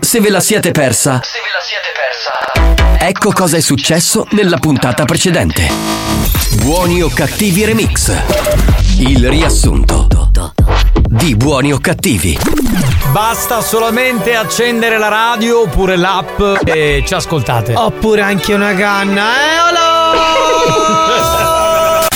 se ve la siete persa. Se ve la siete persa. Ecco cosa è successo nella puntata precedente. Buoni o cattivi remix. Il riassunto di buoni o cattivi. Basta solamente accendere la radio oppure l'app e ci ascoltate. Oppure anche una canna. eh, Eolo!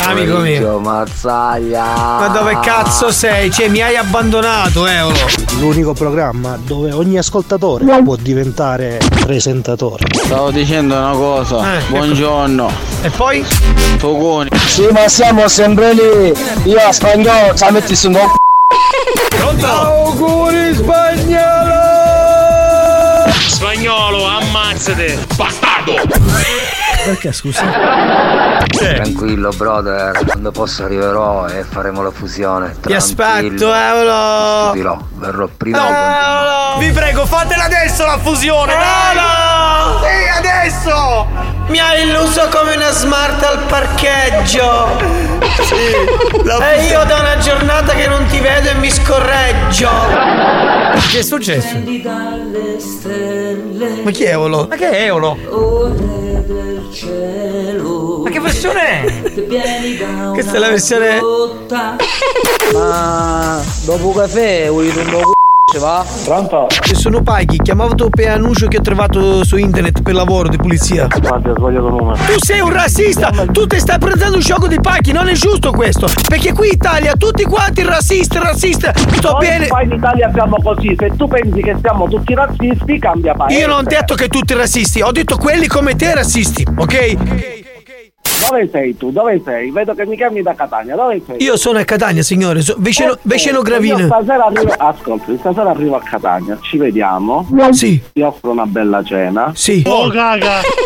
Amico mio. Mazzaglia. Ma dove cazzo sei? Cioè, mi hai abbandonato, Eolo. L'unico programma dove ogni ascoltatore può diventare presentatore. Stavo dicendo una cosa. Eh, Buongiorno. E poi? Fogoni. Sì, ma siamo sempre lì. Io a spagnolo, ci metti su un c***o. Auguri spagnolo! Spagnolo, ammazzate! Bastardo! Perché scusa? Eh. Tranquillo brother, quando posso arriverò e faremo la fusione. Ti aspetto, Ah, Ti Eolo! dirò, verrò prima o poi. Eolo! Vi prego, fatela adesso la fusione! dai! Sì, adesso! Eh, Mi ha illuso come una smart al parcheggio! e io da una giornata che non ti vedo e mi scorreggio! Che è successo? Ma chi è Eolo? Ma che è Eolo? Ma che versione è? Questa è la versione. Ma dopo caffè vuoi un po' c***o, va? Ci sono paghi, chiamato per annuncio che ho trovato su internet per lavoro di pulizia. Guardi, ho sbagliato numero. Tu sei un razzista! Tu ti stai prendendo un gioco di pacchi, non è giusto questo! Perché qui in Italia tutti quanti razzisti, razzista! Sto bene! Poi in Italia abbiamo così, se tu pensi che siamo tutti razzisti, cambia paese. Io non ho detto che tutti razzisti, ho detto quelli come te razzisti, ok? Dove sei tu? Dove sei? Vedo che mi chiami da Catania, dove sei? Io sono a Catania, signore, so- vicino, vicino Io Gravina. stasera arrivo, ascolti, stasera arrivo a Catania, ci vediamo, Sì, ti offro una bella cena. sì. Oh caga!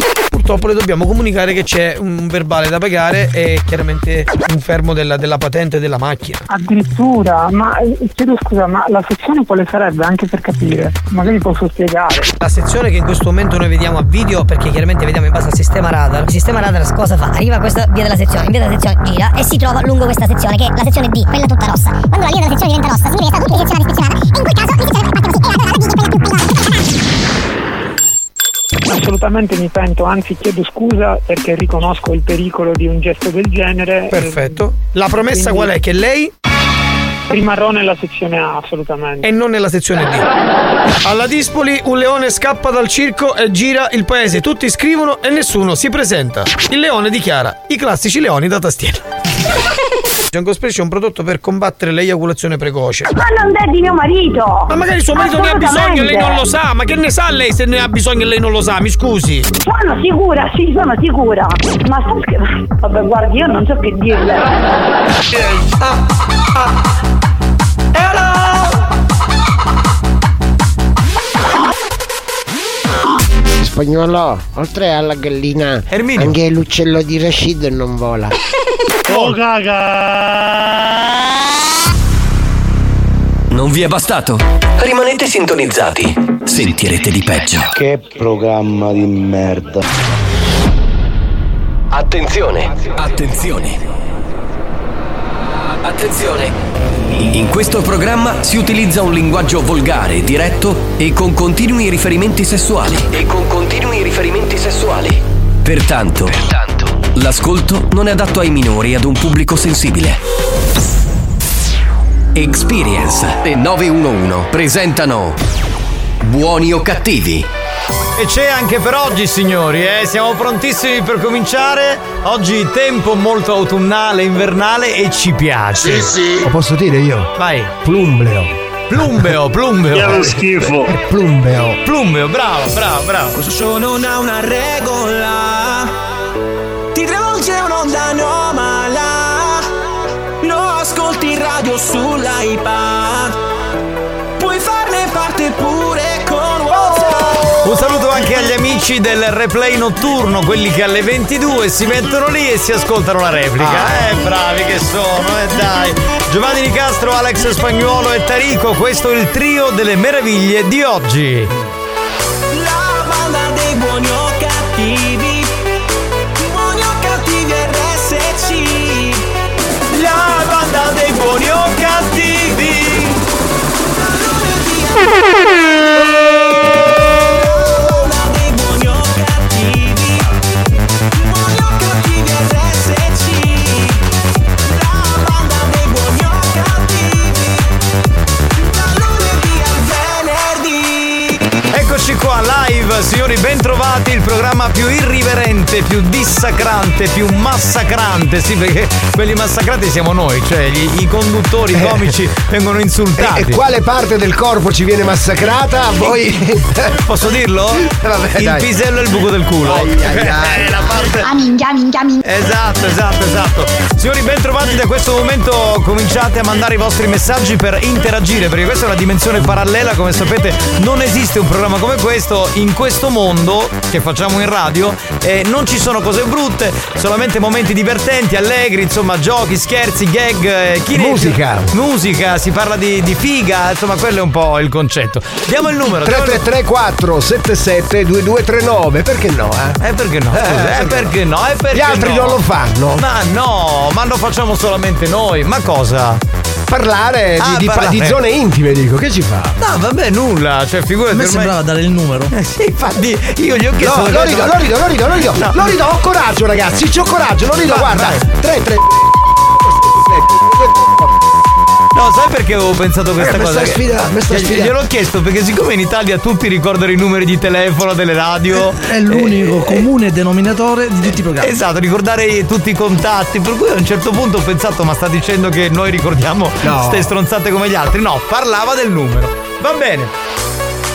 Purtroppo le dobbiamo comunicare che c'è un verbale da pagare e chiaramente un fermo della, della patente della macchina. Addirittura, ma eh, chiedo scusa, ma la sezione quale sarebbe anche per capire? Magari posso spiegare. La sezione che in questo momento noi vediamo a video, perché chiaramente vediamo in base al sistema radar. Il sistema radar cosa fa? Arriva a questa via della sezione, in via della sezione gira e si trova lungo questa sezione che è la sezione D, quella tutta rossa. Quando la linea della sezione diventa rossa, significa che è stata tutta la sezione ispezionata. E in quel caso la sezione parte così e la la D che è la più prima. Assolutamente mi pento, anzi chiedo scusa perché riconosco il pericolo di un gesto del genere. Perfetto. La promessa qual è? Che lei Eh, Rimarrò nella sezione A, assolutamente. e non nella sezione D. Alla Dispoli un leone scappa dal circo e gira il paese. Tutti scrivono e nessuno si presenta. Il leone dichiara i classici leoni da tastiera. Django Space è un prodotto per combattere l'eiaculazione precoce. Ma non è di mio marito! Ma magari suo marito ne ha bisogno e lei non lo sa. Ma che ne sa lei se ne ha bisogno e lei non lo sa? Mi scusi. Sono sicura, sì, sono sicura. Ma sta scherzando. Vabbè, guardi, io non so che dirle. Spagnolo, oltre alla gallina, Erminio. anche l'uccello di Rashid e non vola. Oh caga! Non vi è bastato? Rimanete sintonizzati. Sentirete di peggio. Che programma di merda. Attenzione! Attenzione! Attenzione! In questo programma si utilizza un linguaggio volgare, diretto e con continui riferimenti sessuali. E con continui riferimenti sessuali. Pertanto, l'ascolto non è adatto ai minori e ad un pubblico sensibile. Experience e 911 presentano Buoni o cattivi? E c'è anche per oggi, signori, eh? Siamo prontissimi per cominciare. Oggi tempo molto autunnale, invernale e ci piace. Lo posso dire io? Vai. Plumbleo. Plumbeo, Che è plumbeo. lo schifo! Plumbeo. Plumbeo, bravo, bravo, bravo. Questo show non ha una regola. Ti travolge un'onda anomala. Lo ascolti in radio sull'iPad. Puoi farne parte pure con WhatsApp. Un saluto anche agli amici del replay notturno, quelli che alle 22 si mettono lì e si ascoltano la replica. Ah. Eh, bravi che sono, eh dai. Giovanni Di Castro, Alex Spagnuolo e Tarico, questo è il trio delle meraviglie di oggi. La banda dei buoni o cattivi. Buoni o cattivi RSC. La banda dei buoni o cattivi. Eccoci qua live, signori, bentrovati, il programma più irriverente, più dissacrante, più massacrante, sì, perché quelli massacrati siamo noi, cioè gli- i conduttori i comici vengono insultati. Eh. E quale parte del corpo ci viene massacrata? Voi. Posso dirlo? Vabbè, il dai. pisello e il buco del culo. Eh, la parte- Ah, Esatto, esatto, esatto. Signori, bentrovati. Da questo momento cominciate a mandare i vostri messaggi per interagire, perché questa è una dimensione parallela. Come sapete, non esiste un programma come questo in questo mondo che facciamo in radio. eh, non ci sono cose brutte, solamente momenti divertenti, allegri, insomma, giochi, scherzi, gag, eh, chinesi. Musica. Musica, si parla di, di figa, insomma, quello è un po' il concetto. Diamo il numero. diamo il numero. 3334 77 2239 perché no? Eh, Eh perché no? Scusa, eh, perché no? Eh, perché Gli altri no? non lo fanno. Ma no, ma lo facciamo solamente noi. Ma cosa? Parlare di, Ah, di pa- parlare. di zone intime, dico, che ci fa? No, vabbè, nulla. Cioè, figurati. A me sembrava dare il numero. sì, infatti, io gli ho chiesto. No, lo ridò, lo ridò, lo ridò, lo ridò. No. Lo ridò, ho coraggio, ragazzi, c'ho coraggio, lo ridò, Vai, guarda. vai. 3 3 No, sai perché avevo pensato questa Eh, mi cosa? sta Che- sfidando, mi sta Gli- sfidando. Gliel'ho chiesto perché siccome in Italia tutti ricordano i numeri di telefono, delle radio. È Eh, l'unico comune denominatore di tutti i programmi. Esatto, ricordare i- tutti i contatti. Per cui a un certo punto ho pensato, ma sta dicendo che noi ricordiamo No. ste stronzate come gli altri. No, parlava del numero. Va bene.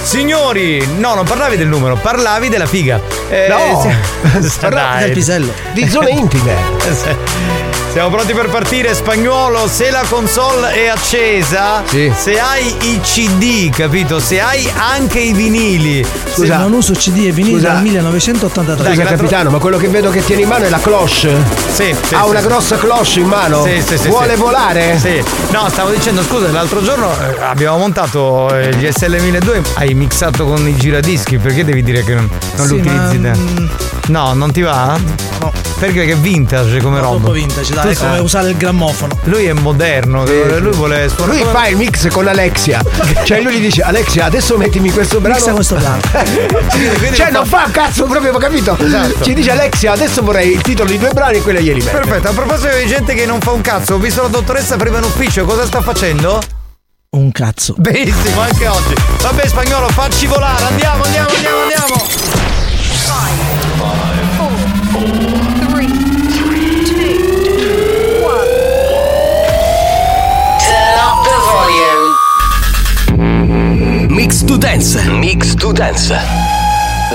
Signori, no, non parlavi del numero, parlavi della figa. No. se- Parlavi dai. del pisello. Di zone intime. Se- Siamo pronti per partire, spagnolo. Se la console è accesa, se hai i CD, capito? Se hai anche i vinili. Scusa, non uso CD e vinile Scusa. dal 1983. Scusa capitano, ma quello che vedo che tiene in mano è la cloche. Sì, sì, ha sì, una sì. grossa cloche in mano. Sì, sì, sì, Vuole sì. volare? Sì. No, stavo dicendo, scusa, l'altro giorno eh, abbiamo montato eh, gli SL1002, hai mixato con i giradischi, perché devi dire che non, non Sì, li utilizzi? ma, te? No, non ti va? No. Perché Perché è vintage come roba? Troppo vintage, dai, è Tu- come eh. usare il grammofono. Lui è moderno, eh, lui vuole suonare. Lui come- fa il mix con Alexia. Cioè lui gli dice Alexia adesso mettimi questo brano. Mixa questo brano. cioè non fa un cazzo proprio, capito? Esatto. Ci dice Alexia adesso vorrei il titolo di due brani e quella glieli mette. Perfetto, a proposito di gente che non fa un cazzo, ho visto la dottoressa prima in ufficio, cosa sta facendo? Un cazzo. Benissimo, anche oggi. Vabbè, spagnolo, facci volare, andiamo, andiamo, andiamo, andiamo. Mix to dance. Mix to dance.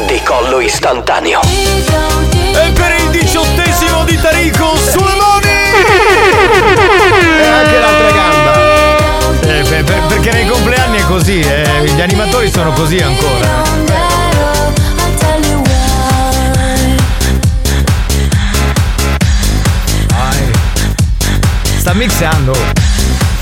Decollo istantaneo. E per il diciottesimo di Tarico, sulle mani! E anche l'altra gamba. Eh, perché nei compleanni è così, eh, gli animatori sono così ancora. Sta mixando.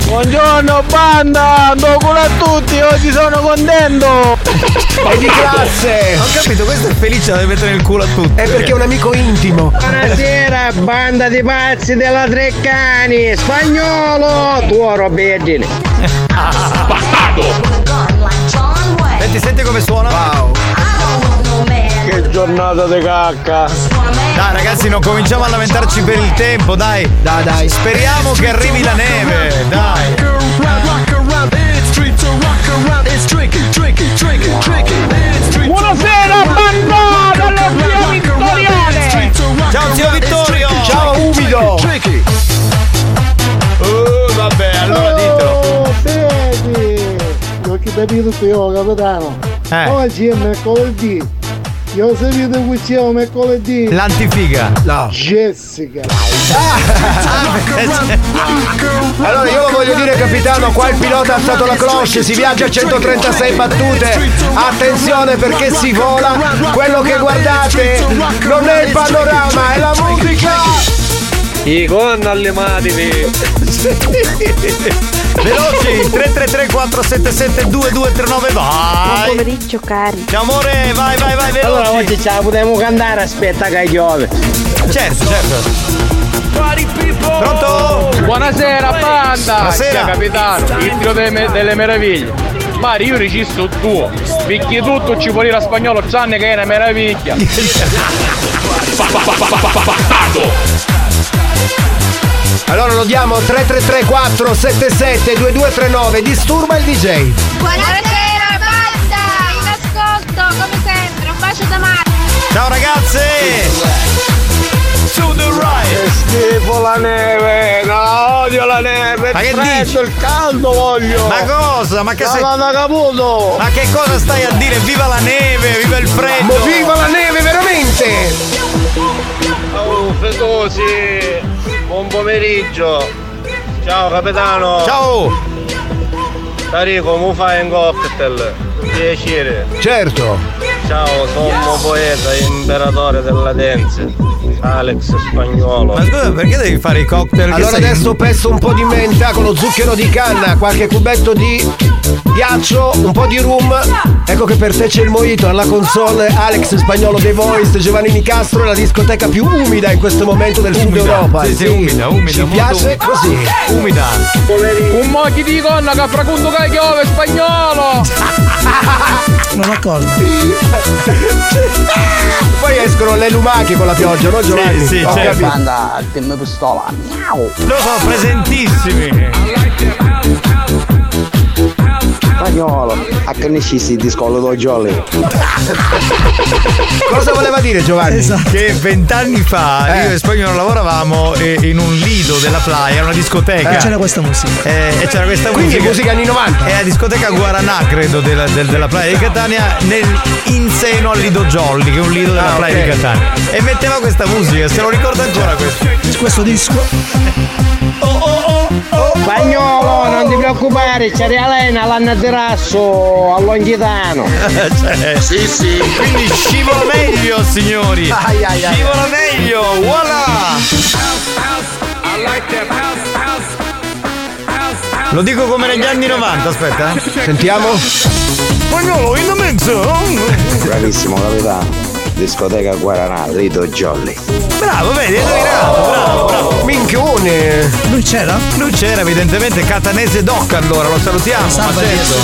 Buongiorno banda, do culo a tutti, oggi sono contento! È di classe! Ho capito, questo è felice da mettere nel culo a tutti. È perché è un amico intimo. Buonasera banda di pazzi della Treccani, spagnolo, tuo Robergine! Senti, senti come suona? Che giornata di cacca! Dai ragazzi, non cominciamo a lamentarci per il tempo, dai. Dai, dai. Speriamo che arrivi la neve, dai. Buonasera banda dalle zio Vittoriane Ciao zio Vittorio! Ciao umido! Oh, vabbè, allora ditelo. Senti, non ho capito che io, capitano. Eh. Oggi è mercoledì. Io ho sapete che c'è un mercoledì. L'antifiga. No. Jessica. Allora io lo voglio dire capitano, qua il pilota ha alzato la cloche, si viaggia a 136 battute, attenzione perché si vola, quello che guardate non è il panorama, è la musica! I con allematevi! Veloci 333 477 2239 vai. pomeriggio cari! Ciao amore, vai, vai, vai, veloci. Allora oggi ce la potremmo cantare, aspetta che piove! Certo, certo. Pronto? Buonasera banda! Buonasera. Ciao, capitano, il tiro delle, me- delle meraviglie. Mari, io registro tuo. Picchi tutto, ci può dire a spagnolo, Gianni che è una meraviglia. Allora lo diamo 3334 77 2239, disturba il DJ. Buonasera banda, in ascolto ragazzi! To the right! Che schifo la neve! No, odio la neve! Ma che dici? il caldo voglio! Ma cosa? Ma che sei? Ma che cosa stai a dire? Viva la neve! Viva il freddo! Ma viva la neve, veramente! Oh, Fecosi! Buon pomeriggio! Ciao capitano! Ciao! Tarico, mu fai un cocktail? Piacere! Certo! Ciao, sono poeta, imperatore della danza. Alex spagnolo. Ma scusa, perché devi fare i cocktail? Allora adesso pesto un po' di menta con lo zucchero di canna, qualche cubetto di ghiaccio, un po' di rum. Ecco che per te c'è il mojito alla console Alex Spagnolo dei Voice, Giovanni Nicastro, la discoteca più umida in questo momento del sud Europa. sì, sì, umida, umida, Ci molto piace umida. così. Umida. Un mochi di gonna che ha fracunto che chiove spagnolo! Non ho colpa. Poi escono le lumache con la pioggia, no Giovanni? Sì, sì, Ho certo. capito. Banda, pistola. Loro sono presentissimi. Spagnolo, a che ne scissi di scollo do jolly? Cosa voleva dire Giovanni? Esatto. Che vent'anni fa Eh. io e Spagnolo lavoravamo eh, in un lido della playa, una discoteca. E c'era questa musica. Eh, e c'era questa Quindi musica musica anni 90. È la discoteca Guaranà, credo, della, del- della Playa Esatto. di Catania, nel, in seno al Lido Jolly, che è un lido della Ah, Playa ok. di Catania. E metteva questa musica, se lo ricordo ancora questo. Questo disco. Spagnolo, non ti preoccupare, c'è Rialena all'annazzerasso, all'onghitano. Sì, sì. Cioè, Quindi scivola meglio, signori. Ai, ai, ai. Scivola meglio, voilà! Lo dico come negli anni 90, aspetta. eh. Sentiamo. Spagnolo, in mezzo! Bravissimo capitano, discoteca Guaranà, Lido Jolly. Bravo, vedi, è bravo, bravo, bravo. Minchione! Lui c'era? Lui c'era, evidentemente, Catanese Doc allora, lo salutiamo. ma certo.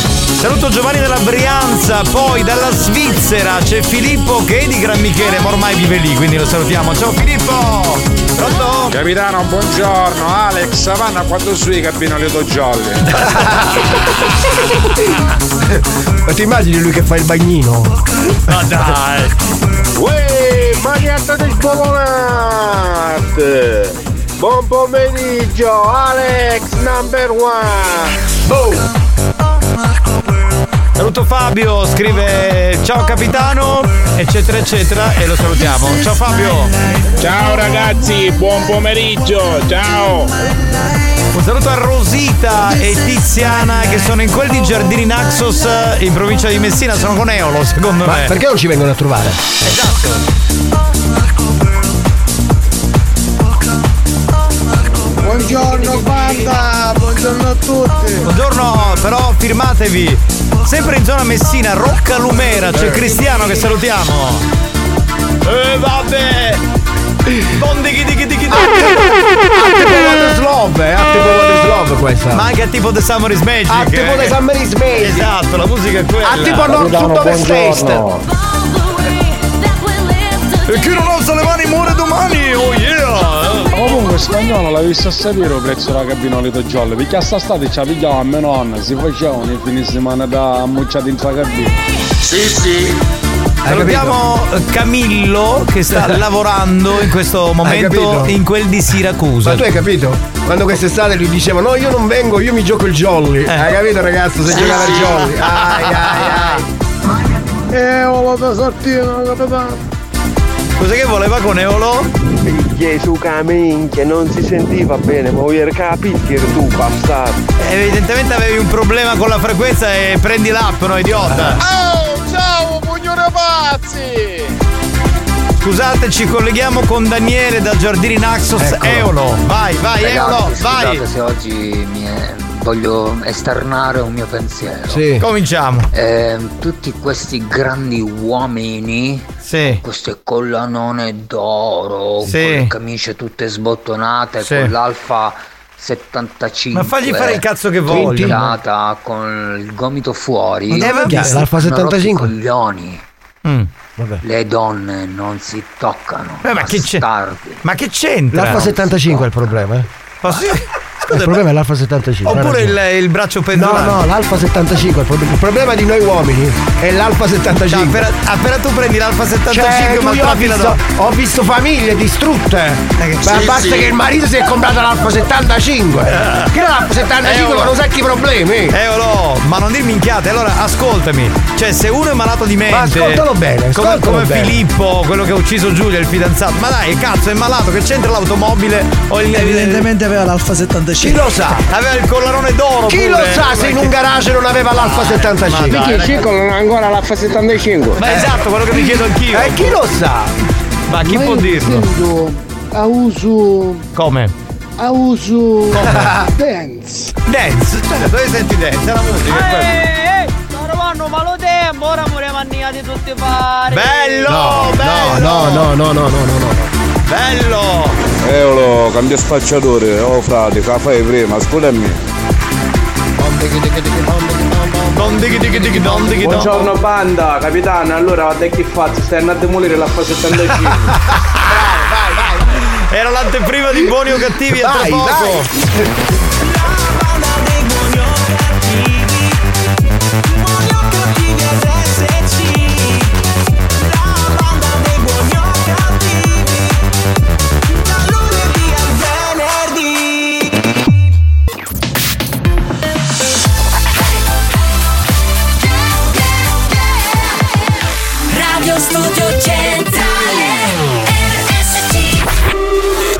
Saluto Giovanni dalla Brianza, poi dalla Svizzera c'è Filippo che è di Gran Michele, ma ormai vive lì, quindi lo salutiamo. Ciao Filippo! Pronto? Capitano, buongiorno. Alex, Savanna, quando sui cabino Lido Jolly? Ma ti immagini lui che fa il bagnino? Ma dai! Uè, maglietta del Pomonat! Buon pomeriggio, Alex number one! Boom! Saluto Fabio, scrive ciao capitano, eccetera eccetera e lo salutiamo. Ciao Fabio! Ciao ragazzi, buon pomeriggio, ciao! Un saluto a Rosita e Tiziana che sono in quel di Giardini Naxos eh, in provincia di Messina, sono con Eolo secondo Ma me. perché non ci vengono a trovare? Buongiorno banda, buongiorno a tutti. Buongiorno, però firmatevi. Sempre in zona Messina, Rocca Lumera, Eh. c'è Cristiano che salutiamo. E vabbè! Bon dighi dighi dighi Slove, eh, Attimo Water Slove questa. Ma anche a tipo The Summer is Magic. A tipo eh. The Summer is Magic. Esatto, la musica è quella. A tipo Nord Sud Ovest Est. E chi non alza le mani muore domani, oh yeah! Comunque spagnolo l'avessi a sapere il prezzo della cabina Lido Jolly, perché a sta estate ci avvigliava a mia nonna, si facevano i fine settimana da ammucciati in tra cabina. Sì, sì. Salutiamo eh, Camillo che sta lavorando in questo momento capito? in quel di Siracusa. Ma tu hai capito? Quando quest'estate lui diceva no io non vengo, io mi gioco il jolly. Hai capito ragazzo se Sì, giocava il sì. jolly? Ai ai ai. Eh, ho la tasartina, capitano. Cos'è che voleva con Eolo? Gesù caminchia, non si sentiva bene, ma vuoi capire tu, bastardo. Evidentemente avevi un problema con la frequenza e prendi l'app, no idiota. Oh, ciao, buongiorno pazzi! Scusate, ci colleghiamo con Daniele da Giardini Naxos Eolo. Vai, vai, Ragazzi, Eolo, scusate vai. se oggi mi eh, voglio esternare un mio pensiero. Sì. Cominciamo. Eh, tutti questi grandi uomini, queste collanone d'oro, Sì. con le camicie tutte sbottonate, Sì. con l'alfa 75. Ma fagli fare il cazzo che voglio. voglio. Con il gomito fuori. Ma Eh, vabbè. chi è? L'Alfa Sono rotti 75? coglioni. Mm. Le donne non si toccano. Eh, ma che c'è? Ma che c'entra? L'Alfa 75 è il problema, eh. Posso- il problema è l'Alfa 75. Oppure hai ragione. il, il braccio pendolare. No, no, l'Alfa 75 è il problema. Il problema di noi uomini è l'Alfa 75. Cioè, appena, appena tu prendi l'Alfa 75 Cioè, tu ma io ho tocchi la visto, do- ho visto famiglie distrutte. Ma Sì, basta sì. che il marito si è comprato l'Alfa 75. Che era l'Alfa 75 Eolo. con non sa chi problemi. Eolo, Eh, oh, ma non dir minchiate, allora ascoltami. Cioè, se uno è malato di mente. Ma ascoltalo bene, come- ascoltalo come, bene. Filippo, quello che ha ucciso Giulia, il fidanzato. Ma dai, cazzo, è malato, che c'entra l'automobile o il. Evidentemente aveva l'Alfa 75. Chi lo sa? Aveva il collarone d'oro. Chi lo sa se in un garage non aveva l'Alfa 75? Perché Cicco non ha ancora l'Alfa 75? Ma esatto, quello che mi chiedo anch'io. E Eh, chi lo sa? Ma chi Ma può io dirlo? credo A uso. Come? A uso. Come? Dance. Dance, cioè, dove senti dance? È la musica, Ah, è quella. Eh, eh, loro vanno malo tempo, ora moriamo annegati tutti pari. Bello, bello. No, no, no, no, no, no, no. Bello! Eolo, Eh, cambia spacciatore, oh frate, qua fai prima, scusami. Don dighi dighi dighi don dighi don. Buongiorno banda, capitano, allora guarda che fazzo, stai andando a demolire la fa 75. Era l'anteprima di buoni o cattivi a tra Vai, poco. Radio Studio Centrale.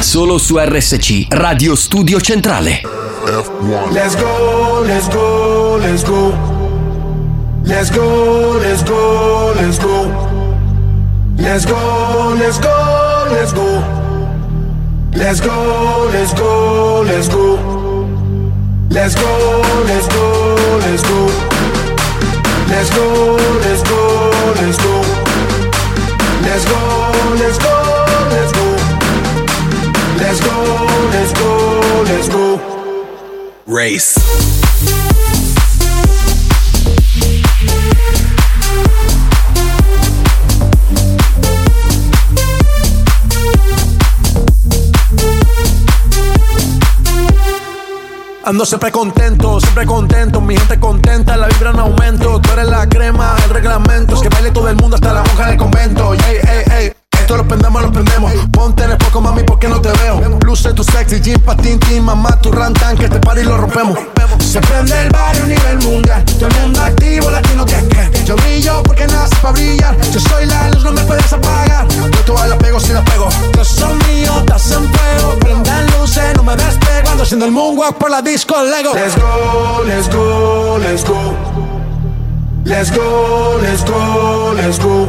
Solo su RSC, Radio Studio Centrale. Let's go, let's go, let's go. Let's go, let's go, let's go. Let's go, let's go, let's go. Let's go, let's go, let's go. Let's go, let's go, let's go. Let's go, let's go, let's go. Let's go, let's go, let's go. Let's go, let's go, let's go. Race. Ando siempre contento, siempre contento, mi gente contenta, la vibra en aumento, tú eres la crema, el reglamento, es que baile todo el mundo hasta la monja del convento, ey, ey, ey. Esto lo prendemos, lo prendemos. Ponte en el poco, mami, porque no te veo. Luce tu sexy, jean, patín, tin, mamá, tu rantan, que este party lo rompemos. Se prende el barrio a nivel mundial. Todo el mundo activo, latino que que. Yo brillo porque nací para brillar. Yo soy la luz, no me puedes apagar. Yo todas la pego si la pego. Yo soy mío, estás en fuego. Prendan luces, no me despego. Ando haciendo el moonwalk por la disco Lego. Let's go, let's go, let's go. Let's go, let's go, let's go.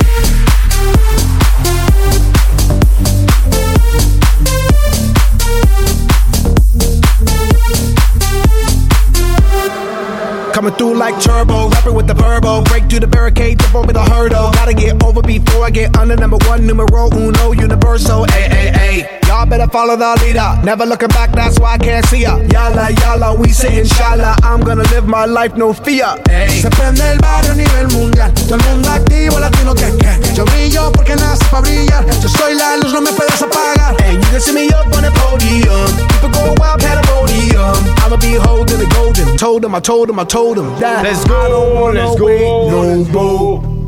Coming through like turbo, rapping with the verbo. Break through the barricade, jump over the hurdle. Gotta get over before I get under number one, numero uno, universal. Ay, ay, ay. Y'all better follow the leader. Never looking back, that's why I can't see ya. Yalla, yalla, we say inshallah. I'm gonna live my life, no fear. Se prende el barrio a nivel mundial. Todo el mundo activo, latino que que. Yo brillo porque nace para brillar. Yo soy la luz, no me puedes apagar. And you can see me up on the podium. People go wild, pandemonium. I'ma be holding the golden. Told him, I told him, I told him that. Let's go, I don't wanna let's go. Wait, no more.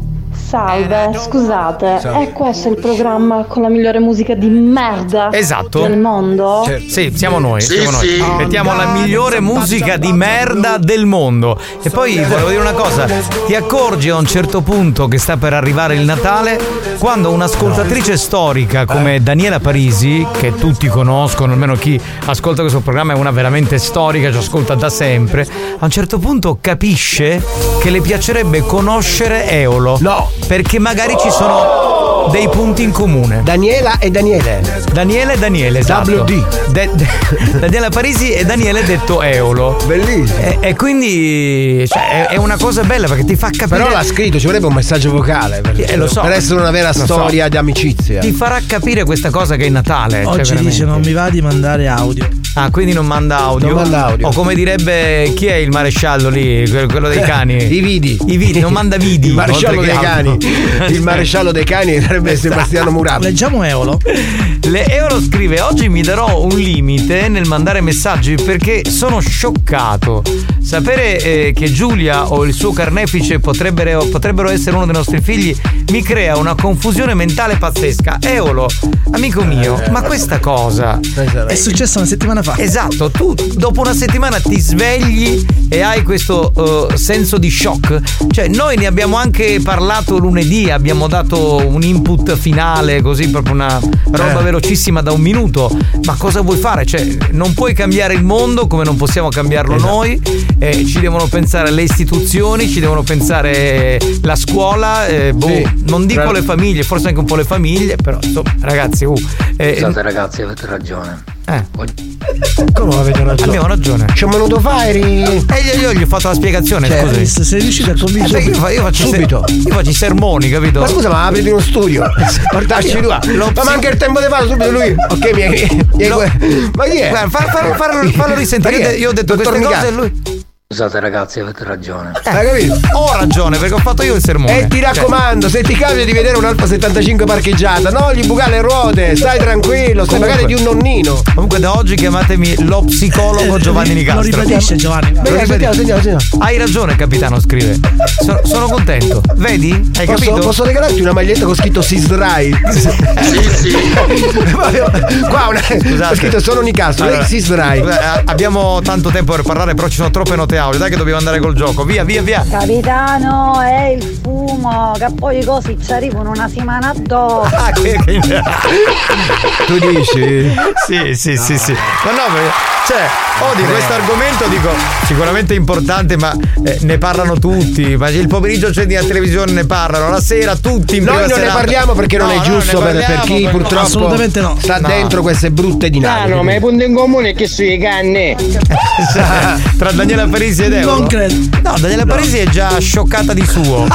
Salve, scusate, Salve. è questo il programma con la migliore musica di merda Esatto. del mondo? Cioè, sì, siamo noi, Sì, siamo noi. sì. Mettiamo la migliore musica di merda del mondo. E poi volevo dire una cosa, ti accorgi a un certo punto che sta per arrivare il Natale quando un'ascoltatrice storica come Daniela Parisi, che tutti conoscono, almeno chi ascolta questo programma è una veramente storica, ci ascolta da sempre, a un certo punto capisce che le piacerebbe conoscere Eolo. No, perché magari ci sono dei punti in comune. Daniela e Daniele. Daniele e Daniele, esatto. WD. De- de- Daniela Parisi e Daniele detto Eolo. Bellissimo. E, e quindi cioè, è, è una cosa bella perché ti fa capire. Però l'ha scritto, ci vorrebbe un messaggio vocale. Per, Eh, lo so. per essere una vera Lo so. storia di amicizia. Ti farà capire questa cosa che è Natale. Oggi cioè dice veramente. non mi va di mandare audio. Ah, quindi non manda audio. Non manda audio. O come direbbe chi è il maresciallo lì? Quello, quello dei cani. I vidi. I vidi, non manda vidi. Il maresciallo oltre dei che cani. audio. Il maresciallo dei cani sarebbe Sebastiano Murato. Leggiamo Eolo. Le Euro scrive: Oggi mi darò un limite nel mandare messaggi perché sono scioccato. Sapere eh, che Giulia o il suo carnefice potrebbero, potrebbero essere uno dei nostri figli mi crea una confusione mentale pazzesca. Eolo, amico mio, Eh, ma questa cosa È successo una settimana fa. Esatto, tu dopo una settimana ti svegli e hai questo eh, senso di shock. Cioè, noi ne abbiamo anche parlato lunedì, abbiamo dato un input finale, così proprio una roba Eh. velocissima da un minuto. Ma cosa vuoi fare? Cioè, non puoi cambiare il mondo come non possiamo cambiarlo Esatto. noi. Eh, ci devono pensare le istituzioni, ci devono pensare la scuola. eh, boh, Sì, non dico bravo. le famiglie, forse anche un po' le famiglie, però insomma, ragazzi, uh, eh, Scusate ragazzi, avete ragione. eh. Come avete ragione? Abbiamo ragione. Ci ho venuto Fairi. E io, io gli ho fatto la spiegazione, Cioè, scusi. se sei riuscito a convincere- Eh, perché io, fa- io faccio Subito. io faccio i sermoni, capito? Ma scusa, ma apriti uno studio. Portarci Io- due. lo Ma psi- manca il tempo di farlo subito lui. Ok, mi hai. mi hai- No. Ma chi è? Guarda, fa- fa- farlo- farlo risentire. Ma chi è? Io- io ho detto Dottor queste cose e Mica- lui- Scusate ragazzi, avete ragione. Hai capito? Ho ragione, perché ho fatto io il sermone. E ti Cioè, raccomando, se ti capita di vedere un'Alfa 75 parcheggiata, no, gli buca le ruote, stai tranquillo, stai magari di un nonnino. Comunque da oggi chiamatemi lo psicologo Giovanni Nicastro. Giovanni. Lo Venga, ripeti- sentiamo, sentiamo, sentiamo. Hai ragione, capitano, scrive. So- sono contento. Vedi? Hai Posso, capito? posso regalarti una maglietta con scritto Sisrai? Sì, sì. Qua una, ho scritto solo Nicastro, lei Sisrai. eh, Abbiamo tanto tempo per parlare, però ci sono troppe note audio. Dai che dobbiamo andare col gioco. Via, via, via. Capitano, è il fumo, che poi così ci arrivano una settimana addosso. Ah, che- che- Tu dici? Sì, sì, sì, sì. Ma no, perché- cioè, odio questo argomento, dico, sicuramente è importante, ma eh, ne parlano tutti. Ma il pomeriggio c'è di televisione, ne parlano. La sera tutti in Noi prima non ne serata. parliamo perché non No, è no, giusto ne per, per parliamo, chi perché- purtroppo sta No. dentro queste brutte dinamiche. ma i punti in comune è che sui canne. Tra Daniela Parisi ed Eolo. Non credo. No, Daniela Parisi è già scioccata di suo.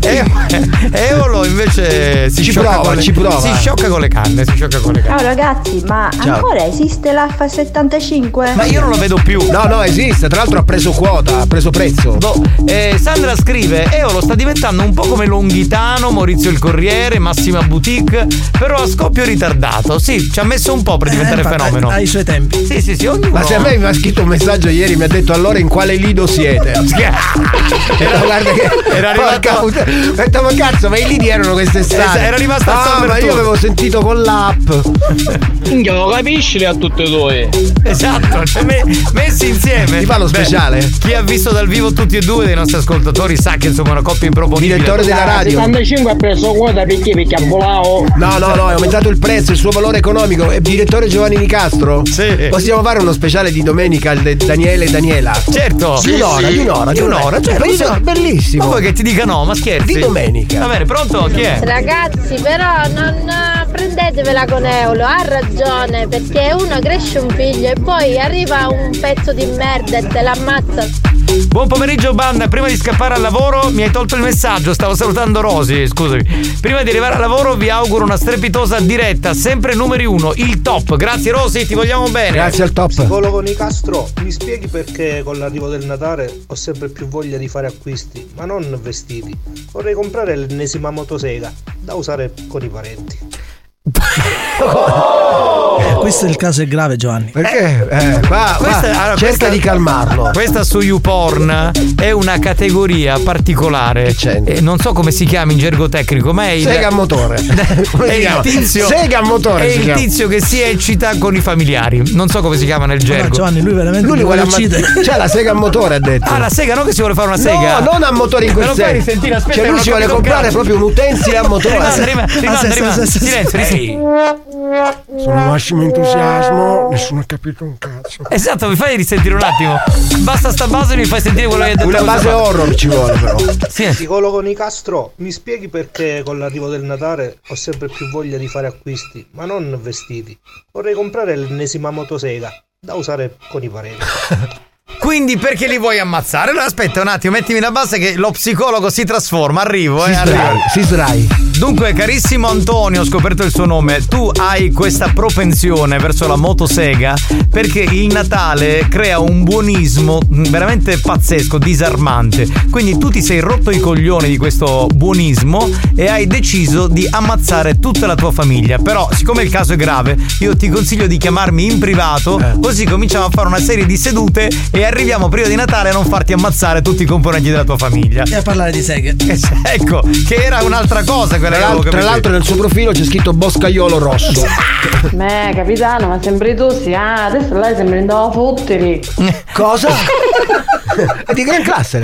Cioè- E- Eolo invece si Ci sciocca prova, con le, ci prova. Si sciocca con le canne, si sciocca con le canne. Ciao ragazzi, ma Ciao. ancora esiste l'Alfa 75? Ma io non lo vedo più. No, no, esiste, tra l'altro ha preso quota, ha preso prezzo. Boh, eh, Sandra scrive: Eolo sta diventando un po' come Longhitano, Maurizio il Corriere, Massima Boutique, però a scoppio ritardato. Sì, ci ha messo un po' Eh, per Eh, diventare fenomeno. Ai suoi tempi. Sì, sì, sì, ognuno. Ma se a me mi ha scritto un messaggio ieri, mi ha detto allora in quale lido siete? Era, guarda che Era porca arrivato- puttana. Aspetta, ma cazzo, ma i lidi erano quest'estate. Esa- era rimasta a Ah, San ma io Bertone. avevo sentito con l'app. Minchia, lo capisci a tutte e due. Esatto, cioè me- messi insieme. Ti fa lo Beh, speciale? chi ha visto dal vivo tutti e due dei nostri ascoltatori sa che insomma è una coppia improponibile. Direttore della radio. 75 ha preso quota perché? Perché ha volato. No, no, no, è aumentato il prezzo, il suo valore economico. E direttore Giovanni Di Castro? Sì. Possiamo fare uno speciale di domenica al de- Daniele e Daniela? Certo. Di Sì, un'ora, sì. di un'ora, di un'ora. Cioè, Bellissimo. possiamo- Ma bellissimo. vuoi che ti dica no, ma scherzi. Di domenica. Va bene, pronto? Chi è? Ragazzi, però non eh, prendetevela con Eolo, ha ragione, perché uno cresce un figlio e poi arriva un pezzo di merda e te l'ammazza. Buon pomeriggio banda, prima di scappare al lavoro mi hai tolto il messaggio, stavo salutando Rosy, scusami. Prima di arrivare al lavoro vi auguro una strepitosa diretta, sempre numeri uno, il top. Grazie Rosy, ti vogliamo bene. Grazie al top. Psicologo Nicastro, mi spieghi perché con l'arrivo del Natale ho sempre più voglia di fare acquisti, ma non vestiti. Vorrei comprare l'ennesima motosega da usare con i parenti. Questo è il caso è grave, Giovanni. Perché? Eh, va, va. Questa- allora, cerca questa- di calmarlo. Questa su YouPorn è una categoria particolare. Eh, non so come si chiama in gergo tecnico, ma è il. Sega a motore. Come È si il chiama? tizio. Sega a motore È si il chiama. tizio che si eccita con i familiari. Non so come si chiama nel Ma gergo. Giovanni, lui veramente Lui mi li vuole vuole uccidere. ammazzare. C'è la sega a motore, ha detto. Ah, la sega, no che si vuole fare una sega. No, non a motore in Me quel lo fai senso. risentire? Aspetta, Cioè, non lui ho ci vuole capito un comprare cazzo. proprio un utensile a motore. Rimanda, rimanda, rimanda, Ah, sì, sì, rimanda. sì, sì, sì. Silenzio, silenzio. Sono un Washington entusiasmo, nessuno ha capito un cazzo. Esatto, mi fai risentire un attimo. Basta sta base e mi fai sentire quello che hai detto. Una questa base parte. horror ci vuole però. Psicologo Nicastro, mi spieghi perché con l'arrivo del Natale ho sempre più voglia di fare acquisti, ma non vestiti. Vorrei comprare l'ennesima motosega da usare con i parenti. Quindi perché li vuoi ammazzare? Allora aspetta un attimo, mettimi la base che lo psicologo si trasforma, arrivo, eh, arrivo. Si sdrai. Dunque, carissimo Antonio, ho scoperto il suo nome. Tu hai questa propensione verso la motosega perché il Natale crea un buonismo mh, veramente pazzesco, disarmante. Quindi tu ti sei rotto i coglioni di questo buonismo e hai deciso di ammazzare tutta la tua famiglia. Però, siccome il caso è grave, io ti consiglio di chiamarmi in privato, così cominciamo a fare una serie di sedute e arriviamo prima di Natale a non farti ammazzare tutti i componenti della tua famiglia. E a parlare di seghe. Ecco, che era un'altra cosa quella Tra che avevo l'altro, tra capito. l'altro nel suo profilo c'è scritto Boscaiolo Rosso. Beh, capitano, ma sembri tu, sì. Ah, adesso lei sembra andava a fotteri. Cosa? È di gran classe.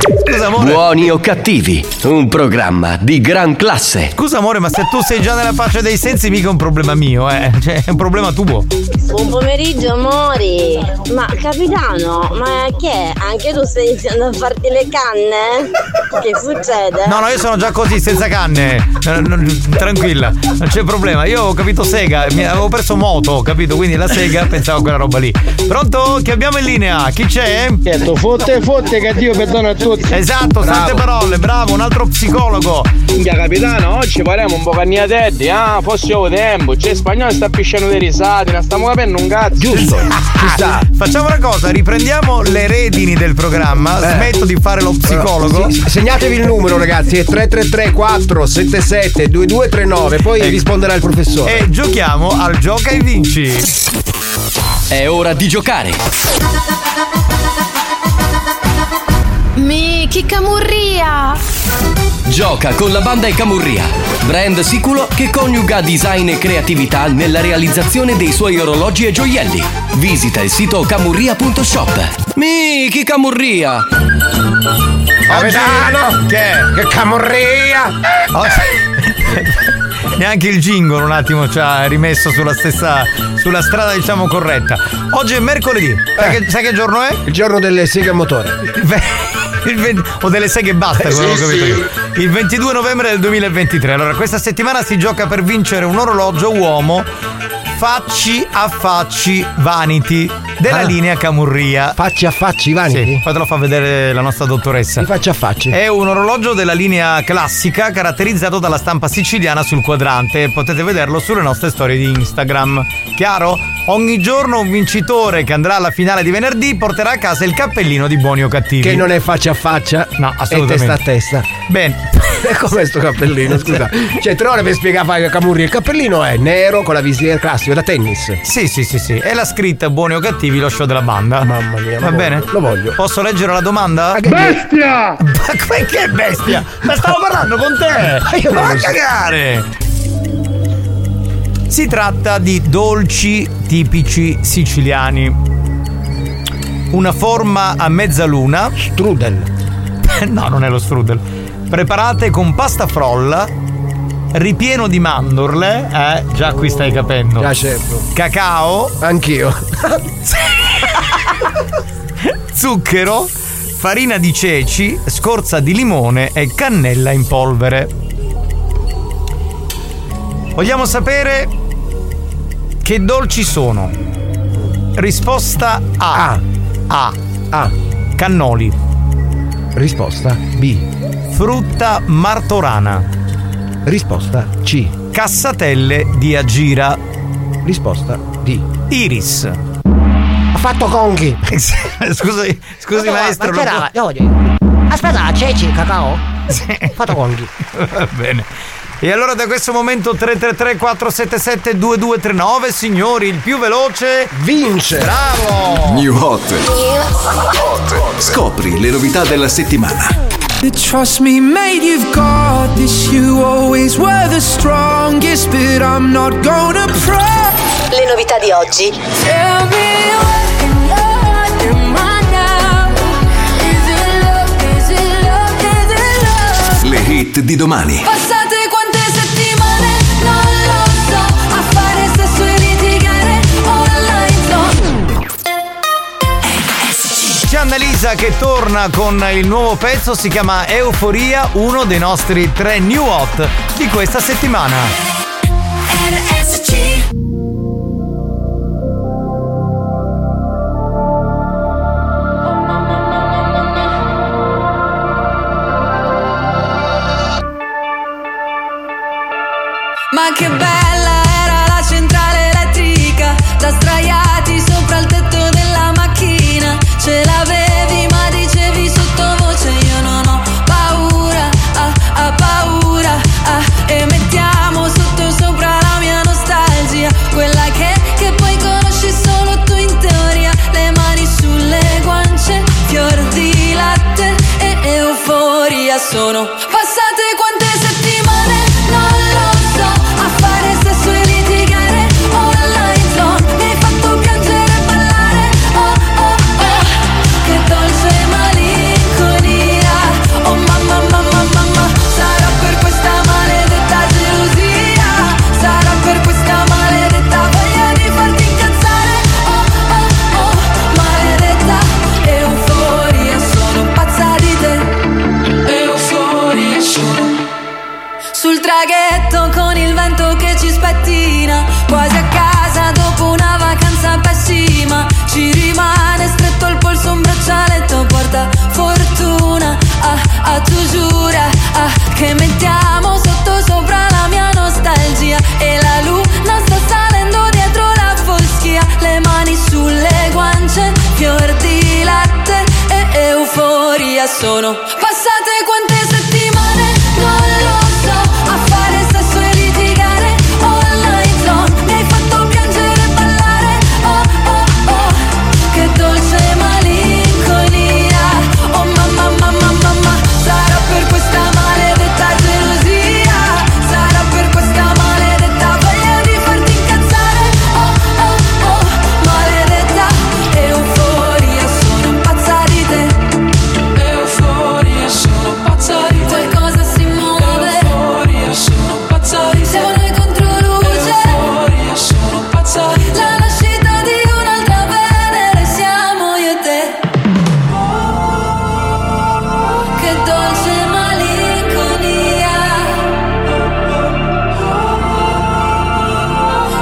Buoni o cattivi, un programma di gran classe. Scusa amore, ma se tu sei già nella faccia dei sensi mica è un problema mio, eh. Cioè, è un problema tuo. Buon pomeriggio amori! Ma capitano, ma che è? Anche tu stai iniziando a farti le canne? Eh? Che succede? No, no, io sono già così, senza canne. Eh, no, Tranquilla, non c'è problema. Io ho capito sega, mi avevo perso moto, capito? Quindi la sega pensavo a quella roba lì. Pronto? Che abbiamo in linea? Chi c'è? Certo, fotte fotte che Dio perdona a tutti. Esatto, sante parole, bravo, un altro psicologo. Minchia capitano, oggi faremo un po' a Teddy, ah, fosse io tempo, c'è spagnolo sta pisciando dei risate, ne stiamo capendo un cazzo. Giusto, ci sta. Facciamo una cosa, riprendiamo le redini del programma, smetto di fare lo psicologo. Sì, segnatevi il numero ragazzi, è 333 477 2239, poi risponderà il professore. Ecco. E giochiamo al gioca e vinci. È ora di giocare. Mi, che camurria! Gioca con la banda e Camurria, brand sicuro che coniuga design e creatività nella realizzazione dei suoi orologi e gioielli. Visita il sito camurria.shop. Mi, che Camurria! Capitano! Che? Che camorria! Neanche il jingle un attimo ci ha rimesso sulla stessa sulla strada diciamo corretta. Oggi è mercoledì. Sai, che, sai che giorno è? Eh. Il giorno delle seghe a motore. Il venti- o delle seghe e basta, Eh, quello sì, che ho capito sì. io. Il 22 novembre del 2023. Allora, questa settimana si gioca per vincere un orologio uomo facci a facci vanity della linea Camurria. Ah. Facci a facci vanity? Sì, fatelo fa vedere la nostra dottoressa. Faccia a faccia. È un orologio della linea classica caratterizzato dalla stampa siciliana sul quadrante. Potete vederlo sulle nostre storie di Instagram. Chiaro? Ogni giorno un vincitore che andrà alla finale di venerdì porterà a casa il cappellino di buoni o cattivi. Che non è faccia a faccia, no, È testa a assolutamente. testa. Bene. E com'è sto cappellino, scusa? Cioè, tre ore per spiegare a Camurri. Il cappellino è nero con la visiera classica da tennis. Sì, sì, sì, sì. È la scritta buoni o cattivi, lo show della banda. Mamma mia. Va lo bene? voglio, lo voglio. Posso leggere la domanda? Bestia! Ma que- che bestia? Ma Eh, stavo parlando con te! Ma io Ma non a lo so. cagare! Si tratta di dolci tipici siciliani. Una forma a mezzaluna. Strudel. No, non è lo strudel. Preparate con pasta frolla, ripieno di mandorle. Eh, già qui stai capendo. Ah, certo. Cacao. Anch'io. Zucchero, farina di ceci, scorza di limone e cannella in polvere. Vogliamo sapere che dolci sono? Risposta A. A. A. Cannoli. Risposta B. Frutta martorana. Risposta C. Cassatelle di Agira. Risposta D. Iris. Ha fatto Konghi. Scusi, scusi Ma no, maestro. ma non c'era- può- no, voglio- Aspetta, c'è il cacao? Ha fatto Konghi. Va bene. E allora da questo momento 333 477 2239 signori, il più veloce vince. Bravo! New Hot. Scopri le novità della settimana. You trust me, mate, you've got this. You always were the strongest, but I'm not gonna pray. Le novità di oggi. Le hit di domani. Passate quante settimane, non lo so, a fare sesso e litigare. Ora Elisa che torna con il nuovo pezzo, si chiama Euforia, uno dei nostri tre new hot di questa settimana. Ma che bella era la centrale elettrica, da sdraiati sopra il tetto della macchina. Ce l'avevi ma dicevi sottovoce io non ho paura, ah, ah, paura, ah. E mettiamo sotto sopra la mia nostalgia, quella che, che poi conosci solo tu in teoria. Le mani sulle guance, fior di latte e euforia sono passate quante settimane, non lo so, a fare sesso e litigare online zone, mi hai fatto piangere e ballare, oh oh oh, che dolce malinconia, oh mamma mamma mamma, sarà per questa maledetta gelosia, sarà per questa maledetta voglia di farti incazzare, oh oh oh, maledetta euforia, sono pazza di te, euforia sono. Sul traghetto con il vento che ci spettina Quasi a casa dopo una vacanza pessima Ci rimane stretto al polso un braccialetto Porta fortuna, ah, ah, tu giura ah, Che mettiamo sotto sopra la mia nostalgia E la luna sta salendo dietro la foschia Le mani sulle guance, fior di latte e euforia Sono passate quante settimane, non lo so A fare sesso e litigare online zone Mi hai fatto piangere e ballare, oh oh oh Che dolce malinconia, oh mamma mamma mamma Sarà per questa maledetta gelosia Sarà per questa maledetta voglia di farti incazzare Oh oh oh, maledetta euforia Sono pazza di te Euforia, sono pazza di te Qualcosa si muove sono pazza di te Siamo noi contro luce Euforia, sono pazza di te La nascita di un'altra Venere siamo io e te che dolce malinconia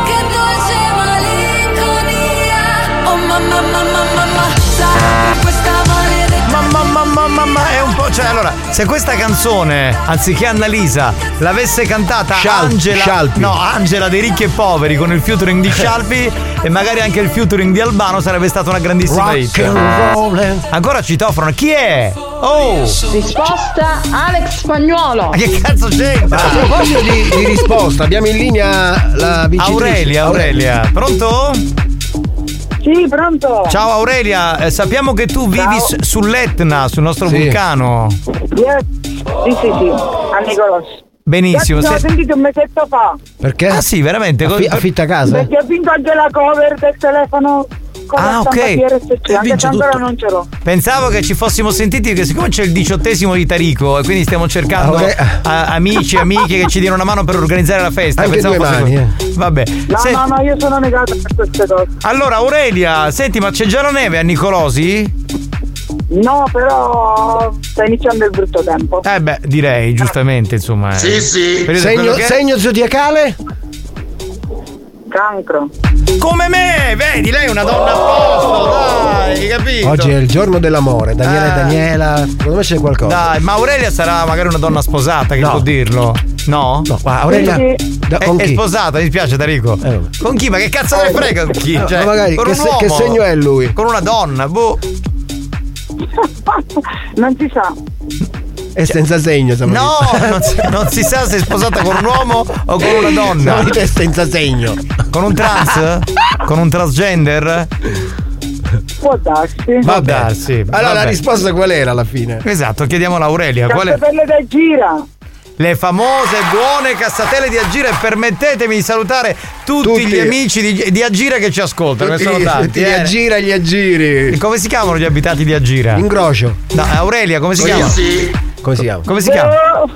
Che dolce malinconia Oh mamma mamma mamma Sarà per questa maledetta Mamma mamma mamma è un po'. Cioè, allora, se questa canzone, anziché Annalisa, l'avesse cantata Scial- Angela. Scialpi. No, Angela dei ricchi e poveri con il featuring di Scialpi e magari anche il featuring di Albano sarebbe stata una grandissima Rock hit. and Ancora citofono, chi è? Oh! Risposta Alex Spagnuolo. Ma che cazzo c'entra? A proposito di, di risposta, abbiamo in linea la vincitrice. Aurelia, Aurelia. Pronto? Sì, pronto. Ciao Aurelia, eh, sappiamo che tu vivi s- sull'Etna, sul nostro vulcano. Yes. Sì, sì, sì, a Nicolos. Benissimo. Ci ho se- sentito un mesetto fa Perché? Ah sì, veramente. Affi- affitta casa. perché ho vinto anche la cover del telefono con Ah, la stampa ok. di RSC, E anche vince se ancora tutto. non ce l'ho. Pensavo che ci fossimo sentiti che siccome c'è il diciottesimo di Tarico e quindi stiamo cercando Ah, ok. a- amici e amiche che ci diano una mano per organizzare la festa. Anche Pensavo due fosse mani, eh. quello. Vabbè. No, Se- no, no, io sono negato per queste cose. Allora Aurelia, senti ma c'è già la neve a Nicolosi? No, però sta iniziando il brutto tempo. Eh beh, direi giustamente insomma. eh. Periodo quello Segno, che è. segno zodiacale? Cancro. Come me, vedi, lei è una donna a posto, dai, hai capito? Eh. Oggi è il giorno dell'amore. Daniela e Daniela, secondo me c'è qualcosa. Dai, ma Aurelia sarà magari una donna sposata, che può dirlo? No? No, ma Aurelia- Sì, da- è, con è chi? sposata, mi spiace Tarico. Con chi? Ma che cazzo ne frega con chi? Eh, Cioè, ma magari, con che un se- che uomo? segno è lui? Con una donna, boh. non si sa. È senza segno, siamo No, lì. non si, non si sa se è sposata con un uomo o con una donna. No, è senza segno. Con un trans? Con un transgender? Può darsi. Può darsi. Allora la vabbè. risposta qual era alla fine? Esatto, chiediamola a Aurelia. Qual è? Cappelle da gira. Le famose buone cassatelle di Agira e permettetemi di salutare tutti, Tutti. gli amici di, di Agira che ci ascoltano. Tutti che sono gli- tanti. eh. tutti gli Agira e gli Agiri. Come si chiamano gli abitanti di Agira? Ingrocio. No, Aurelia, come si Io. chiama? Come si chiama? Come si chiama?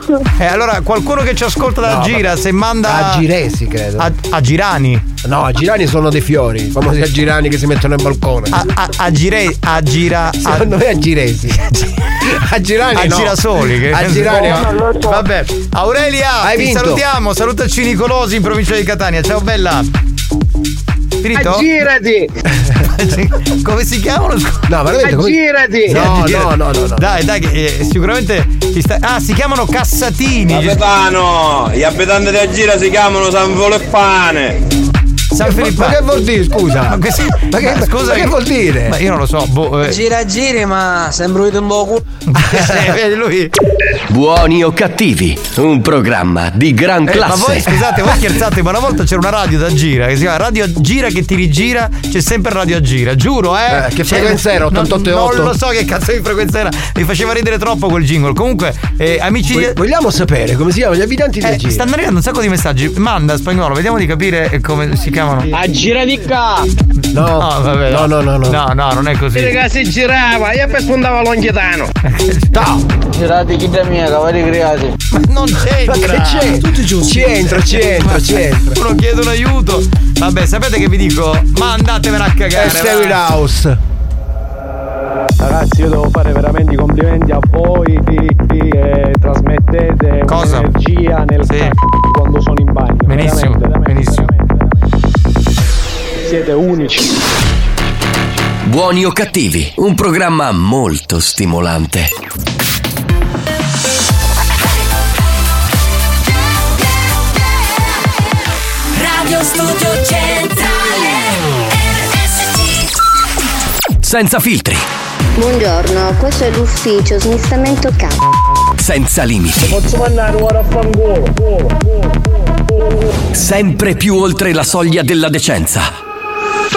Boh. Eh, allora qualcuno che ci ascolta da No, Gira, vabbè. se manda. A Giresi, credo. A, a Girani. No, a Girani sono dei fiori, i famosi a Girani che si mettono in balcone. A, a, a Girei. A Gira. A, Secondo me a Giresi. A Girani. a no. Girasoli. Che... A eh. Girani. no. Vabbè. Aurelia, Hai ti vinto. salutiamo. Salutaci Nicolosi in provincia di Catania. Ciao bella. Finito? Aggirati! come si chiamano? No, veramente, come- Aggirati! No, no, no, no, no. Dai, dai, che, eh, sicuramente ci sta- Ah, si chiamano Cassatini. Capitano, gli abitanti di Agira si chiamano Sanvolo e Pane. San Filippo. Ma che vuol dire, Ma scusa? che, Ma che- Eh, scusa, ma che vuol dire? Ma io non lo so. Boh, eh. Gira giri, ma sembra un po' Eh, vedi, lui. Buoni o cattivi, un programma di gran Eh, ma classe. voi scusate, voi scherzate, ma una volta c'era una radio da gira che si chiama Radio Gira che ti rigira, c'è sempre Radio a Gira, giuro, eh. Eh, che Cioè, frequenza era? no, 88,8? Non lo so che cazzo di frequenza era, mi faceva ridere troppo quel jingle. Comunque, eh, amici Vog- Vogliamo sapere come si chiamano gli abitanti di eh, Gira. stanno arrivando un sacco di messaggi. Manda spagnolo, vediamo di capire eh, come si chiamano. A gira di ca! No, vabbè, no, no, no, no. No, no, non è così. si girava, io per spuntavo l'onghitano. Ciao! Girati chi da mia, cavali creati. Non Ma c'entra! che c'entra? Tutti giusti. Ci entra, ci entra, ci entra. Eh, Uno chiede un aiuto. Vabbè, sapete che vi dico? Ma andatevene a Cioè, cagare. Stairway va. House. Ragazzi, io devo fare veramente i complimenti a voi che, che, eh, trasmettete Cosa? energia nel c***o quando sono in bagno. Benissimo, benissimo. Siete unici. Buoni o cattivi, un programma molto stimolante. Radio Studio Centrale RSC Senza filtri, Buongiorno, questo è l'ufficio smistamento cazzo. senza limiti, Posso mandare ora a fangolo? sempre più oltre la soglia della decenza.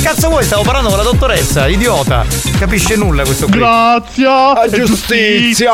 Cazzo vuoi? Stavo parlando con la dottoressa, idiota! Capisce nulla questo qui. Grazia! Giustizia!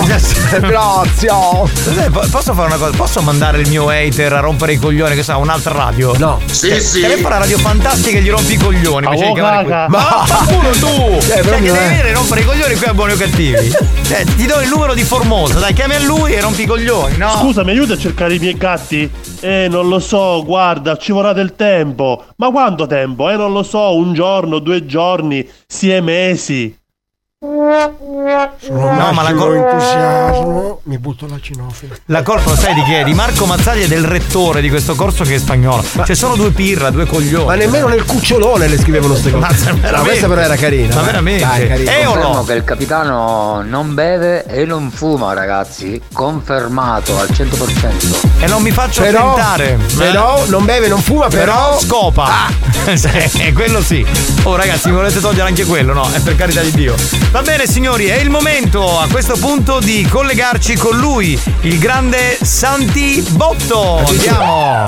Giustizia. Grazia! Cos'è? Cioè, Po- Posso fare una cosa? Posso mandare il mio hater a rompere i coglioni che sa un'altra radio? Cioè, No. Sì, sì. Telefono alla radio fantastica e gli rompi i coglioni. Ah, invece di oh, chiamare caca. qui. Ma vaffanculo tu! Cioè, Cioè, che devi proprio, eh. venire a rompere i coglioni qui a buoni o cattivi. Cioè, ti do il numero di Formosa, dai, chiami a lui e rompi i coglioni, no? Scusa, mi aiuti a cercare i miei gatti? Eh, non lo so, guarda, ci vorrà del tempo. Ma quanto tempo? Eh, non lo so, un giorno, due giorni, sei mesi. No, ma la Nascimo col- entusiasmo, mi butto la cinofila. La colpa lo sai di chi è? Di Marco Mazzaglia del rettore di questo corso che è spagnolo. Cioè sono due pirra, due coglioni. Ma nemmeno nel cucciolone le scrivevano queste cose. Ma questa però era carina. eh. Ma veramente. Eh, Dai, carina. Confermo che il capitano non beve e non fuma, ragazzi. Confermato al 100%. E non mi faccio Però- tentare. Eh? però non beve, non fuma, però- Ah. scopa. Sì, eh, quello sì. Oh ragazzi, mi volete togliere anche quello, no? È per carità di Dio. Va bene signori, è il momento a questo punto di collegarci con lui, il grande Santi Botto. Andiamo.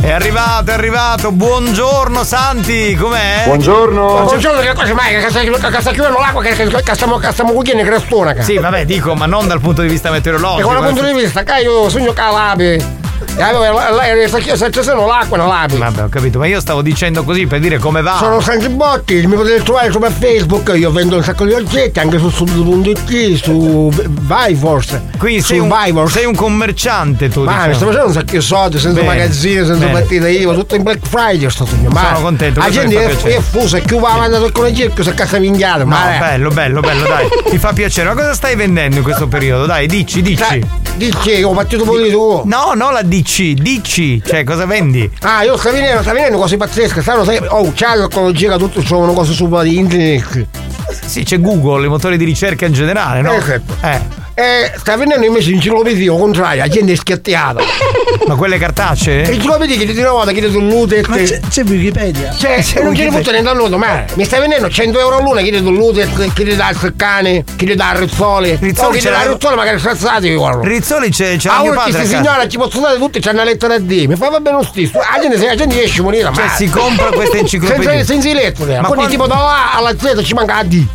È arrivato, è arrivato. Buongiorno Santi, com'è? Buongiorno, che cosa mai? Che sta chiudendo l'acqua, che- che che stiamo che stiamo cucinando, che stona, che- Sì, vabbè, dico, ma non dal punto di vista E meteorologico. eh. con il punto di vista, che io sogno che l'abi. E allora, se se c'è solo l'acqua, non l'abi. Vabbè, ho capito, ma io stavo dicendo così per dire come va. Sono Santi Botti, mi potete trovare su per Facebook, io vendo un sacco di oggetti, anche su subito.it, su Vivors. Quindi sei su un, Vivors. sei un commerciante tu. Ma mi sto diciamo. facendo un sacco di soldi, senza Bene, magazzino, senza bene. partita IVA, tutto in Black Friday sto sognando. Ma Sono contento, La questo mi gente fa Ah, è, piacere. è fusa, chi va avanti con la circo, si a casa minchiata, No, ma... bello, bello, bello, dai. Mi fa piacere. Ma cosa stai vendendo in questo periodo? Dai, dici, dici. Dici che ho partito politico. No, no, la dici, dici. Cioè, cosa vendi? Ah, io sta venendo, sta venendo cose pazzesche, stanno, sai, oh, c'è la tecnologia, tutto sono cose su di internet. Sì, c'è Google, i motori di ricerca in generale, no? Esatto. Eh. E sta venendo invece l'enciclopedia, al contrario, la gente è schiatteata. Ma quelle cartacee? L'enciclopedia che ti trova, che ti dell'ute. Ma c'è, Wikipedia. Cioè, C'è non ce Wikipedia. ne può tenere dall'uno, ma mi stai vendendo 100 euro all'una, chi ti dà l'ute, chi ti dà il seccane, chi ti dà il rizzoli. Rizzoli Oh, chi ti ce dà il l'ha- rizzoli magari strazzati io guardo. Rizzoli c'è, c'è Ah, mio uno padre. dice a casa. signora ci posso dare tutti, c'è una lettera D. Mi fa va bene lo stesso. La gente, la gente riesce a morire, Cioè, ma. si compra questa enciclopedia. Senza, senza lettere. Ma Ma quindi quando- tipo da A alla Z ci manca la D.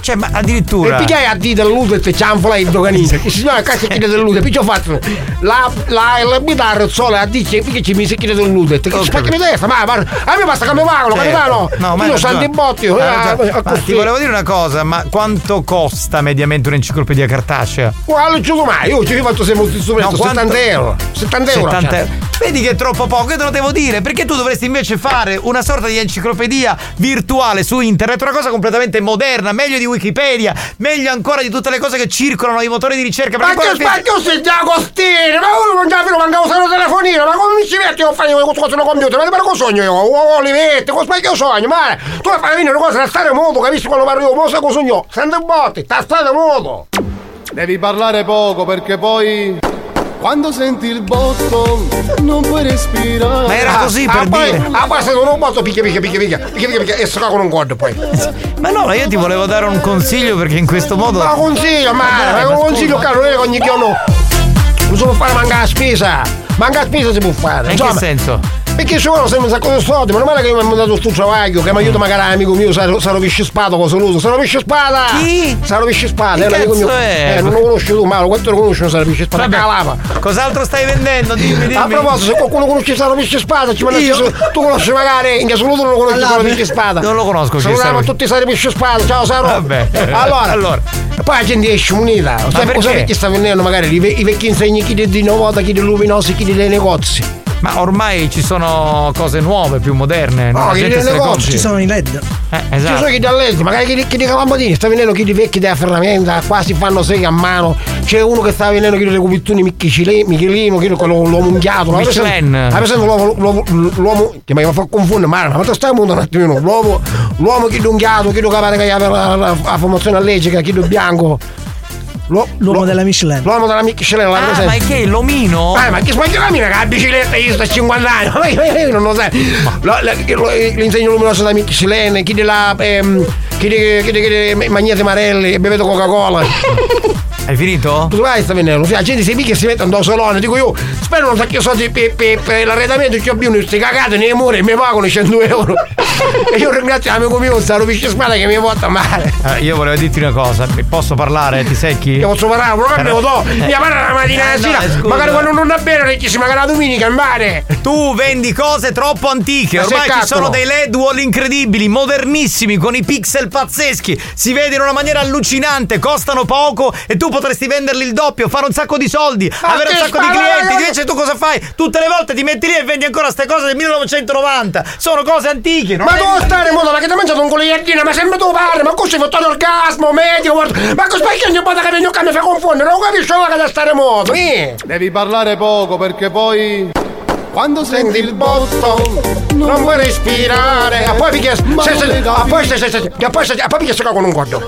Cioè, ma addirittura. E pigliai a D dell'Uter e ci hanfola il doganista. Che signora cazzo chiede dell'Uter, picchio ho fatto. La la la metà arrozzola a D che ci mise chiede dell'Uter. Che ci faccio di testa, ma ma- a me basta come vagolo, Certo. capitano. No, ma hai Io ragione. santo in botti. Hai eh, ragione. a- a- Ma ti così. volevo dire una cosa, ma quanto costa mediamente un'enciclopedia cartacea? Guarda, non gioco mai, Ah, io ci ho fatto sempre un prezzo, 70 euro. 70 euro. 70 cioè. euro. Vedi che è troppo poco, io te lo devo dire, perché tu dovresti invece fare una sorta di enciclopedia virtuale su internet, una cosa completamente moderna, meglio di Wikipedia, meglio ancora di tutte le cose che circolano ai motori di ricerca. Ma che sbaglio sei D'Agostini? Ma uno non già mancavo solo il telefonino, ma come mi ci metti a fare queste cose sul computer? Ma che sogno io? Oh, Olivetti, cosa sbaglio sogno? Ma tu fai venire una cosa da stare muto, capisci quando parlo io? Ma sai cosa sogno? Sento botti, sta stato muto! Devi parlare poco perché poi quando senti il botto non puoi respirare. ah, poi- Ah, poi se non ho un botto, picchia, picchia, picchia, picchia, picchia, picchia, picchia, e sto qua con un gordo poi. Ma no, ma io ti volevo dare un consiglio perché in questo modo... Ma consiglio, ma, ma consiglio caro, non è che ogni giorno non si può fare manca la spesa. Manca la spesa si può fare. Ma In che Insomma, senso? Perché ci vuole sempre un sacco di soldi, ma non male che io mi ho mandato sto travaglio, che mi aiuta magari amico mio, sarò rovesci spada con saluto, sarò rovesci spada! Chi? Sarò rovesci spada, Chi è un amico cazzo mio. è? Eh, non lo conosci tu, Mauro, quanto lo conosci non sarò rovesci spada? Vabbè. Calava! Cos'altro stai vendendo? Dimmi, dimmi. A proposito, se qualcuno conosce sarò rovesci spada, ci manda su. Tu conosci magari, in caso non lo conosci sarò rovesci spada. Non lo conosco, chi è Salutiamo Saro- tutti i sarò rovesci spada, ciao Saro! Vabbè. eh, Allora, Allora. Poi la gente esce unita, lo sai, perché? lo sai perché sta vendendo magari i, ve- i vecchi insegni chi di Novota, chi di Luminosi, chi di dei negozi. Ma ormai ci sono cose nuove, più moderne. No, La che gente le se ne negozi compie. ci sono i LED. Eh, Ci sono esatto. chi di all'estero, magari chi, chi di Calamadini, sta venendo chi di vecchi della ferramenta, qua si fanno seghe a mano, c'è uno che sta venendo chi di Recupittuni Michicile- Michelino, chi di quello l'uomo unghiato, ma Michelin. per esempio l'uomo, l'uomo, l'uomo che mi fa confondere, ma ma te stai a mondo un attimino, l'uomo, l'uomo chi di unghiato, chi di capare che ha la, la, la formazione allergica, chi di bianco. L'u- l'uomo della Michelin. L'uomo della Michelin, la Ah, presenti? ma è che l'omino? Ah, ma chi sbaglia la mina che ha la bicicletta io sto a 50 anni? Ma io, io non lo so. Lo- lo- eh, lo- L'insegno luminoso da Michelin, chi di là, ehm, chi di, chi di, chi di Magnete Marelli e bevete Coca-Cola. Hai finito? Tu vai sta venendo, la gente si picchia e si mette un dosolone, dico io, spero non sacchio soldi per, per, per l'arredamento, ci ho più queste cagate nei muri e mi pagano 100 euro. e io ringrazio l'amico mio, sta rovisce spada che mi porta a male. Eh, io volevo dirti una cosa, posso parlare? Ti secchi? Eh. Io posso parlare, proprio lo do, mi parla la mattina Eh, e la sera, magari quando non va bene, lei ci si magari la domenica in mare. Tu vendi cose troppo antiche, Ma se ormai ci cacolo. sono dei LED wall incredibili, modernissimi, con i pixel pazzeschi, si vede in una maniera allucinante, costano poco e tu potresti venderli il doppio, fare un sacco di soldi, Ma avere un che sacco di spalla- clienti, invece tu cosa fai? Tutte le volte ti metti lì e vendi ancora queste cose del 1990, sono cose antiche, non Ma è- dove stare, modo? Ma che ti hai mangiato un coliardino? Ma sembra tuo padre, ma questo è fatto l'orgasmo, medio, guarda. Ma cosa fai che ogni volta che vengo qua mi fai confondere? Non capisco la che da stare moto, eh? Devi parlare poco perché poi quando senti il botto Non vuoi respirare. E poi picchia. Se, se, a poi se, se, se, a poi se, a poi picchia se con un gordo.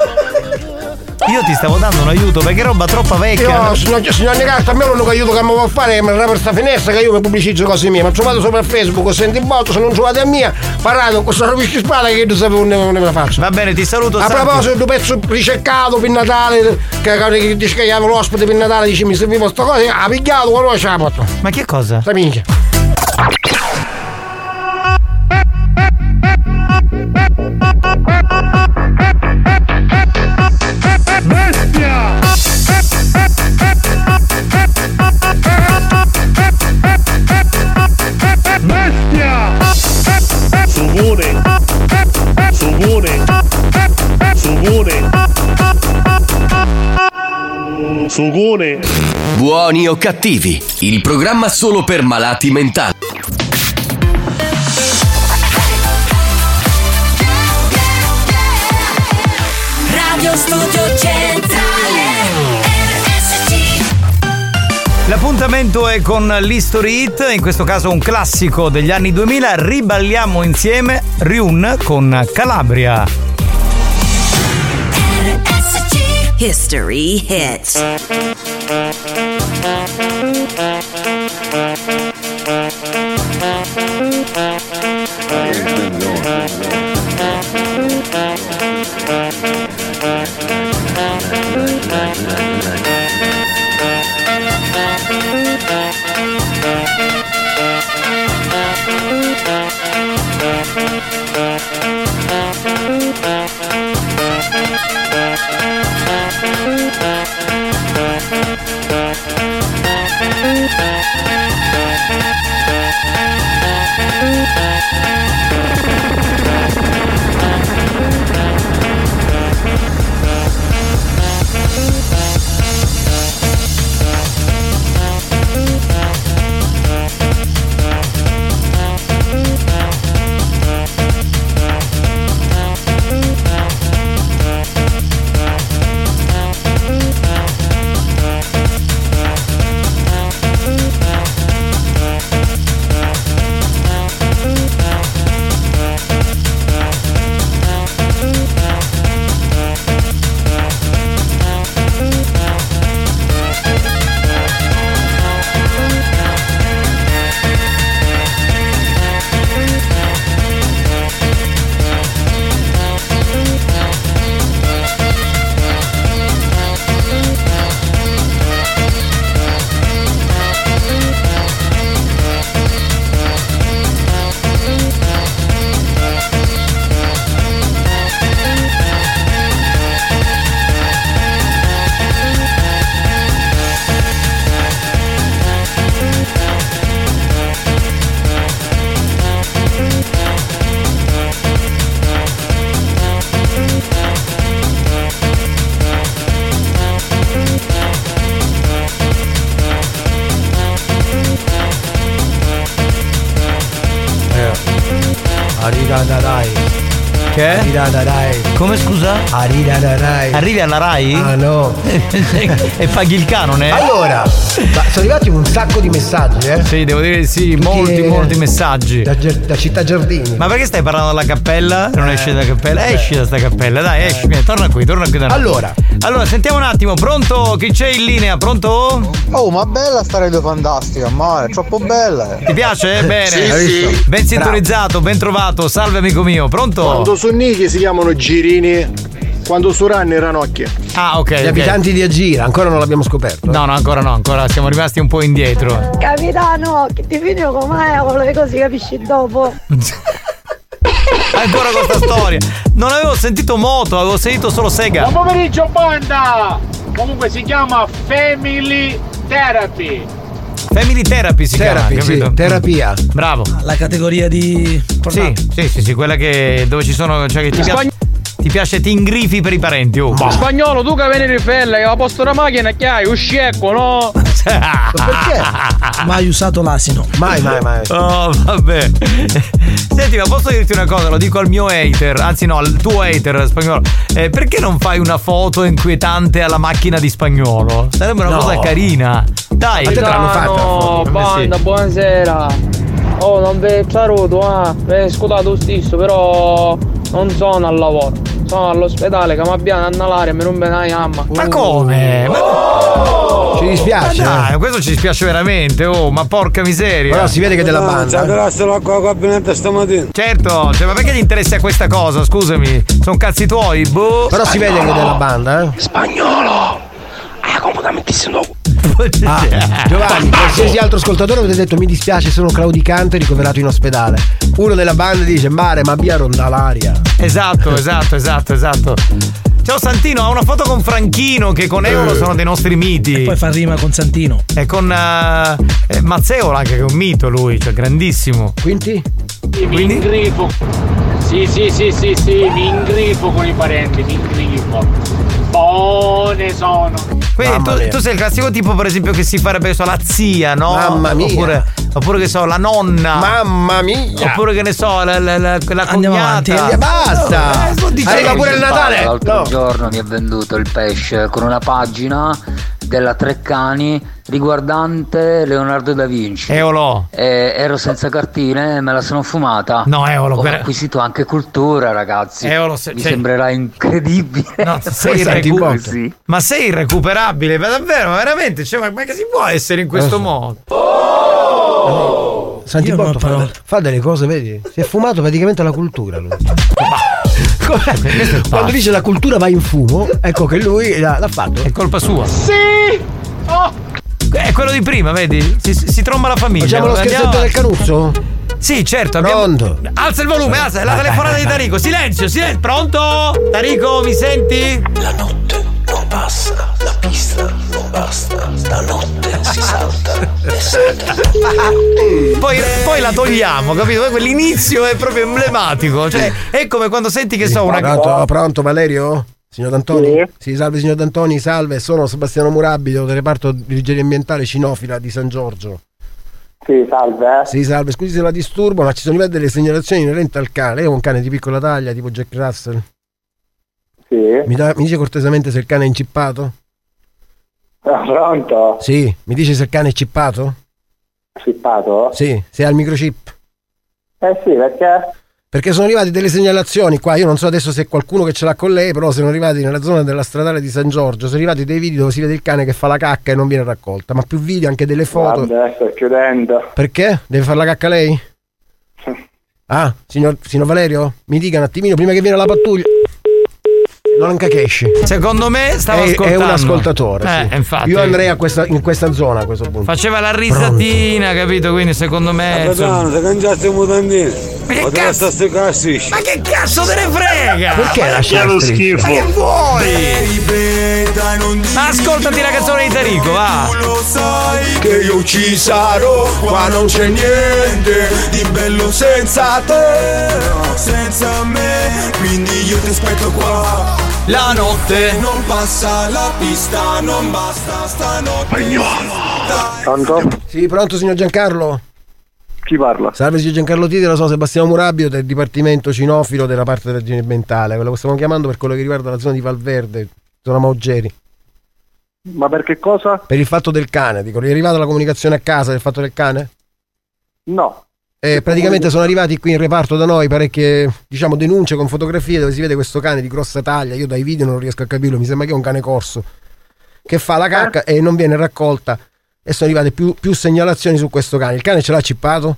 Io ti stavo dando un aiuto perché è roba troppa vecchia. Io, signor, signor Nicastro, a me l'unico aiuto che mi può fare è mi apre questa finestra che io mi pubblicizzo cose mie. Ma trovate sopra Facebook, senti il botto, se non trovate a mia, parlate con questo rovisci spada che io non sapevo ne, ne me la faccio. Va bene, ti saluto. A Santi. proposito di un pezzo ricercato per Natale, che, che, che dice che gli avevo l'ospite per Natale, dice mi serviva sta cosa, ha pigliato, qualora ce la porto. Ma che cosa? Sta minchia. Bestia! Bestia! Subone! Subone! Subone! Sugone! Buoni o cattivi, il programma solo per malati mentali. Radio Studio Centrale RSC L'appuntamento è con l'History Hit, in questo caso un classico degli anni 2000. Riballiamo insieme Riun con Calabria. History hits. Eh. Arriva da dai. Che? Arriva da dai. Come scusa? Arrivi alla Rai. Arrivi alla Rai? Ah no. e paghi il canone? Allora, ma sono arrivati un sacco di messaggi, eh? Sì, devo dire di sì, molti, eh, molti messaggi. Da, Ger- da Città Giardini. Ma perché stai parlando dalla cappella? Non Eh. esci dalla cappella? Esci da sta cappella, dai, esci, vieni, torna qui, torna qui da noi. Allora. Allora, sentiamo un attimo, pronto? Chi c'è in linea? Pronto? Oh, ma bella sta radio fantastica, amore, è troppo bella. eh. Ti piace? Bene. Sì, Hai sì. visto? Ben Bravo. sintonizzato, ben trovato. Salve amico mio, pronto? Quando su Niki si chiamano Girini, quando su Ranni Ranocchie. Ah, ok. Gli abitanti di Agira, ancora non l'abbiamo scoperto. No, no, ancora no, ancora siamo rimasti un po' indietro. Capitano, che ti finisco com'è, quello che così capisci dopo. Ancora questa storia. Non avevo sentito moto, avevo sentito solo sega. Buon pomeriggio banda! Comunque si chiama Family Therapy. Family therapy si Therapy, chiama, sì, capito? terapia. Bravo. La categoria di. Sì, sì, sì, sì, quella che dove ci sono, cioè che ti piace. Ti piace ti ingrifi per i parenti, oh. Ah. Spagnolo, tu che vieni di fella, che la posto la macchina che hai, usci ecco, no? perché? Mai usato l'asino. Mai, mai, mai. Ah. Oh, vabbè. Senti, ma posso dirti una cosa? Lo dico al mio hater, anzi no, al tuo hater spagnolo. Eh, perché non fai una foto inquietante alla macchina di spagnolo? Sarebbe una No. cosa carina. Dai, No, banda, buonasera. Oh, non vi saluto, ah. Eh, scusate lo stesso, però non sono al lavoro. Sono all'ospedale, che mi abbiamo annalare, mi rompe una gamba. Ma come? Eh, Ma- Oh! Ci dispiace. eh. Ma dai, questo ci dispiace veramente, oh, ma porca miseria. Però si vede che è della banda. stamattina. Certo, cioè, ma perché gli interessa questa cosa? Scusami, sono cazzi tuoi, boh. Però si vede che è della banda, eh. Spagnolo! Ah, Ah, Giovanni, qualsiasi altro ascoltatore avete detto mi dispiace, sono claudicante ricoverato in ospedale. Uno della banda dice Mare, ma via ronda l'aria. Esatto, esatto, esatto, esatto. Ciao Santino, ha una foto con Franchino che con Euro sono dei nostri miti. Eh. Poi fa rima con Santino. E con eh, eh, Mazzeola anche che è un mito lui, cioè grandissimo. Quindi? Mi ingrifo. Sì, sì, sì, sì, sì, mi ingrifo con i parenti, mi ingrifo. Buone sono. Quindi tu, tu sei il classico tipo per esempio che si farebbe che so, la zia, no? Mamma mia. Oppure, oppure che so, la nonna. Mamma mia. Oppure che ne so, la, la, la, la Andiamo avanti, cognata. andiamo- basta. No, eh, sto dicendo. Arriva pure il Natale. L'altro No. giorno mi ha venduto il pesce con una pagina della Treccani riguardante Leonardo da Vinci. Eolo. E ero senza cartine, me la sono fumata. No, Eolo, Ho per- acquisito anche cultura, ragazzi. Eolo, se- Mi cioè- sembrerà incredibile. No, Certo. sei irrecu- Ma sei irrecuperabile, ma davvero, ma veramente, cioè, ma, ma che si può essere in questo Eh. modo? Santi Io non ho Botto fa, parole. fa delle cose, vedi? Si è fumato praticamente la cultura lui. Quando dice la cultura va in fumo, ecco che lui l'ha, l'ha fatto. È colpa sua. Sì! Oh! È quello di prima, vedi? Si, si- si tromba la famiglia. Facciamo lo Andiamo scherzetto del avanti. Canuzzo? Sì, certo. abbiamo- Alza il volume, alza la telefonata di Tarico. Silenzio, silenzio. Pronto? Tarico, mi senti? La notte non passa, la pista non basta. La notte si salta e salta. poi, poi la togliamo, capito? Poi Quell'inizio è proprio emblematico. Cioè, è come quando senti che so una. Pronto, pronto Valerio? Signor D'Antoni? Sì. salve signor D'Antoni, salve, sono Sebastiano Murabito del reparto di rigeria ambientale Cinofila di San Giorgio. Sì, salve. eh. Sì, salve, scusi se la disturbo, ma ci sono in mezzo delle segnalazioni inerenti al cane. Io ho un cane di piccola taglia, tipo Jack Russell. Sì. Mi, dà- mi dice cortesemente se il cane è incippato? Ah, Pronto? Sì. Mi dice se il cane è cippato? Cippato? Sì, se ha il microchip. Eh sì, perché? Perché sono arrivate delle segnalazioni qua, io non so adesso se è qualcuno che ce l'ha con lei, però sono arrivati nella zona della stradale di San Giorgio, sono arrivati dei video dove si vede il cane che fa la cacca e non viene raccolta, ma più video anche delle foto. Vabbè, sto chiudendo. Perché? Deve fare la cacca lei? Ah, signor, signor Valerio, mi dica un attimino prima che viene la pattuglia. Non anche che esci. Secondo me stava è, ascoltando. È un ascoltatore. Eh, sì. infatti. Io andrei a questa- in questa zona a questo punto. Faceva la risatina, capito? Quindi secondo me. insomma- Eh, se cangiaste mutandine. Ma che cazzo sti cassi? Ma che cazzo te ne frega? Perché Ma lasciare lo strisce? schifo? Ma che vuoi? Ma ascoltati la canzone di Tarico, va! Che io ci sarò, qua non c'è niente di bello senza te, senza me, quindi io ti aspetto qua. La notte non passa la pista, non basta stanotte. Pronto? Sì, pronto signor Giancarlo? Chi parla? Salve signor Giancarlo Titi, lo so Sebastiano Murabbio del Dipartimento Cinofilo della parte del genere mentale, quello che stiamo chiamando per quello che riguarda la zona di Valverde, zona Maugeri. Ma per che cosa? Per il fatto del cane, dico, gli è arrivata la comunicazione a casa del fatto del cane? No. Eh, praticamente sono arrivati qui in reparto da noi parecchie diciamo, denunce con fotografie dove si vede questo cane di grossa taglia, io dai video non riesco a capirlo, mi sembra che è un cane corso, che fa la cacca e non viene raccolta e sono arrivate più, più segnalazioni su questo cane. Il cane ce l'ha cippato?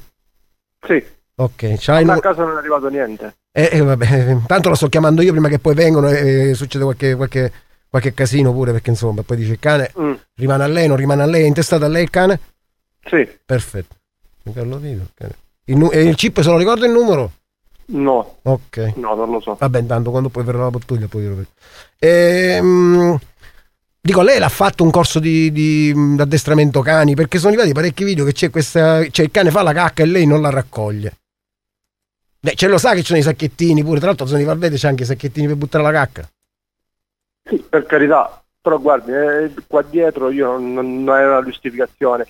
Sì. Ok, ce l'hai Ma nu- a casa non è arrivato niente. eh, eh, vabbè, intanto la sto chiamando io prima che poi vengano e, e succede qualche, qualche, qualche casino pure perché insomma poi dice il cane Mm, rimane a lei, non rimane a lei, è intestato a lei il cane? Sì, Perfetto. Carlo Tito, il cane. Il, nu- e il chip se lo ricordo il numero? no, Ok. no, non lo so. Vabbè, intanto quando poi verrà la pattuglia poi glielo vedo. Ehm, dico, lei l'ha fatto un corso di, di, mh, addestramento cani? Perché sono arrivati parecchi video che c'è questa. Cioè, il cane fa la cacca e lei non la raccoglie. Beh, ce lo sa che ci sono i sacchettini pure. Tra l'altro, sono i Valverde c'è anche i sacchettini per buttare la cacca. Sì, per carità, però guardi, eh, qua dietro io non, non era la giustificazione.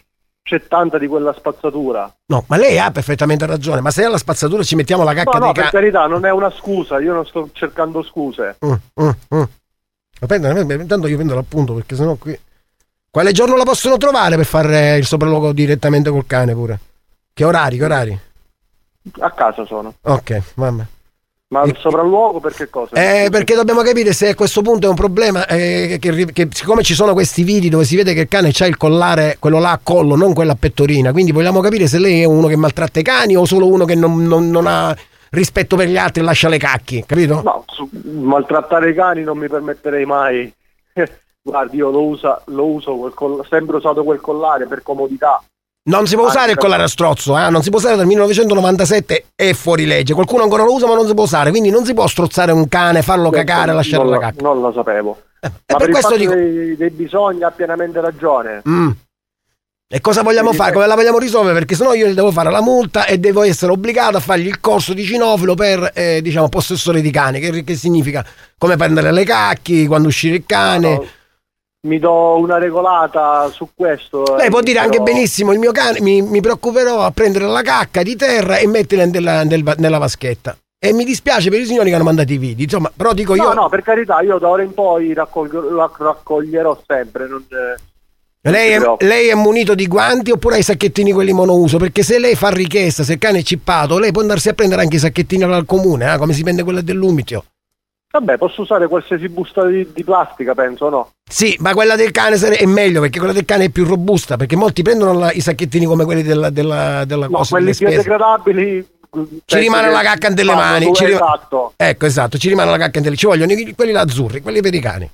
C'è tanta di quella spazzatura. No, ma lei ha perfettamente ragione. Ma se alla spazzatura ci mettiamo la cacca No, no, dei per cani. carità, non è una scusa, io non sto cercando scuse. Mm, mm, mm. Ma prendere- prendere- Intanto io prendo l'appunto perché sennò qui. Quale giorno la possono trovare per fare il sopralluogo direttamente col cane pure? Che orari, che orari? A casa sono. Ok, mamma. Ma il sopralluogo per che cosa? Eh, perché dobbiamo capire se a questo punto è un problema. eh, che, che- che siccome ci sono questi video dove si vede che il cane c'ha il collare, quello là a collo, non quello a pettorina. Quindi vogliamo capire se lei è uno che maltratta i cani o solo uno che non, non- non ha rispetto per gli altri e lascia le cacchi, capito? No, su- maltrattare i cani non mi permetterei mai. Guardi, io lo, usa- lo uso, quel coll- sempre usato quel collare per comodità. Non si Ah, può usare il collare a strozzo, eh? non si può usare dal 1997 è fuori legge. Qualcuno ancora lo usa ma non si può usare, quindi non si può strozzare un cane, farlo cagare, lasciare non, la la- cacca. Non lo sapevo. Ma per per, il questo fatto dico- dei, dei bisogni ha pienamente ragione. Mm. E cosa vogliamo Quindi fare? dai. Come la vogliamo risolvere? Perché sennò io gli devo fare la multa e devo essere obbligato a fargli il corso di cinofilo per, eh, diciamo, possessore di cane, che, che significa come prendere le cacchi, quando uscire il cane. Mi do una regolata su questo. Lei può eh, dire anche però- benissimo, il mio cane, mi, mi preoccuperò a prendere la cacca di terra e metterla nella, nel va- nella vaschetta. E mi dispiace per i signori che hanno mandato i video, insomma, però dico No, io... no, per carità, io da ora in poi raccolgo- rac- raccoglierò sempre. Non, eh, Lei è, preoccupi. lei è munito di guanti oppure ha i sacchettini quelli monouso? Perché se lei fa richiesta, se il cane è cippato, lei può andarsi a prendere anche i sacchettini al comune, eh, come si prende quella dell'umitio. Vabbè, posso usare qualsiasi busta di, di plastica, penso, no? Sì, ma quella del cane sare- è meglio perché quella del cane è più robusta, perché molti prendono la- i sacchettini come quelli della, della, della No, cosa, quelli delle spese. biodegradabili. mm, Ci rimane la cacca nelle mani. Ci rimane- Esatto, Ecco, esatto, ci rimane la cacca nelle Ci vogliono i- quelli là azzurri, quelli per i cani.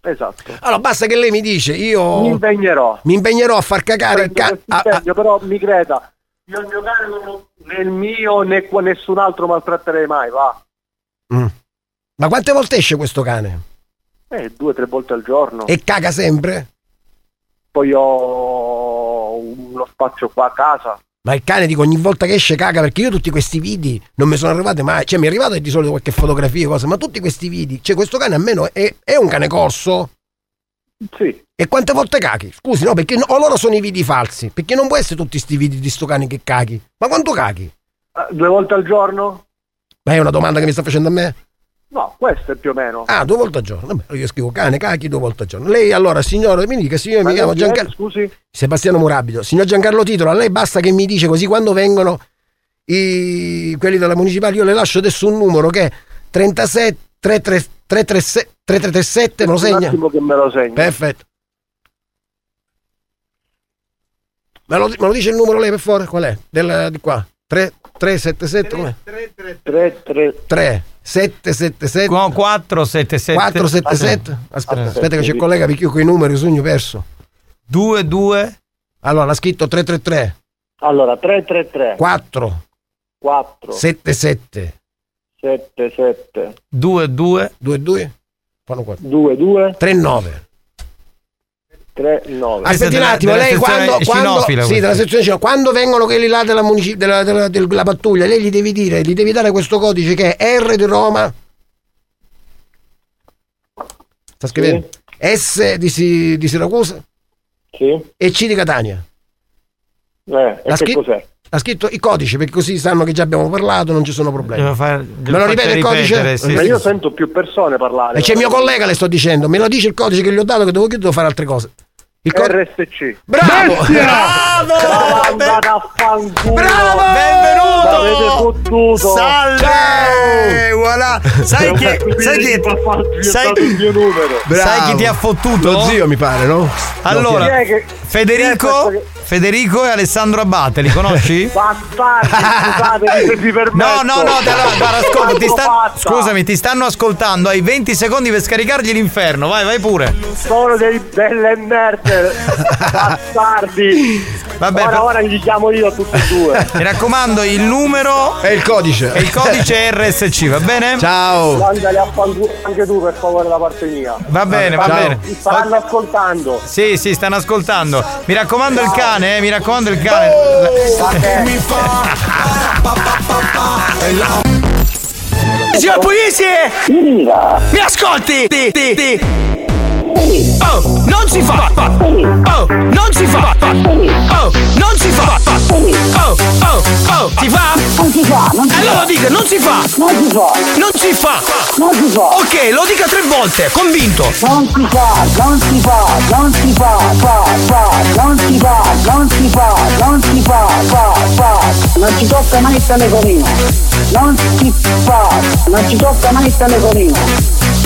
esatto. Allora, basta che lei mi dice, io... Mi impegnerò. mi impegnerò a far cagare il Prendo cane. questo impegno, però mi creda, io il mio cane non lo- né il mio né qua- nessun altro maltratterei mai, va. Ma quante volte esce questo cane? Eh, due o tre volte al giorno. E caga sempre? Poi ho uno spazio qua a casa. Ma il cane dico ogni volta che esce caga perché io tutti questi video non mi sono arrivate mai, cioè mi è arrivato di solito qualche fotografia cosa, ma tutti questi video, cioè questo cane almeno è, è un cane corso? Sì. E quante volte caghi? Scusi, no, perché no- o loro sono i video falsi, perché non può essere tutti questi video di sto cane che caghi. Ma quanto caghi? Eh, due volte al giorno? Ma è una domanda che mi sta facendo a me? No, questo è più o meno. Ah, due volte al giorno. Vabbè, io scrivo cane, Ah, caghi due volte al giorno. Lei allora, signore, mi dica, signore, Ma mi chiamo lei chi è? Giancarlo. Scusi? Sebastiano Murabido, signor Giancarlo Titolo, a lei basta che mi dice così quando vengono i, quelli della municipale, io le lascio adesso un numero che è 36 33 337, 3337, me lo Un segna? attimo che me lo segno. Perfetto. Me lo, me lo dice il numero lei per favore? Qual è? Del, di qua? 3377 com'è? 3, 3, 3777 477 477 aspetta, aspetta che c'è il collega perché io quei numeri sogno perso 22 allora l'ha scritto 333 Allora, 333 4 4 77 7 7 22 22 fanno 4 2 2 39 3 9 aspetti un attimo lei quando, quando sì, della sezione cinofila. quando vengono quelli là della, munici- della, della- del- della pattuglia lei gli devi dire gli devi dare questo codice che è R di Roma sta scrivendo S di, Si- di Siracusa Sì. e C di Catania Eh, e La che schi- cos'è? Ha scritto i codici perché così sanno che già abbiamo parlato, non ci sono problemi. Devo fare- Me lo ripete il codice? Ma io sento più persone parlare. E c'è il mio collega, le sto dicendo, me lo dice il codice che gli ho dato che devo, che devo fare altre cose. Il codice RSC. Bravo! Bravo! Andate a fanculo! Benvenuto! Avete fottuto! Salve! Voilà! Sai che sai chi sai chi Sai chi ti ha fottuto? Lo zio mi pare, no? Allora, No, chi è? Federico, Federico e Alessandro Abbate, li conosci? Bastardi, scusate, se vi permetto. No, no, no, te- allora, guarda, ascolta, ti sta- Fatta. scusami, ti stanno ascoltando, hai 20 secondi per scaricargli l'inferno, vai, vai pure. Sono dei, delle merde, bastardi. Vabbè, ora, ora gli chiamo io a tutti e due. Mi raccomando, il numero e il codice. E il codice è RSC, va bene? Mandali a fanculo anche tu, per favore, da parte mia. Va bene, va Stanno- bene. Stanno ascoltando. Sì, sì, stanno ascoltando. Mi raccomando il cane, eh, mi raccomando il cane. Mi fa Signor Puglisi! Mi ascolti! Ti, ti, ti. Oh, non si fa! Oh, non si fa! Oh, non si fa! Oh, oh, oh, si fa? Non si fa! Allora dica, non si fa! Non si fa! Non si fa! Non si fa! Ok, lo dica tre volte, convinto! Non si fa, non si fa, non si fa, fa, fa, non si fa, non si fa, non si fa, fa, fa, non si tocca mai il telefonino, non si fa, non si tocca mai il telefonino,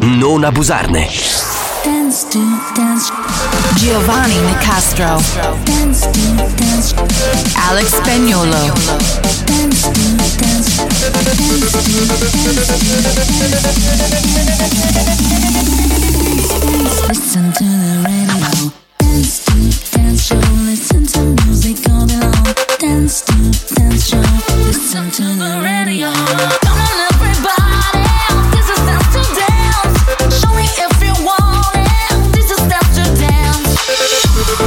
non abusarne. Dance to dance. Giovanni Nicastro. Dance to dance. Alex Spagnolo. Dance to dance. Dance to dance. Listen to the radio. Dance to dance show. Listen to music all day long. Dance to dance show. Listen to the radio. Come on, everybody. This is dance to dance. Show me if you want it. This is dance to dance.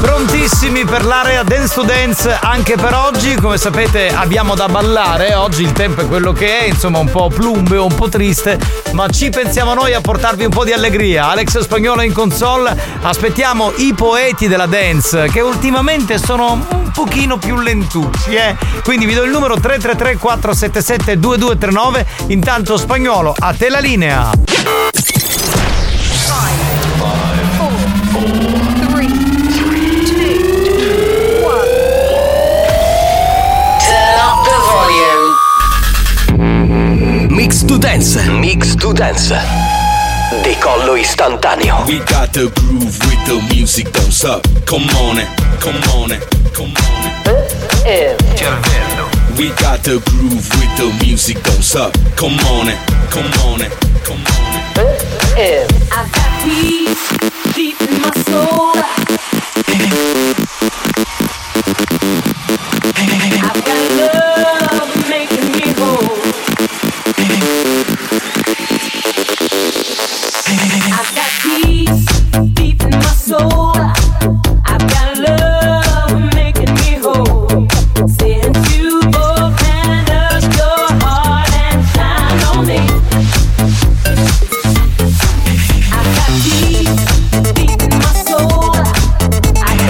Prontissimi per l'area Dance to Dance anche per oggi, come sapete abbiamo da ballare, oggi il tempo è quello che è, insomma un po' plumbeo, un po' triste, ma ci pensiamo noi a portarvi un po' di allegria. Alex Spagnolo in console, aspettiamo i poeti della dance che ultimamente sono un pochino più lentucci, eh? Quindi vi do il numero 333 477 2239, intanto Spagnolo, a te la linea. Turn up the volume. Mix to dance. Mix to dance. Di collo istantaneo. We got the groove with the music don't stop. Come on it, come on it, come on it. Cervello. We got the groove with the music don't stop. Come on it, come on it, come on it. I've got peace deep in my soul I've got love making me whole I've got peace deep in my soul I've got love making me whole Saying you both manage your heart and shine on me I've got peace deep in my soul. I've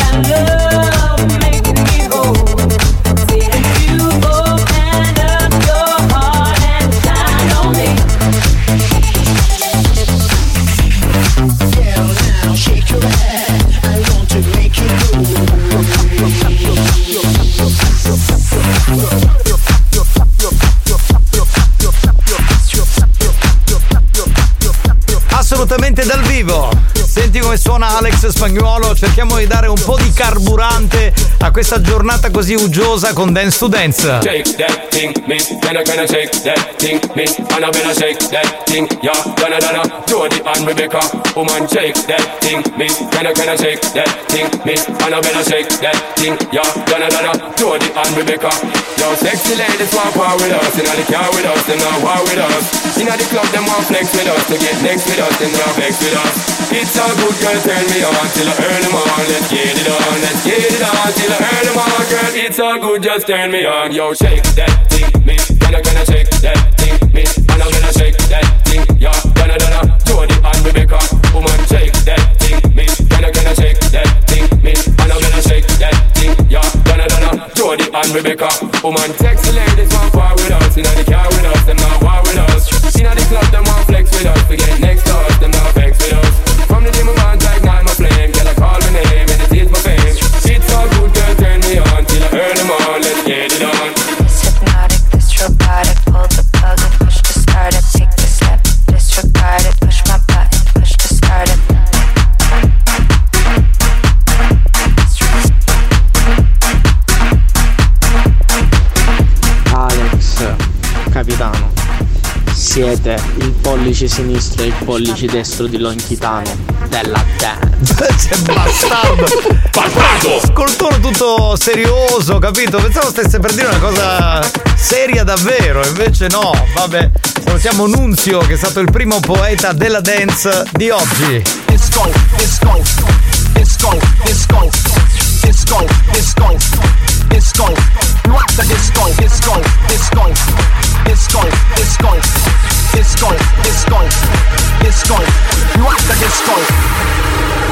vivo. Senti come suona Alex Spagnuolo, cerchiamo di dare un po' di carburante a questa giornata così uggiosa con Dance to Dance. Shake that thing, me. Can I, can I shake that thing, me? And I better shake that thing, yeah. Donna, Donna, Jody and Rebecca. Woman, shake that thing, me. Can I, can I shake that thing, me? And I better shake that thing, yeah. Donna, Donna, Jody and Rebecca. Yo, sexy ladies want power with us. Inna the car with us, them not war with us. Inna the club, them want flex with us. To get next with us, them not vex with us. It's all good, girl, turn me on till I earn them on. Let's get it on, let's get it on till I earn them on, girl. It's all good, just turn me on. Yo, shake that thing, me. Gonna gonna shake that thing, me. And I'm gonna shake that thing, yeah. Gonna gonna Jody and Rebecca, woman, shake that thing, me. Gonna gonna shake that thing, me. And I'm gonna shake that thing, yeah. Gonna gonna Jody and Rebecca, woman, sexy ladies want far with us. Inna the car with us, them not war with us. Inna the club, them want flex with us. We get next to us, them not vex with us. From the day my band ignite my flame, girl, I call my name and it is my fame. It's all good, girl, turn me on till I earn them all. Let's get it on. It's hypnotic, this robotic. Pull the plug and push to start it. Take the step, disregard it. Push my button, push to start it. Alex, capitano, siete il pollice sinistro e il pollice destro di Lonchitano della dance. Bastardo! Bastardo! Col tono tutto serioso, capito? Pensavo stesse per dire una cosa seria davvero, invece no, vabbè. Salutiamo Nunzio che è stato il primo poeta della dance di oggi. Disco, disco, disco, disco, disco, disco, disco. You at the disco, disco, disco, disco, disco, disco, disco, disco. You at the disco.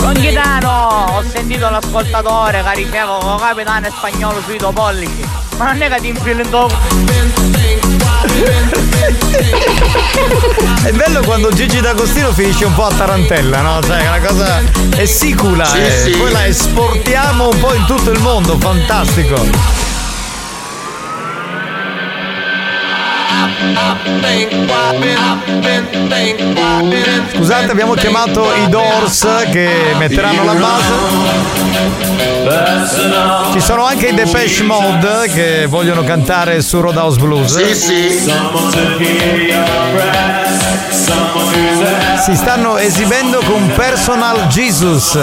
Longhitano, ho sentito l'ascoltatore caricato con capitano spagnolo sui tuoi pollici. Ma non è che ti infili in dopo. È bello quando Gigi D'Agostino finisce un po' a tarantella, no? Cioè, è una cosa è sicula, Sì, eh. sì. poi la esportiamo un po' in tutto il mondo, fantastico. Scusate, abbiamo chiamato i Doors che metteranno la base. Ci sono anche i Depeche Mode che vogliono cantare su Roadhouse Blues. Sì, sì. Si stanno esibendo con Personal Jesus.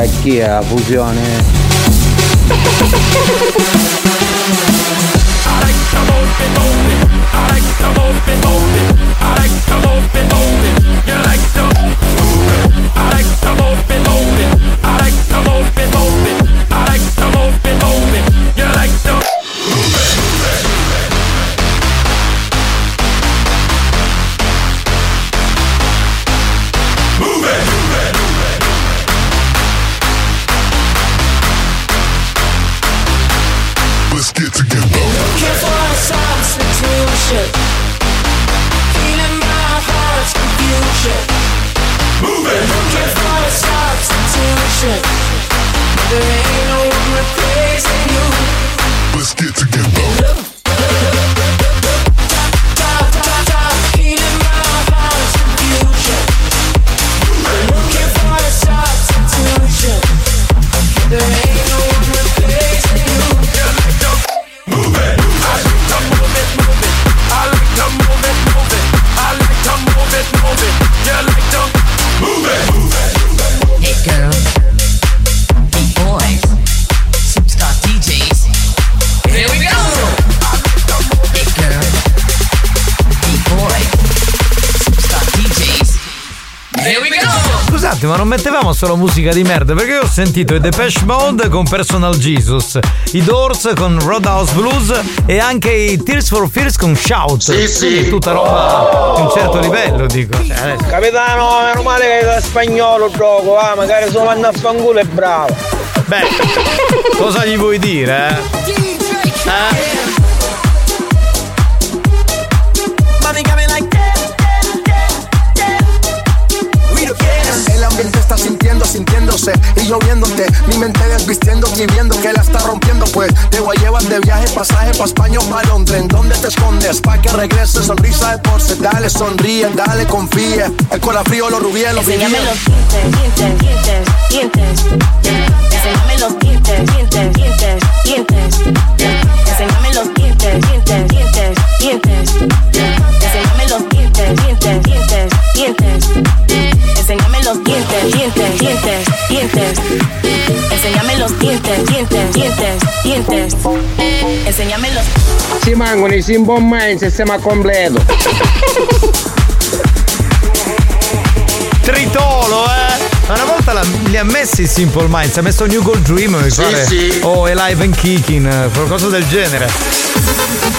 E Eh, chi è la fusione? Let's get together. Looking for a substitution. Feeling my heart's confusion. Moving. Looking for a substitution. There ain't no one replacing you. Let's get together. Stop, stop, stop. Feeling my heart's confusion. Looking for a substitution. There ain't no one replacing you. Hey girl, hey boys, superstar DJs. Here we go. Hey girl, hey boy, superstar DJs. Here we go. Scusate, ma non mettevamo solo musica di merda? Perché io ho sentito i Depeche Mode con Personal Jesus, i Doors con Roadhouse Blues e anche i Tears for Fears con Shout. Sì, sì. Tutta roba di un certo livello, dico. Cioè, adesso- Capitano, meno male che da spagnolo il gioco, ah, magari solo manda a fanculo è bravo. Beh, cosa gli vuoi dire, eh? Eh? Mami, got me like that. El ambiente está sintiendo, sintiéndose y lloviéndote. Mi mente desvistiéndote y viendo que la está rompiendo. Pues te voy a llevar de viaje, pasaje pa' España o pa' Londres. ¿En dónde te escondes? Pa' que regrese, sonrisa de porce. Dale, sonríe, dale, confía. El corazón frío, los rubíes, los Enséñame brillantes. los dientes, dientes, dientes, dientes. Enséñame los dientes, dientes, dientes, dientes. Enséñame los dientes, dientes, dientes, dientes. Enséñame los dientes, dientes, dientes, dientes. Enséñame los dientes, dientes, dientes, dientes. Enséñame los dientes, dientes, dientes, dientes. Enséñame los Ci mancano i Simple Minds e siamo a completo. Tritolo, eh! Ma Una volta la- li ha messi i Simple Minds, ha messo New Gold Dream, mi pare. sì. O Alive and Kicking, eh, qualcosa del genere.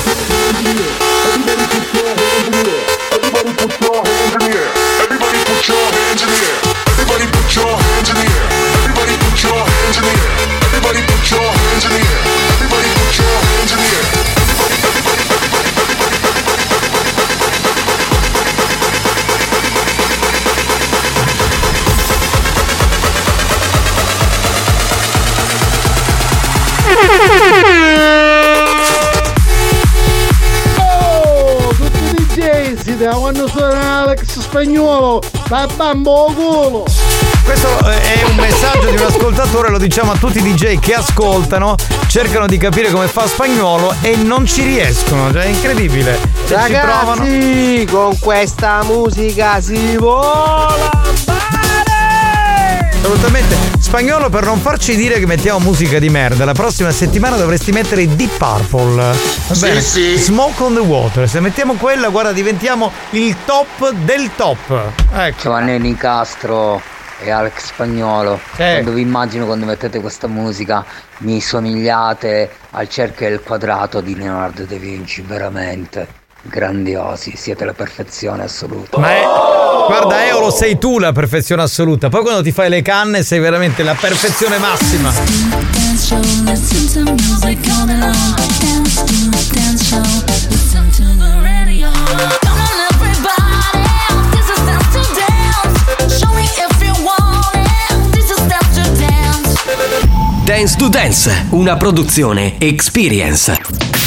Oh, tutti i DJ si devono suonare Alex Spagnolo da bambo culo Questo eh, è un messaggio di un ascoltatore, lo diciamo a tutti i DJ che ascoltano, cercano di capire come fa spagnolo e non ci riescono, cioè è incredibile. Cioè, ci provano. Ragazzi, con questa musica si vola Assolutamente. Spagnolo, per non farci dire che mettiamo musica di merda, la prossima settimana dovresti mettere i Deep Purple. Va Sì, bene? sì. Smoke on the Water. Se mettiamo quella, guarda, diventiamo il top del top. Ecco. Giovanni Nicastro e Alex Spagnolo. Quando vi immagino quando mettete questa musica mi somigliate al cerchio e al quadrato di Leonardo da Vinci, veramente. Grandiosi, siete la perfezione assoluta. Ma è- guarda, Eolo, sei tu la perfezione assoluta. Poi quando ti fai le canne sei veramente la perfezione massima. Dance show, listen to music all day long. Dance to dance show, listen to the radio. Come on, everybody, this is dance to dance. Show me if you want it. This is dance to dance. Dance to Dance, una produzione Experience.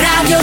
Radio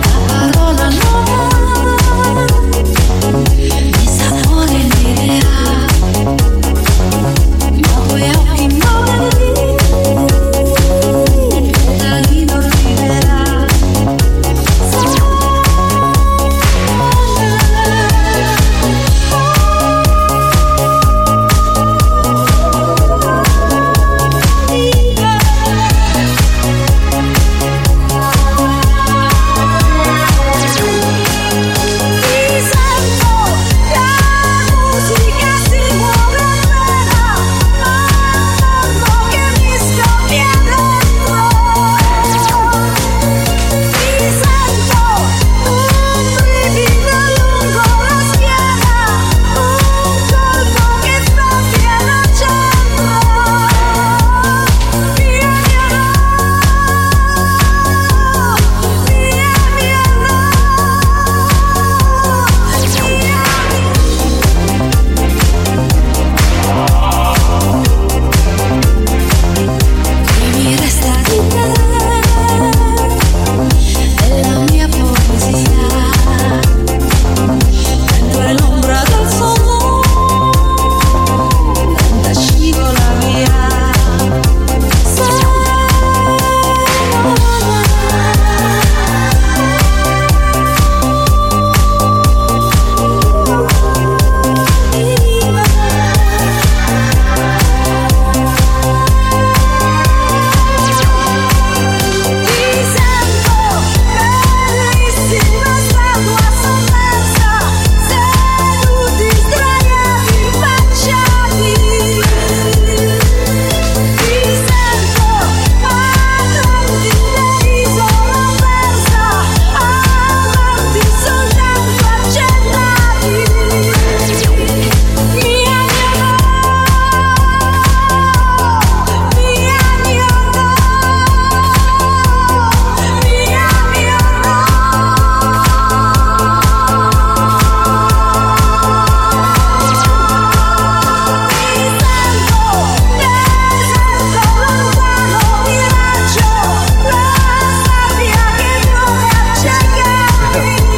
Parola nuova, di sapore libera. Ma poi occhi nuovi, la lino libera. Mi resta di te e la mia poesia Prendo l'ombra dal sole Tanta scivola via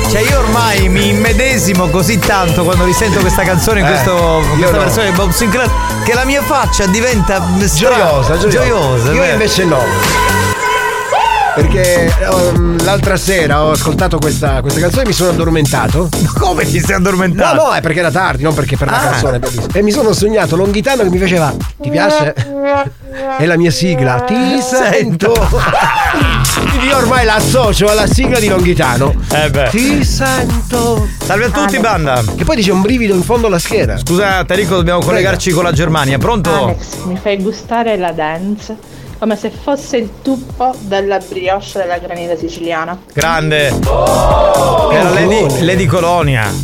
Cioè io ormai mi immedesimo così tanto quando risento questa canzone in Eh, questo, io questa no. versione di Bob Sinclair che la mia faccia diventa stra- Gioiosa, gioiosa. gioiosa, Io vero. invece no. Perché um, l'altra sera ho ascoltato questa, questa canzone e mi sono addormentato. Come ti sei addormentato? No, no, è perché era tardi, non perché per la Ah. canzone. E mi sono sognato Longhitano che mi faceva Ti piace? È la mia sigla. Ti sento. Quindi Io ormai la associo alla sigla di Longhitano. Eh beh. Ti sento. Ah, Salve a tutti, banda. Che poi dice un brivido in fondo alla schiena. Scusate, Rico, dobbiamo collegarci con la Germania. Pronto? Alex, mi fai gustare la dance come se fosse il tuppo della brioche della granita siciliana. Oh! Grande. Era Lady, Lady Colonia.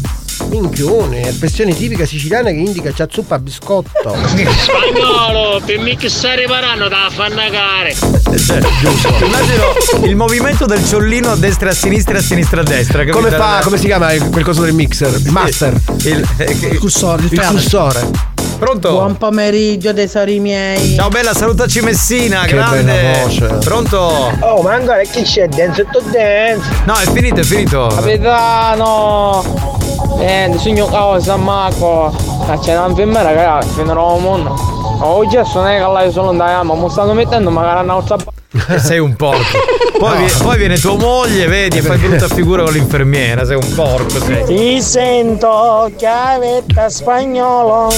Minchione, espressione tipica siciliana che indica ciazzuppa a biscotto. Spagnolo, per mixare parano da affannagare. Giusto. Immagino il movimento del ciollino a destra a sinistra e a sinistra a destra. Come fa, come si chiama il- quel coso del mixer? Il master. Il, cursore. Il, pedale. cursore. Pronto? Buon pomeriggio tesori miei. Ciao bella, salutaci Messina, Che grande. bella voce. Pronto? Oh, ma ancora chi c'è? Dance to dance. No, è finito, è finito. Capitano! Niente, signor Cao San Marco, ma c'è un'infermiera che era fino al mondo. Oggi non è che la io sono andata, ma mi stanno mettendo magari un'altra b- Eh, Sei un porco. Poi, vi- poi viene tua moglie, vedi, e fai brutta figura con l'infermiera, sei un porco, sei. Ti sento chiavetta spagnolo.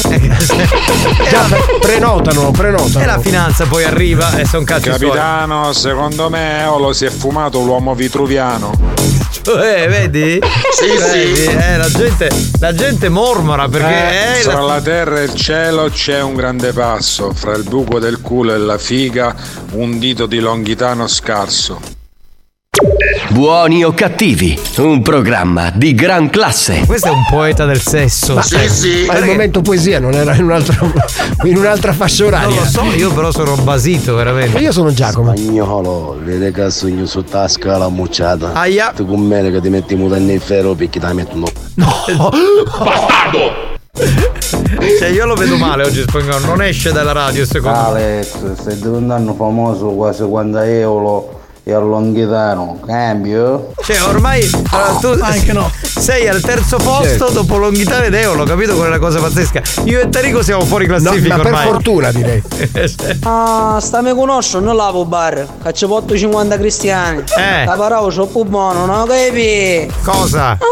Già, prenotano, prenotano. E la finanza poi arriva e sono cazzi Capitano, secondo me Olo si è fumato l'uomo vitruviano. suoi. Eh, vedi? Sì, Vedi? sì. Eh, la gente, la gente mormora perché... Eh, eh, tra la- la terra e il cielo c'è un grande passo, fra il buco del culo e la figa, un dito di longhitano scarso. Buoni o cattivi, un programma di gran classe. Questo è un poeta del sesso. Ma, eh, ma il momento poesia non era in un'altra, in un'altra fascia oraria. Non lo so, eh, io però sono basito, veramente. Ma io sono Giacomo. Spagnolo, vede che sogno su tasca la mucciata. Aia. Tu con me che ti metti mutanne in ferro perché ti mettono. Cioè, io lo vedo male oggi spagnolo, non esce dalla radio secondo me. Alex, stai diventando famoso quasi quando euro e all'onghitano. Cambio? Cioè, ormai allora, tu sei al terzo posto Certo. dopo Longhitano ed Eolo, capito quella è la cosa pazzesca? Io e Tarico siamo fuori classifica No, ma per ormai. fortuna, direi. Ah, sta mi conosco, non lavo bar, caccio 850 cristiani. Eh. La parola c'ho più buono, no Ah. capi? Cosa?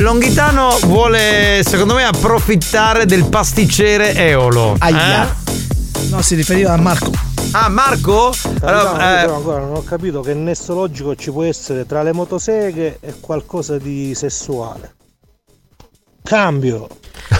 Longhitano vuole, secondo me, approfittare del pasticcere Eolo. eh? Aia. No, si riferiva a Marco. Ah, Marco? Allora, Allora, eh, però ancora non ho capito che nesso logico ci può essere tra le motoseghe e qualcosa di sessuale. Cambio.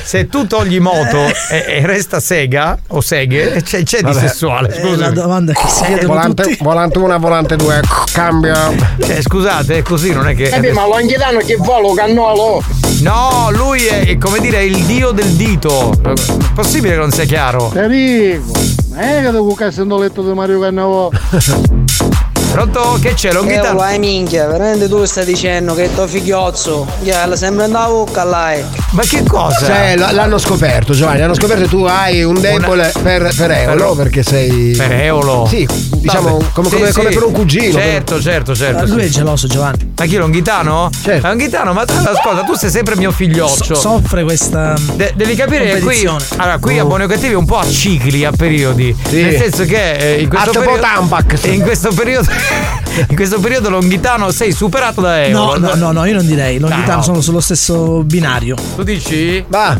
Se tu togli moto Eh. e, e resta sega o seghe, c'è, c'è di Vabbè. sessuale. Eh, Scusa. la domanda che si chiedono volante, volante 1, volante 2, cambia. Cioè, scusate, è così, non è che. Eh, beh, ma l'onghitano che volo cannolo! No, lui è, è come dire il dio del dito. Eh, Possibile che non sia chiaro? Eh. Te dico, ma è che devo essendo letto di Mario Cannavò. Pronto? Che c'è? Eh, Longhitano? vai minchia, veramente tu stai dicendo che to figliozzo. Yeah, sembra andare a bocca là. eh. Ma che cosa? Cioè, l- l'hanno scoperto, Giovanni, l'hanno scoperto e tu hai un debole per, per Eolo, Eolo. perché sei. Per Eh, Eolo. Sì, diciamo Vabbè. come, Sì, come- sì. come per un cugino. Certo, certo, certo. lui è sì. geloso, Giovanni. Ma chi è Longhitano? Certo. Longhitano, ma ascolta, tu sei sempre mio figlioccio. So- soffre questa. De- devi capire che qui, competizione. Boh. allora, qui a Buoni o Cattivi è un po' a cicli, a periodi. Nel senso che eh, in questo Atto periodo. potampac. In questo periodo. in questo periodo Longhitano sei superato da No, Euro. no, no, no, io non direi. Non Dai, diciamo, no. sono sullo stesso binario. Tu dici? Va.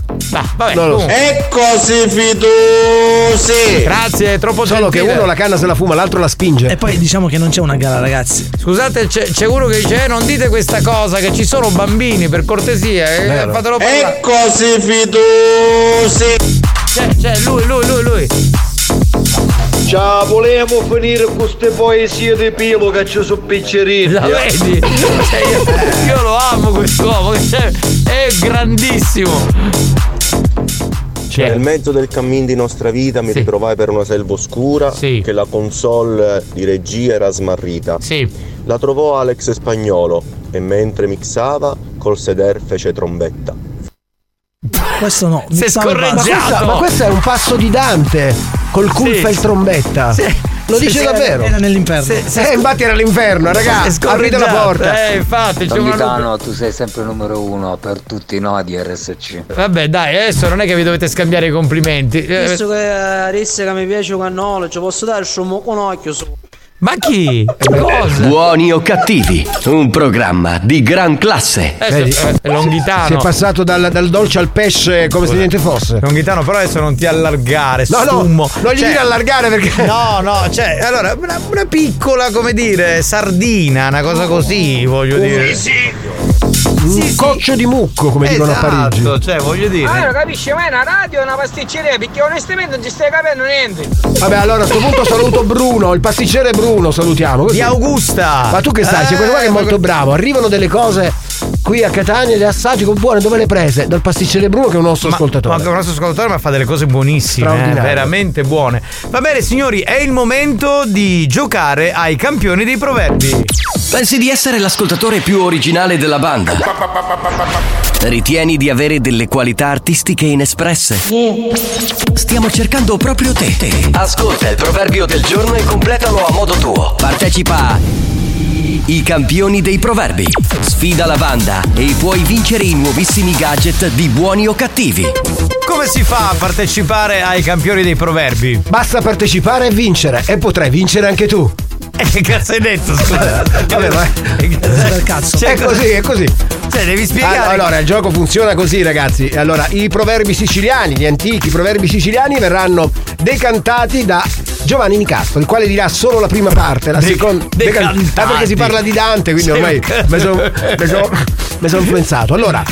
vabbè. Non lo so. comunque. Eh. Eccosi fiduci! Grazie, è troppo Solo che gentile. uno la canna se la fuma, l'altro la spinge. E poi diciamo che non c'è una gara, ragazzi. Scusate, c'è, c'è uno che dice: eh, non dite questa cosa, che ci sono bambini, per cortesia, eh, Vero. fatelo parlare. Eccosi fiduci! C'è, c'è lui, lui, lui, lui. Ciao, volevo finire con queste poesie di Pilo che ci sono piccerini. La vedi? Cioè, io, io lo amo quest'uomo, cioè, è grandissimo. Nel mezzo del cammin di nostra vita mi ritrovai per una selva oscura che la console di regia era smarrita. La trovò Alex Spagnolo e mentre mixava col seder fece trombetta. Questo no. Si è Ma questa- ma questo è un passo di Dante col culpa e il trombetta. Lo dice davvero. Era nell'inferno. eh, infatti era l'inferno, raga. Aprite la Eh, porta. Longhitano, tu sei sempre numero uno per tutti noi di RSC. Vabbè, dai, adesso non è che vi dovete scambiare i complimenti. Eh, Visto che eh, risse che mi piace cannolo, ci posso dare un un occhio su. Ma chi? Buoni o cattivi, un programma di gran classe. Vedi? Eh, eh, Si è passato dal, dal dolce al pesce come se niente fosse. Longhitano, però adesso non ti allargare. No, no, sfummo. non gli Cioè- dire allargare perché. No, no, cioè, allora, una, una piccola, come dire, sardina, una cosa così, voglio dire. Un coccio di mucco, come dicono a Parigi. Esatto, cioè, voglio Ah, dire. non capisci, ma è una radio e una pasticceria, perché onestamente non ci stai capendo niente. Vabbè, allora a sto punto saluto Bruno, il pasticcere Bruno, salutiamo. così. Di Augusta. Eh. Ma tu che stai? C'è quello qua che è molto bravo. Arrivano delle cose qui a Catania le assaggi con buone dove le prese? Dal pasticcere Bruno che è un nostro ascoltatore. Ma un nostro ascoltatore ma fa delle cose buonissime, eh, Straordinario. veramente buone. Va bene signori, è il momento di giocare ai campioni dei proverbi. Pensi di essere l'ascoltatore più originale della banda? Ritieni di avere delle qualità artistiche inespresse? Stiamo cercando proprio te. Ascolta il proverbio del giorno e completalo a modo tuo. Partecipa a I campioni dei proverbi. Sfida la banda e puoi vincere i nuovissimi gadget di buoni o cattivi. Come si fa a partecipare ai campioni dei proverbi? Basta partecipare e vincere e potrai vincere anche tu. Eh, che cazzo hai detto? Scusa. Vabbè, ma cazzo. è così, è così. Cioè, devi spiegare. Allora, il gioco funziona così, ragazzi. Allora, i proverbi siciliani, gli antichi proverbi siciliani verranno decantati da Giovanni Nicastro, il quale dirà solo la prima parte, la De- seconda. decan- decantati. Ah, perché si parla di Dante, quindi Sì, ormai ok. mi sono influenzato. Allora,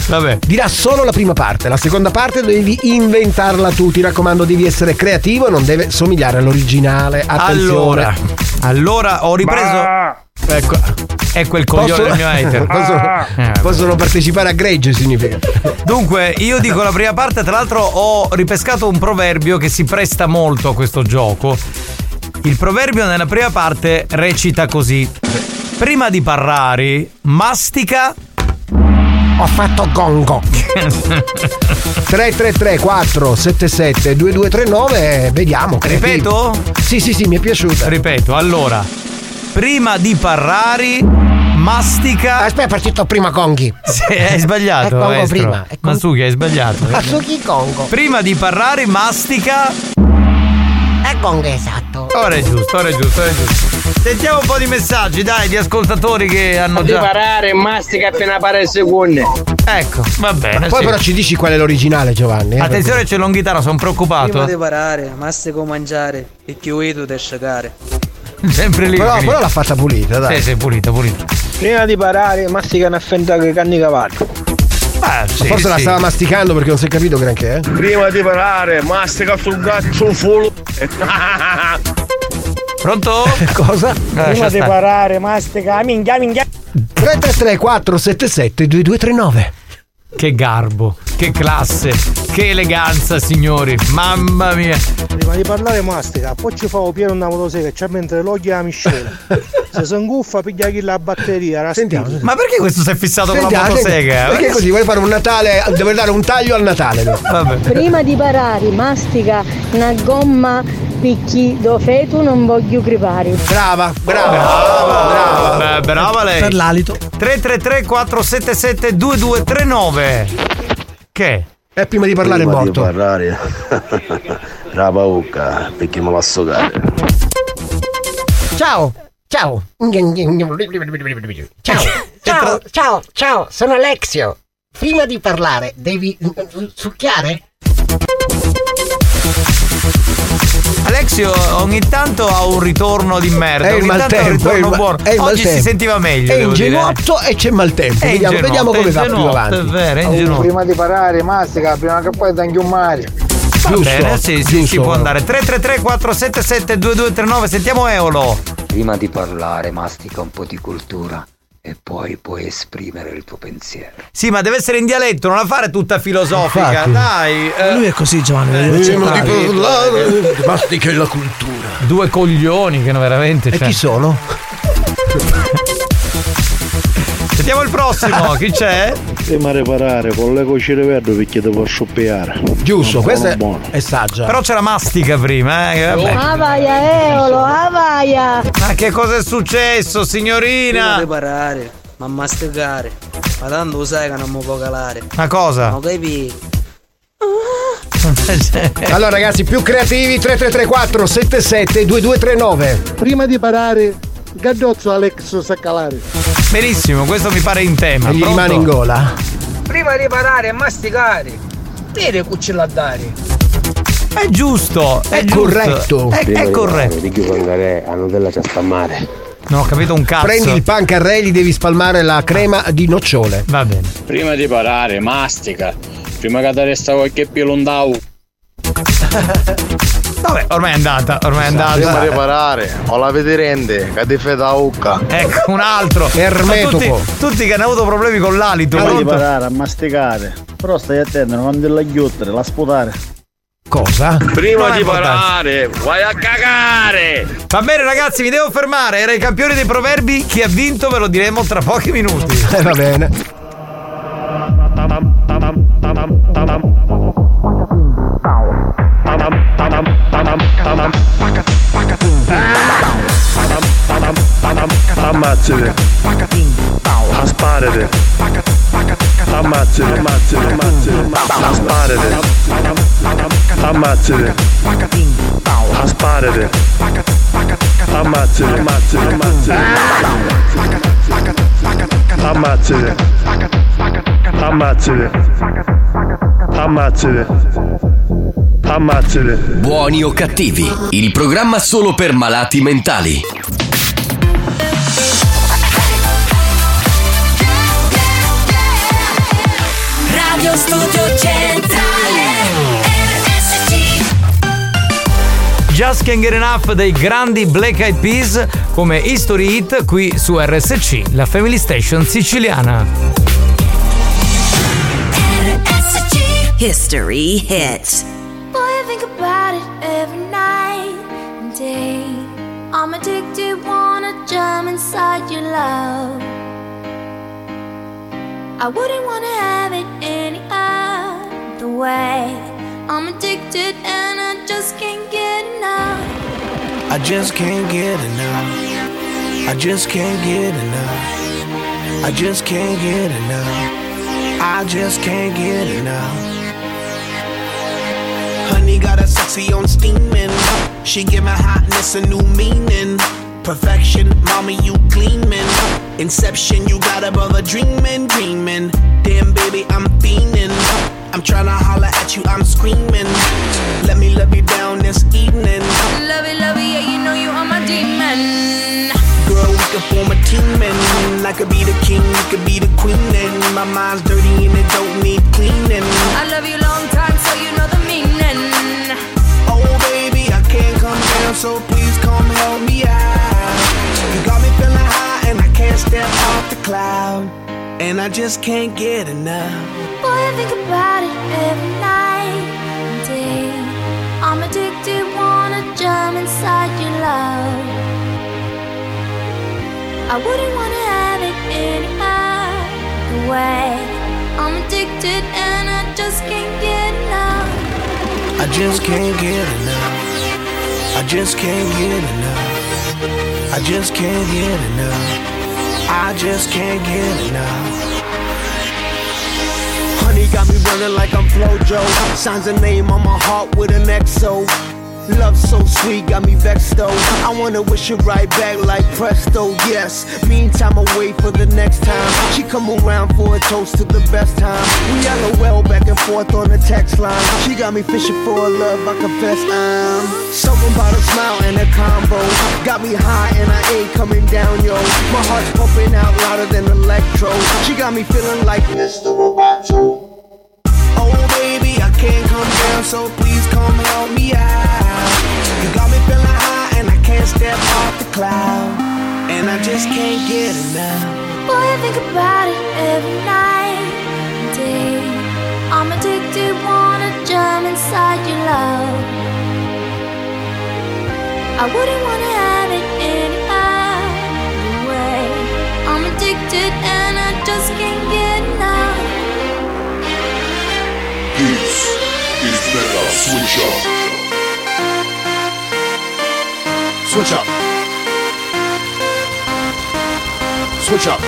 dirà solo la prima parte, la seconda parte devi inventarla tu. Ti raccomando, devi essere creativo, non deve somigliare all'originale. Attenzione. Allora, allora ho ripreso. Ecco, è quel coglione del mio hater. Possono, Eh, possono partecipare a greggio, significa. Dunque, io dico la prima parte, tra l'altro ho ripescato un proverbio che si presta molto a questo gioco. Il proverbio nella prima parte recita così. Prima di parlare, mastica... Ho fatto gongo. 333 477 2239 eh, vediamo. credi. Ripeto? Eh, Sì, sì, sì, mi è piaciuta. Ripeto, allora. Prima di parlare, mastica... Ah, Aspetta, è partito prima Conghi. Sì, hai sbagliato. È Congo maestro. prima, è Congo. Masuki, hai sbagliato. Azuki Congo. Prima di parlare, mastica... È Congo esatto. Ora è giusto, ora è giusto, ora è giusto. Sentiamo un po' di messaggi, dai, di ascoltatori che hanno Di già. parare, mastica appena pare il secondo. Ecco, va bene. Poi sì. però ci dici qual è l'originale, Giovanni. eh, Attenzione, perché- c'è l'onghitano, sono Prima di preoccupato. parare, mastico mangiare e chiudo da asciugare. Sempre lì. Però, finito. però l'ha fatta pulita, dai. Sì, sì, pulita, pulita. Prima di parare, mastica una fenda che canni cavallo. Ah, sì, Forse la sì. stava masticando perché non si è capito granché, eh. Prima di parare, mastica sul gatto full. Pronto? Eh, Cosa? lascia stare. parare, mastica, minchia, minchia. 333 477 2239. Che garbo, che classe, che eleganza, signori. Mamma mia. Prima di parlare mastica, poi ci fa un pieno una motosega, cioè mentre l'oglio la miscela. Se s'inguffa piglia chi la batteria, la Sentiamo. Ma perché questo si è fissato con la Sentiamo, motosega? ah, Eh? Perché così vuoi fare un Natale, deve dare un taglio al Natale. no? Prima di parare, mastica una gomma picchi do fetu non voglio crepare. Brava, Brava, brava. brava lei. Per l'alito. 333 477 2239. Che? È prima di parlare Prima il di parlare. la bocca, perché me la sogare. Ciao, ciao. Ciao, ciao, ciao, ciao, sono Alexio. Prima di parlare devi succhiare? Alexio ogni tanto ha un ritorno di merda, È ogni il tanto ha un maltempo, è il ritorno ma- buono. è il Oggi si maltempo. sentiva meglio. È devo in dire. ginotto e c'è maltempo. È in Vediamo, ginotto, vediamo è come in va più ginotto, avanti. È vero, è in ginotto. Prima di parare, mastica, prima che poi tanchi un mare. Va bene, sì, sì, si può andare. 333 477 2239, sentiamo Eolo. Prima di parlare, mastica un po' di cultura e poi puoi esprimere il tuo pensiero. Sì, ma deve essere in dialetto, non la fare tutta filosofica. Dai. Lui è così, Giovanni. Eh, lo devi prima di accettare. eh, parlare, mastica la cultura. Due coglioni che no, veramente. cioè. E chi sono? Sentiamo il prossimo, chi c'è? Prima di parare, con le cocine verde perché devo scoppiare. Giusto, questa è, buono. è saggia. Però c'è la mastica prima, eh. che vabbè. Avaia, Eolo, avaia! Ma che cosa è successo, signorina? Prima di parare, ma masticare. Ma tanto lo sai che non mi può calare. Ma cosa? Non capi? Allora ragazzi, più creativi 3334 77 2239. Prima di parare, gaddozzo Alex Saccalare. Benissimo, questo mi pare in tema. E gli rimane in gola. Prima di parare e masticare, bene cucilla a dare. È giusto, è, giusto. È, Prima è di corretto. parlare, Di chi andare a Nutella c'è sta mare. Non ho capito un cazzo. Ah. Prendi il pan carrelli, devi spalmare la crema di nocciole. Va bene. Prima di parare, mastica. Prima che ti resta qualche pilondau. Vabbè, ormai è andata, ormai è andata. Prima di parare, ho la vedrente che ti fai da ucca. Ecco, un altro. Ermetopo. Tutti, tutti che hanno avuto problemi con l'alito. Devi pronto? parare a masticare. Però stai attento, non della ghiottere, la sputare. Cosa? Non Prima è di importante. parare, vai a cagare! Va bene ragazzi, mi devo fermare. Era i campioni dei proverbi. Chi ha vinto ve lo diremo tra pochi minuti. Eh, va bene. Ammazzate. Asparete. Ammazzate, ammazzate, ammazzate. Asparete. Ammazzate. Asparete. Ammazzate, ammazzate, ammazzate. Ammazzate. Ammazzate. Ammazzate. Ammazzate. Buoni o cattivi, il programma solo per malati mentali. Radio Studio Centrale RSC Just Can't Get Enough dei grandi Black Eyed Peas come History Hit qui su RSC, la Family Station siciliana. RSC History Hit Boy, I think about it every night and day I'm addicted, wanna jump inside your love I wouldn't wanna have it any other way I'm addicted and I just can't get enough I just can't get enough. I just can't get enough. I just can't get enough. I just can't get enough. Honey got a sexy on steaming. She giving hotness a new meaning. Perfection, mommy, you gleaming. Inception, you got above a dreaming, dreaming. Damn, baby, I'm fiending. I'm trying to holler at you, I'm screaming. Let me love you down this evening. Love it, love it, yeah, you know you are my demon Girl, we could form a team and I could be the king, you could be the queen and my mind's dirty and it don't need cleaning. I love you long time, so you know the meaning. Oh baby, I can't come down, so please come help me out. You got me feeling high and I can't step off the cloud. And I just can't get enough. Boy, I think about it every night and day. I'm addicted, wanna jump inside your love. I wouldn't wanna have it any other way. I'm addicted and I just can't get enough. I just can't get enough. I just can't get enough. I just can't get enough. I just can't get enough. Honey got me running like I'm Flojo. Signs a name on my heart with an XO. Love so sweet, got me vexed though. I wanna wish it right back like presto, yes. Meantime, I wait for the next time. She come around for a toast to the best time. We all well back and forth on the text line. She got me fishing for a love, I confess I'm. Something about a smile and a combo. Got me high and I ain't coming down, yo. My heart's pumping out louder than electro. She got me feeling like Mr. Roboto. Oh baby, I can't come down, so please come help me out. You got me feeling high and I can't step off the cloud. And I just can't get enough. Boy, I think about it every night and day. I'm addicted, wanna jump inside your love. I wouldn't wanna have it any other way. I'm addicted and I just can't get enough. This is better. Switch up. Switch up. Switch up.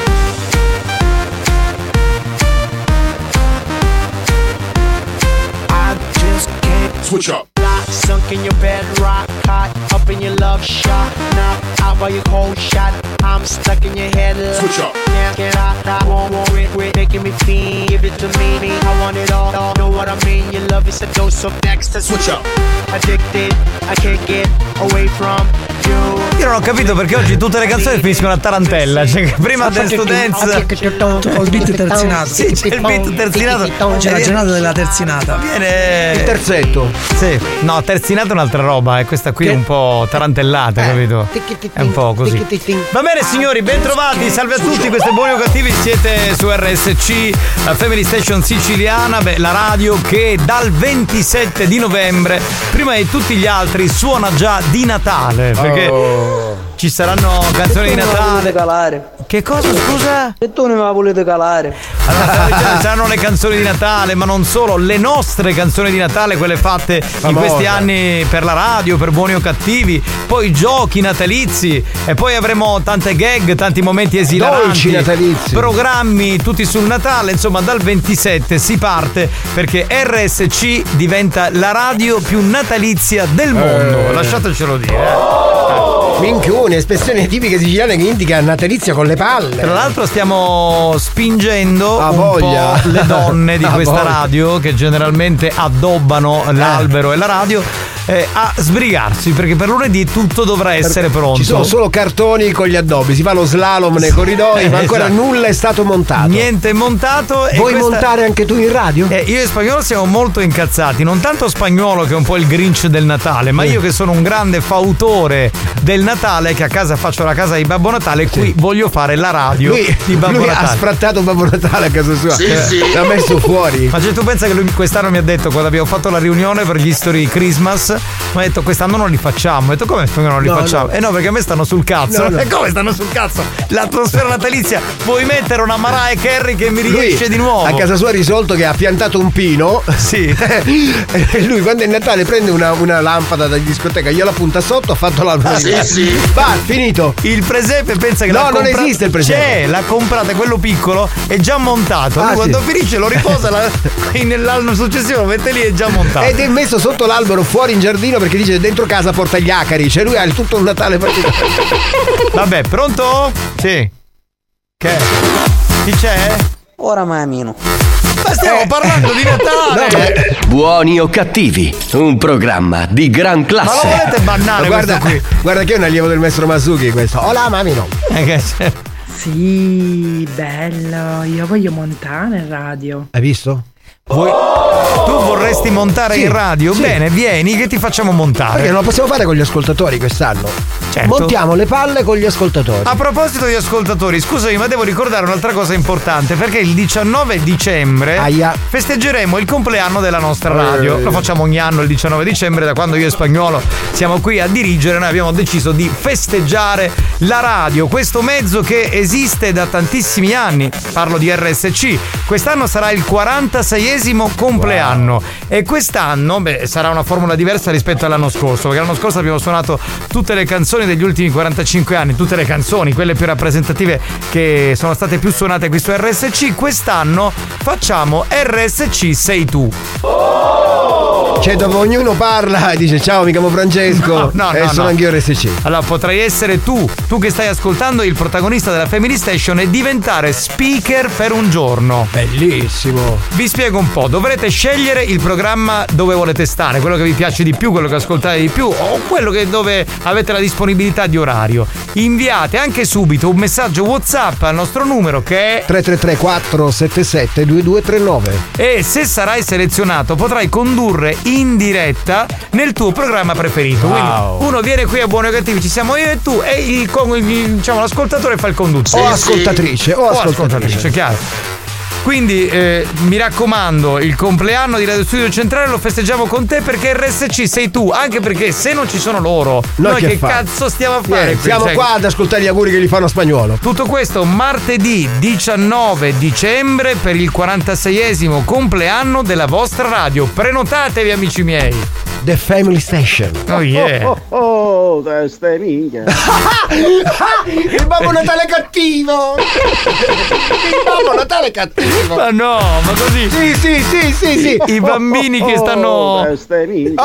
I just can't Switch up. lie. Sunk in your bed, rock caught up in your love shot. Knocked out by your cold shot. I'm stuck in your head. Switch up. Can't get out. I won't worry. Quit making me feel. Give it to me. me. I want it all. all. Know what I mean? Your love is a dose of next. Switch up. Addicted. I can't get away from. Io non ho capito perché oggi tutte le canzoni finiscono a tarantella. Cioè, prima Dance to Dance. Col beat terzinato. Sì, c'è il beat terzinato. C'è la giornata della terzinata. Viene. Il terzetto. Sì. No, terzinato è un'altra roba, e questa qui è un po' tarantellata, capito? È un po' così. Va bene signori, bentrovati, salve a tutti, questo è Buoni o Cattivi, siete su RSC, la eh, Family Station siciliana, beh, la radio che dal 27 di novembre, prima di tutti gli altri, suona già di Natale, perché ci saranno canzoni di Natale. calare. Che cosa scusa? E tu non me la volete calare. Ci saranno le canzoni di Natale, ma non solo, le nostre canzoni di Natale, quelle fatte in Famose. questi anni per la radio, per buoni o cattivi, poi giochi natalizi e poi avremo tante gag, tanti momenti esilaranti, Dolci natalizi. programmi tutti sul Natale, insomma dal 27 si parte perché RSC diventa la radio più natalizia del Eh. mondo, lasciatecelo dire. eh. Minchione, espressione tipica siciliana che indica natalizia con le palle. Tra l'altro stiamo spingendo un voglia. po' le donne di Ah, questa voglia. Eh. radio che generalmente addobbano l'albero e la radio eh, a sbrigarsi perché per lunedì tutto dovrà essere pronto. Ci sono solo cartoni con gli addobbi, si fa lo slalom nei Sì, corridoi, ma ancora esatto. nulla è stato montato. Niente montato. Vuoi questa- montare anche tu in radio? Eh, io e Spagnolo siamo molto incazzati, non tanto Spagnolo che è un po' il Grinch del Natale, ma io che sono un grande fautore del Natale, che a casa faccio la casa di Babbo Natale, qui voglio fare la radio Lui, di Babbo lui ha Natale. sfrattato Babbo Natale a casa sua. Sì, Eh, sì. L'ha messo fuori. Ma cioè, tu pensa che lui quest'anno mi ha detto quando abbiamo fatto la riunione per gli story Christmas, mi ha detto quest'anno non li facciamo. Ho detto come non li No, facciamo? no. Eh no, perché a me stanno sul cazzo. No, no. E come stanno sul cazzo? L'atmosfera natalizia, vuoi mettere una Mariah Carey che mi riesce Lui, di nuovo? A casa sua ha risolto che ha piantato un pino. Sì. e lui quando è Natale prende una, una lampada da discoteca, gliela punta sotto, ha fatto l'albero. Ah, sì, sì. Va, finito. Il presepe pensa che No, l'ha non compra- esiste il presepe. C'è, l'ha comprata quello piccolo, è già montato. Lui Ah, quando sì. finisce lo riposa la- nell'anno successivo, lo mette lì e è già montato. Ed è messo sotto l'albero fuori in giardino perché dice dentro casa porta gli acari. Cioè lui ha il tutto un Natale particolare. Vabbè, pronto? Sì. Che? Chi c'è? Ora mamino. Ma Eh. stiamo parlando di Natale! Eh? Buoni o cattivi, un programma di gran classe. Ma guarda, guarda che è un allievo del maestro Masuki questo. Hola mamino. Eh, Sì, bello, io voglio montare in radio. Hai visto? Vuoi- Tu vorresti montare Sì, in radio? sì. Bene, vieni che ti facciamo montare. Perché non lo possiamo fare con gli ascoltatori quest'anno. Certo. Montiamo le palle con gli ascoltatori. A proposito di ascoltatori, scusami, ma devo ricordare un'altra cosa importante perché il 19 dicembre festeggeremo il compleanno della nostra radio. Eh. Lo facciamo ogni anno il 19 dicembre, da quando io e Spagnolo siamo qui a dirigere, noi abbiamo deciso di festeggiare la radio, questo mezzo che esiste da tantissimi anni. Parlo di RSC. Quest'anno sarà il 46esimo compleanno e quest'anno beh, sarà una formula diversa rispetto all'anno scorso, perché l'anno scorso abbiamo suonato tutte le canzoni degli ultimi 45 anni, tutte le canzoni, quelle più rappresentative che sono state più suonate qui su RSC, quest'anno facciamo RSC sei tu. Cioè, dopo ognuno parla e dice ciao, mi chiamo No, Francesco. no, e no, sono no. anch'io RSC. Allora potrai essere tu, tu che stai ascoltando il protagonista della Family Station e diventare speaker per un giorno. Bellissimo. Vi spiego un po', dovrete scegliere il programma dove volete stare, quello che vi piace di più, quello che ascoltate di più o quello che- dove avete la disponibilità di orario. Inviate anche subito un messaggio WhatsApp al nostro numero che è 333 477 2239. e se sarai selezionato potrai condurre in diretta nel tuo programma preferito. Wow. Quindi uno viene qui a Buoni o Cattivi, ci siamo io e tu e il, con- il- diciamo, l'ascoltatore fa il conduttore. O ascoltatrice, o ascoltatrice, chiaro. Quindi eh, mi raccomando, il compleanno di Radio Studio Centrale lo festeggiamo con te perché RSC sei tu, anche perché se non ci sono loro, Noi noi che che fa? cazzo stiamo a fare? Niente, qui, siamo cioè- qua ad ascoltare gli auguri che gli fanno a spagnolo. tutto questo martedì 19 dicembre per il 46esimo compleanno della vostra radio. Prenotatevi amici miei. The Family Station. Oh yeah. Oh, oh, oh testa di minchia. Ah! Il Babbo Natale è cattivo! Il Babbo Natale è cattivo! Ma no, ma così. Sì, sì, sì, sì, sì. I bambini che Oh, stanno testa di minchia.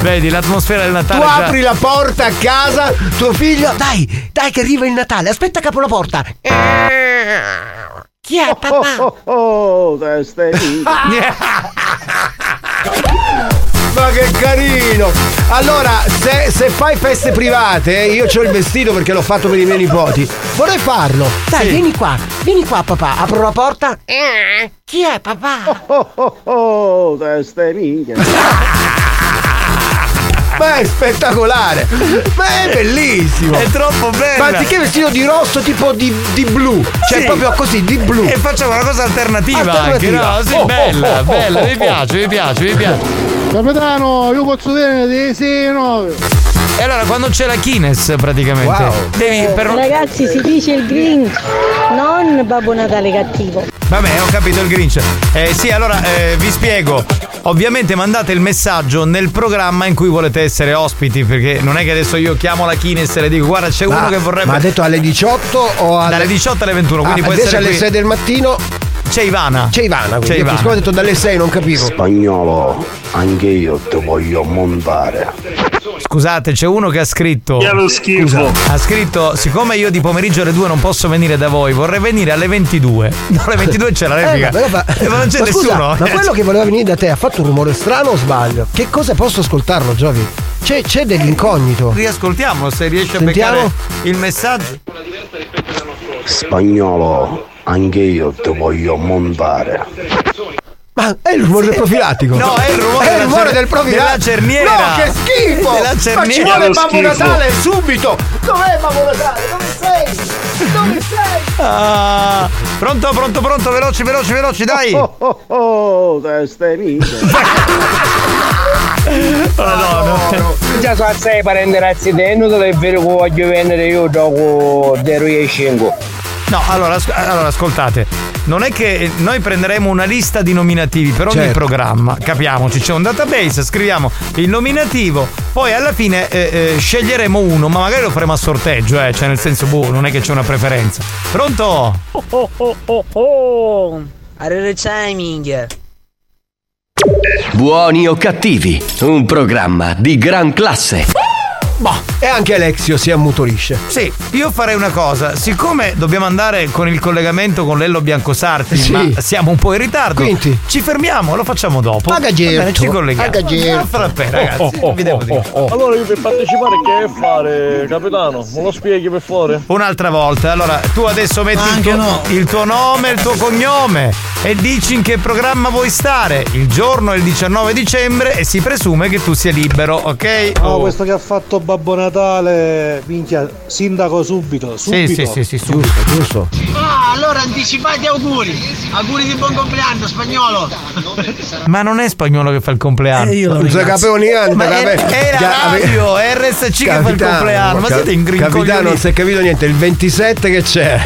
Vedi l'atmosfera del Ah! Oh! Tu Natale. già- apri la porta a casa, tuo figlio. Dai, dai, che arriva il Natale. Aspetta, capo la porta. Chi Oh, è papà? Ah, Oh, oh, oh, testa di minchia. ma che carino! Allora, se, se fai feste private, eh, io ho il vestito perché l'ho fatto per i miei nipoti. Vorrei farlo. Dai, vieni qua, vieni qua, papà. Apro la porta. Eh, chi è papà? Oh, oh, oh, oh testa minchia. Ma è spettacolare! Ma è bellissimo! È troppo bello! Ma anziché vestito di rosso tipo di, di blu, cioè Sì. proprio così, di blu. E facciamo una cosa alternativa, Oh, anche, no? Sì, bella, bella, mi piace, mi piace, mi piace. Capitano, io posso dire dei 6 9. E allora quando c'è la Kines praticamente, Eh, devi per non- Ragazzi, si dice il Grinch, non Babbo Natale cattivo. Vabbè, ho capito il Grinch. Eh, sì, allora eh, vi spiego. Ovviamente mandate il messaggio nel programma in cui volete essere ospiti, perché non è che adesso io chiamo la Kines e le dico guarda c'è uno che vorrebbe... Ma ha detto alle 18 o alle... Dalle 18 alle 21, quindi Ah, può invece essere alle qui. 6 del mattino c'è Ivana. C'è Ivana, quindi C'è io Ivana. siccome ho detto dalle 6 non capivo. Spagnolo, anche io ti voglio montare. Scusate, c'è uno che ha scritto. Che è lo schifo. Scusa, ha scritto: Siccome io di pomeriggio alle 2 non posso venire da voi, vorrei venire alle 22. No, alle 22 c'è la Eh, replica. vabbè, ma- Eh, ma non c'è ma scusa, nessuno. ma quello che voleva venire da te ha fatto un rumore strano o sbaglio? Che cosa posso ascoltarlo, Giovi? C'è, c'è dell'incognito. Riascoltiamo se riesce Sentiamo. a beccare il messaggio. Spagnolo, anche io ti voglio montare. Ma è il rumore del profilattico. No, è il rumore, È il della rumore cer- del profilattico. della cerniera. No, che schifo! Della Ma ci cerniera. vuole Lo Babbo schifo. Natale subito! Dov'è Babbo Natale? Dove sei? Dove sei? Ah, pronto, pronto, pronto, veloci, veloci, veloci, dai! Oh, Oh, oh, oh, testa minchia. Già so sei parenti razzi te, non dovrei vero che voglio vendere io dopo 0 e 5. No, allora, asc- allora, ascoltate, non è che eh, noi prenderemo una lista di nominativi per ogni Certo. programma, capiamoci, c'è un database, scriviamo il nominativo, poi alla fine eh, eh, sceglieremo uno, ma magari lo faremo a sorteggio, eh, cioè nel senso, boh, non è che c'è una preferenza. Pronto? Oh oh oh oh! Arere timing! Buoni o cattivi, un programma di gran classe. Boh, e anche Alexio si ammutolisce. Sì, io farei una cosa, siccome dobbiamo andare con il collegamento con Lello Biancosarti, Sì. ma siamo un po' in ritardo, Quindi? ci fermiamo, lo facciamo dopo. Va bene, ci colleghiamo. Ah, frappè, ragazzi, Oh, vi devo dire. Oh. Allora io per partecipare che fare, capitano? Me lo spieghi per favore? Un'altra volta, allora tu adesso metti il tuo, il tuo nome, il tuo cognome e dici in che programma vuoi stare. Il giorno è il 19 dicembre e si presume che tu sia libero, ok? Ah, No, Oh. questo che ha fatto Babbo Natale, minchia, sindaco subito, Sì, subito. sì, sì, sì, subito. Giusto. Ah, allora anticipati auguri. Auguri di buon compleanno, spagnolo. Ma non è spagnolo che fa il compleanno. Eh, io lo Non se ringrazio. capivo niente, Ma è, vabbè. è la Già, ave- radio, è RSC che fa il Capitano, compleanno. Ma ca- siete in Capitano, non si è capito niente. Il 27 che c'è?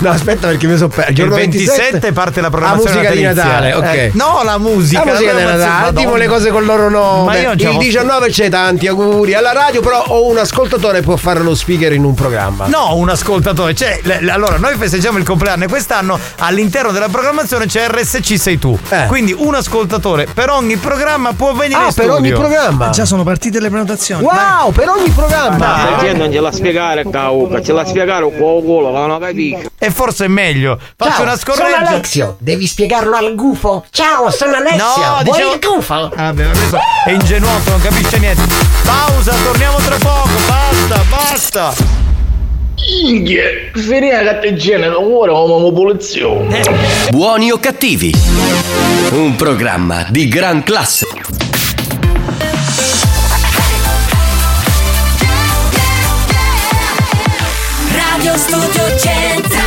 No, aspetta perché mi sono perso. Il 27 parte la programmazione musica di natalizia. Natale, ok. Eh, no, la musica, La musica la di Natale. programmazione, Tipo le Madonna. cose con il loro Ma nome. io non ce la Il posso- 19 c'è tanti auguri. Alla radio, però, o un ascoltatore può fare lo speaker in un programma. No, un ascoltatore. Cioè, le- le- allora, noi festeggiamo il compleanno e quest'anno all'interno della programmazione c'è RSC sei tu. Eh. Quindi un ascoltatore per ogni programma può Ah, venire in studio. Già sono partite le prenotazioni. Wow, per ogni Dai. programma! non gliela spiegare cauca, ce la spiegare un po' volo, ma non capisci. E forse è meglio. Faccio Ciao, una scorreggia. sono Alexio. Devi spiegarlo al gufo. Ciao, sono Alexio. No, Vuoi dicevo... il gufo? Vabbè, ma questo è ingenuoso, non capisce niente. Pausa, torniamo tra poco. Basta, basta. Inghie, finire la cattigiene, non vuole come popolazione. Buoni o cattivi, un programma di gran classe. Radio Studio Centrale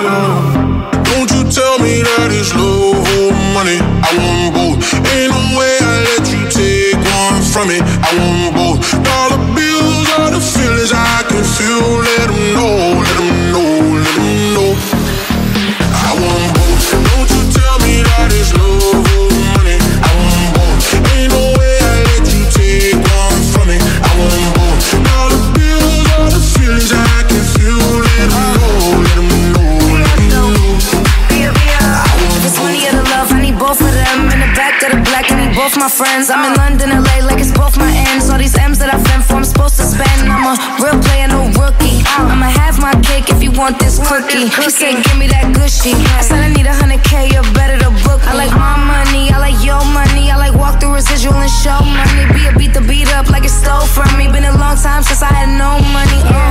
Don't you tell me that it's low money. I want both. Ain't no way I let you take one from me. I want both. Dollar bills are the feelings I can feel. Let 'em know, let 'em know, let 'em know. my friends. I'm in London, LA, like it's both my ends. All these M's that I fend for, I'm supposed to spend. I'm a real player, no rookie. I'ma have my cake if you want this cookie. He said, give me that gushy. I said, I need a hundred K, you're better to book me. I like my money, I like your money. I like walk through residual and show money. Be a beat the beat up like it stole from me. Been a long time since I had no money. Uh,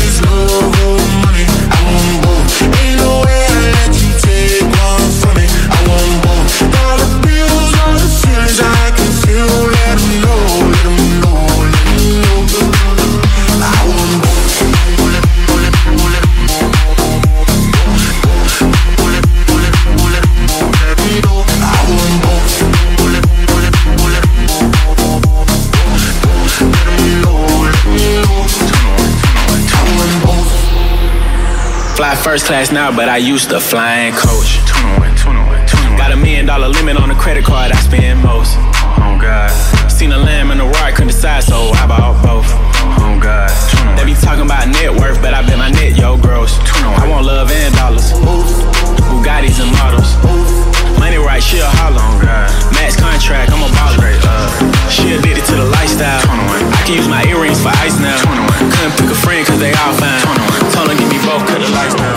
it's love or money. I want both. Ain't no way I let you take one from me. I want both. Dollar bills are the feelings I can feel. Let 'em know, let 'em know, let 'em know. I want both. Fly first class now, but I used to fly in coach. Got a million dollar limit on the credit card I spend most. Oh God. Seen a lamb and a roar, I couldn't decide, so I bought both. Oh God. They be talking about net worth, but I bet my net yo gross. I want love and dollars. Bugattis and models. Money right, she a holler. Max contract, I'm a baller. She addicted to the lifestyle. I can use my earrings for ice now. Couldn't pick a friend cause they all fine. Told her give me both cause the lights down.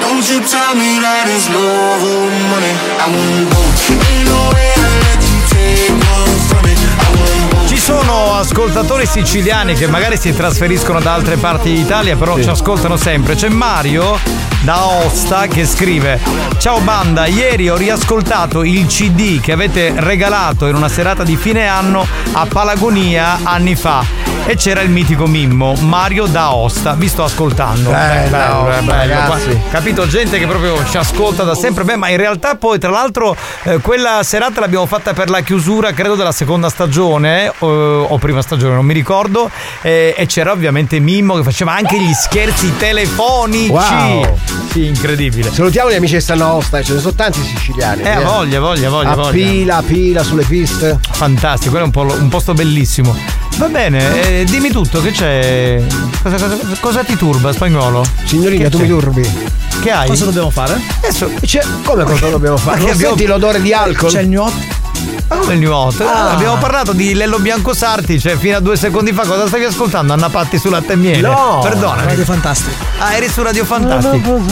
Don't you tell me that it's love or money. I want both. Ain't no way I let you take Eh. one from me. I want both. Ci sono ascoltatori siciliani che magari si trasferiscono da altre parti d'Italia, però ci ascoltano sempre. C'è Mario da Osta che scrive: Ciao banda, ieri ho riascoltato il CD che avete regalato in una serata di fine anno a Palagonia anni fa. E c'era il mitico Mimmo, Mario da Osta. Vi sto ascoltando. Bello, eh, ragazzi. qua- Capito? Gente che proprio ci ascolta da sempre. Beh, ma in realtà poi, tra l'altro, eh, quella serata l'abbiamo fatta per la chiusura, credo, della seconda stagione, eh, o, o prima stagione, non mi ricordo. eh, e c'era ovviamente Mimmo che faceva anche gli scherzi telefonici. Wow. Sì, incredibile. Salutiamo gli amici che stanno a Osta, ce ne sono tanti siciliani. Eh, voglia, voglia, voglia, A voglia. pila, a pila sulle piste. Fantastico, quello è un, po- un posto bellissimo. Va bene, eh, dimmi tutto, che c'è? Cosa, cosa- cosa ti turba, spagnolo? Signorina, Che tu c'è? mi turbi. Che hai? Cosa dobbiamo fare? Adesso, come cosa dobbiamo fare? Non senti l'odore di alcol? C'è il new il new hot? Ah, Abbiamo parlato di Lello Bianco Sarti, cioè fino a due secondi fa cosa stavi ascoltando? Anna Patti su latte e miele. No. Perdonami. Radio Fantastico. Ah, eri su Radio Fantastico.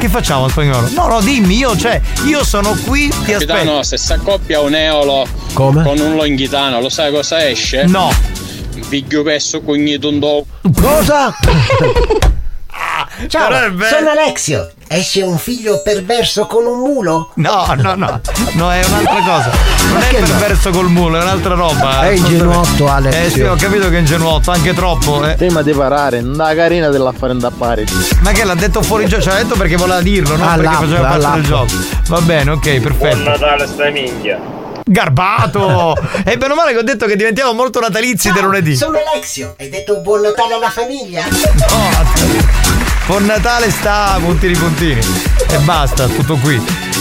Che facciamo spagnolo? No, no, dimmi, io, cioè, io sono qui, ti aspetto. Capitano, se s'accoppia un eolo Come? con un longhitano, lo sai cosa esce? No. Viglio pesso cognito un dopo. Cosa? Ciao, Però è bello. sono Alexio. Esce un figlio perverso con un mulo? No, no, no. No, è un'altra cosa. Non è perverso col mulo, è un'altra roba. eh. È ingenuotto, Alex. Eh sì, ho capito che è ingenuotto, anche troppo. Eh. Prima di parare, una carina dell'affare indappare. Ma che l'ha detto fuori gioco? Ci ha detto perché voleva dirlo, non perché All'app, faceva parte del all'app. gioco. Va bene, ok, perfetto. Natale sta minchia. Garbato! e bene o male che ho detto che diventiamo molto natalizi del lunedì. Sono Alexio. Hai detto buon Natale alla famiglia? Oh. Buon Natale sta, puntini puntini. E basta, tutto qui.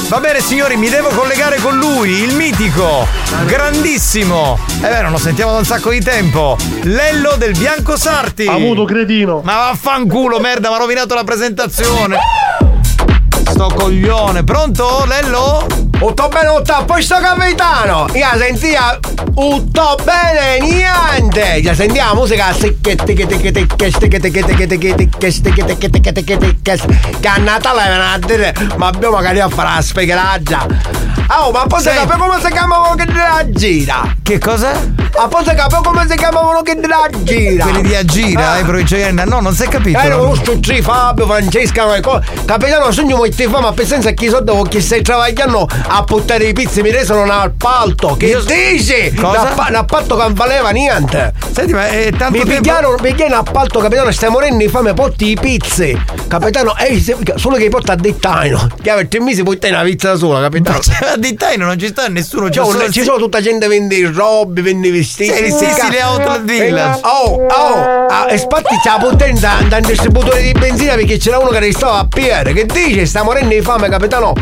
Va bene signori, mi devo collegare con lui, il mitico, grandissimo. È vero, non lo sentiamo da un sacco di tempo. Lello del Bianco Sarti. Avuto cretino. Ma vaffanculo, merda, mi ha rovinato la presentazione. Sto coglione. Pronto, Lello? Tutto bene, tutto. Poi sto capitano. Io sentia tutto bene, niente. Già sentiamo musica. Che a Natale viene a dire, ma abbiamo magari a fare la spiegheraggio. Oh, ma poi sapete come si chiama quello che della gira? Che cosa? Ma poi sapete come si chiama quello che della gira? Ah. Quelli di Agira, eh, provincia di Arena. No, non si è capito. Eh, no. non so Fabio, Francesca, ma co- capitano, sogno molti fa, ma per senso che i soldi con chi stai travagliando a buttare i pizzi mi resano al palto. Che Io- dici? Cosa? Un appa- Un appalto che non valeva niente. Senti, ma è tanto Mi tempo- pigliano, mi pigliano a palto, capitano, stai morendo di fame, porti i pizzi. Capitano, ehi, se- solo che li porta a dettaino. Che per tre mesi puoi tenere una pizza da sola, capitano. A dettaino Eh, non ci sta nessuno, c'è Cioè, solo- ci sono tutta gente che vende i robe, vende i vestiti. Sì, sì, sì, le outlet village. Oh, oh, ah, e spatti c'è la potente dal distributore di benzina perché c'era uno che restava a PR. Che dice? Sta morendo di fame, capitano.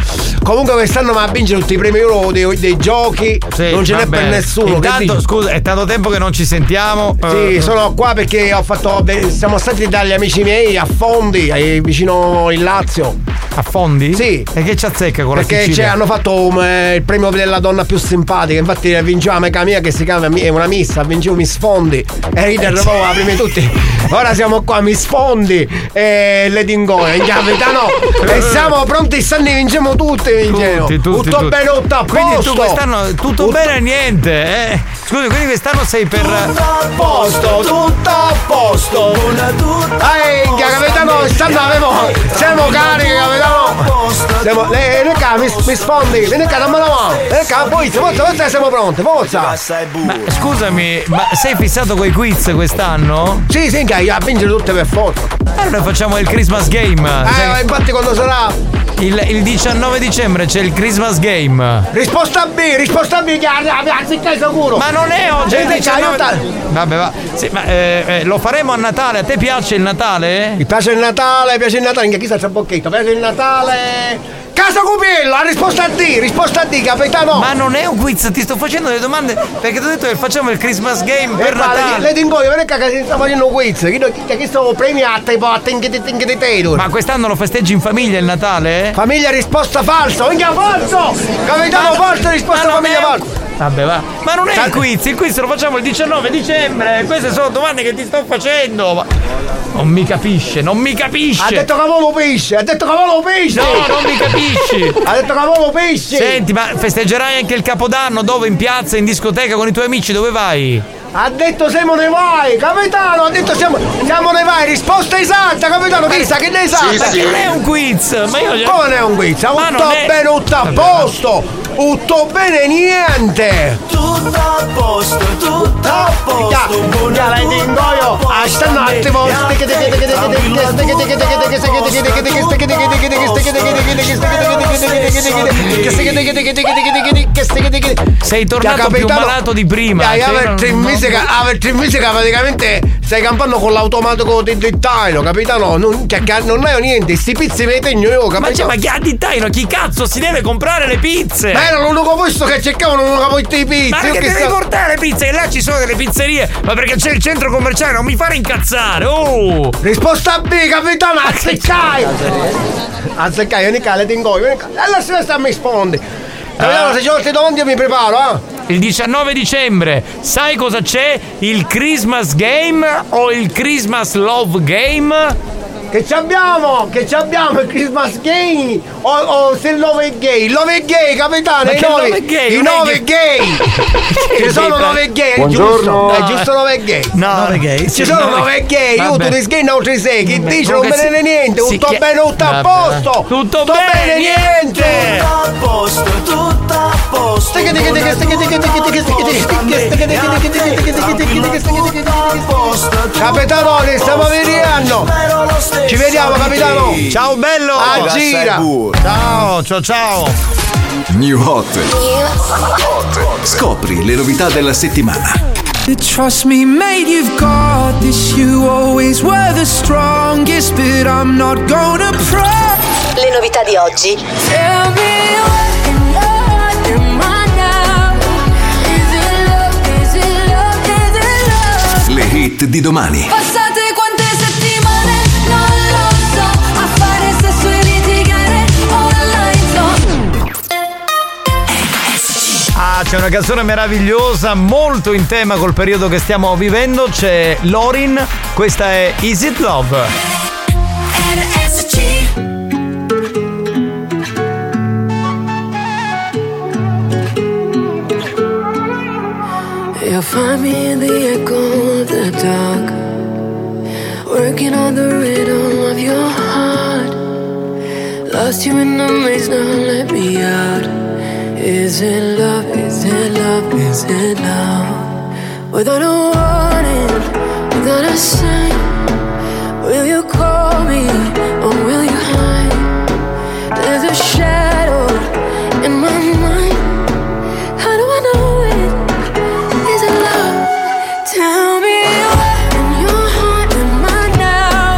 Comunque quest'anno mi ha vinto tutti i premi euro dei, dei giochi. Sì, non ce va n'è per bene. nessuno. che Intanto, dici? scusa, è tanto tempo che non ci sentiamo. Sì, Eh, sono qua perché ho fatto. beh, Siamo stati dagli amici miei a Fondi, eh, vicino il Lazio. A Fondi? Sì. E che ci azzecca con la Perché Sicilia? cioè, hanno fatto um, eh, il premio della donna più simpatica. Infatti, eh, vinceva amica mia che si chiama è una missa, vincevo Miss Fondi. E Eh, ridere proprio la prima di tutti. Ora siamo qua, Miss Fondi e le dingoe. In chiavità no. E siamo pronti, stanno vinciamo tutti, vincemo. Tutti, tutti, tutto tutti. bene, tutto a posto. Quindi tu quest'anno tutto bene niente. Eh? Scusi, quindi quest'anno sei per. a posto, tutto a posto. Ehi, che capitano, stanno avevo. Siamo carichi, capitano. Siamo, lei, vieni qua, mi, mi sfondi, vieni qua, dammi la mano. Vieni qua, forza, forza, forza, siamo pronti, forza. Eh, Ma scusami, ma sei fissato coi quiz quest'anno? Sì, sì, che a vincere tutte per forza. Allora noi facciamo il Christmas game. Eh, ma infatti quando sarà? Il, il 19 dicembre c'è il Christmas game. Risposta B, risposta B, che azzecca sicuro. Ma non è oggi, è il Vieni qua, 19. aiutare. Vabbè, va. Sì, ma eh, eh, lo faremo a Natale. A te piace il Natale? Mi piace il Natale, piace il Natale, anche chissà c'è un bocchetto, piace il Natale. Casa Cupilla, risposta D, risposta D, capitano. Ma non è un quiz, ti sto facendo delle domande perché ti ho detto che facciamo il Christmas game per Eh, ma le- Natale. Le dingoio, non è che si sta facendo un quiz, chi chi- chi sto premiato tipo a Think di Think di Taylor. Ma quest'anno lo festeggi in famiglia il Natale? eh? Famiglia risposta falso, venga falso! Capitano falso, risposta famiglia falso! Vabbè, va. Ma non è il quiz, il quiz lo facciamo il 19 dicembre. Queste sono domande che ti sto facendo. ma- Non mi capisce, non mi capisce. Ha detto cavolo pesce, ha detto cavolo pesce! No, non mi capisci. Ha detto cavolo pesce! Senti, ma festeggerai anche il Capodanno dove? In piazza, in discoteca con i tuoi amici, dove vai? Ha detto siamo ne vai, capitano, ha detto siamo, siamo ne vai, risposta esatta, capitano, chi sa che ne sa? Ma che non è un quiz! Ma io Come non è un quiz? Ma Tutto non è- bene, tutto a Vabbè, posto! Tutto bene, niente! Tutto a posto, tutto a posto! Già, la dingoio! Ah, sta un attimo! Sei tornato più malato di prima, Dai, cioè, aver non- tre non- mesi che aver tre mesi che praticamente stai campando con l'automatico del dettaglio, capitano! Non, che- che- non hai niente, sti pizzi me li tengo io, capitano! Ma c'è, ma chi ha dittaino? Chi cazzo si deve comprare le pizze? Ma era l'unico posto che cercavano l'unico posto di pizza. Ma io perché che devi so- portare le pizze? Che là ci sono delle pizzerie. Ma perché c'è il centro commerciale? Non mi fare incazzare. Oh! Risposta B, capitano, azzeccai! azzeccai, vieni qua, le tengo io, vieni qua. Allora se sta mi rispondi. Eh? Capitano, se ci sono altre domande io mi preparo, eh. Il 19 dicembre, sai cosa c'è? Il Christmas Game o il Christmas Love Game? Che ci abbiamo? Che ci abbiamo? Il Christmas gay? O, o se il 9 è gay? Il 9 è gay, capitano! Ma i che nove- nove è gay? I Non è 9 è gay! Ci sono 9 gay, è giusto? Buongiorno. È giusto 9 gay? No, Nove gay, Ci sì, sono nove- 9 gay, io Vabbè. tu ti sgay, non ci sei, che dici? Non Comunque si- bene niente, si tutto chia- bene, tutto a Vabbè. posto! Tutto bene bene, niente! niente. Tutto a posto, tutto a posto! Capitano, ne stiamo vedendo! Ci vediamo, capitano! Ciao bello! A gira! Ciao, ciao, ciao! New Hot. Scopri le novità della settimana. You trust me, mate, you've got this. You always were the strongest, but I'm not gonna pray. Le novità di oggi. Le hit di domani. Passate quante settimane, non lo so, a fare sesso e litigare online Ah, c'è una canzone meravigliosa, molto in tema col periodo che stiamo vivendo. C'è Lorin, questa è Is It Love. You'll find me in the echo of the dark, working on the rhythm of your heart. Lost you in the maze, now let me out. Is it love? Is it love? Is it love? Without a warning, without a sign, will you call me or will you hide? There's a shadow in my mind. How do I know it? Is it love? Tell me. what in your heart am I now?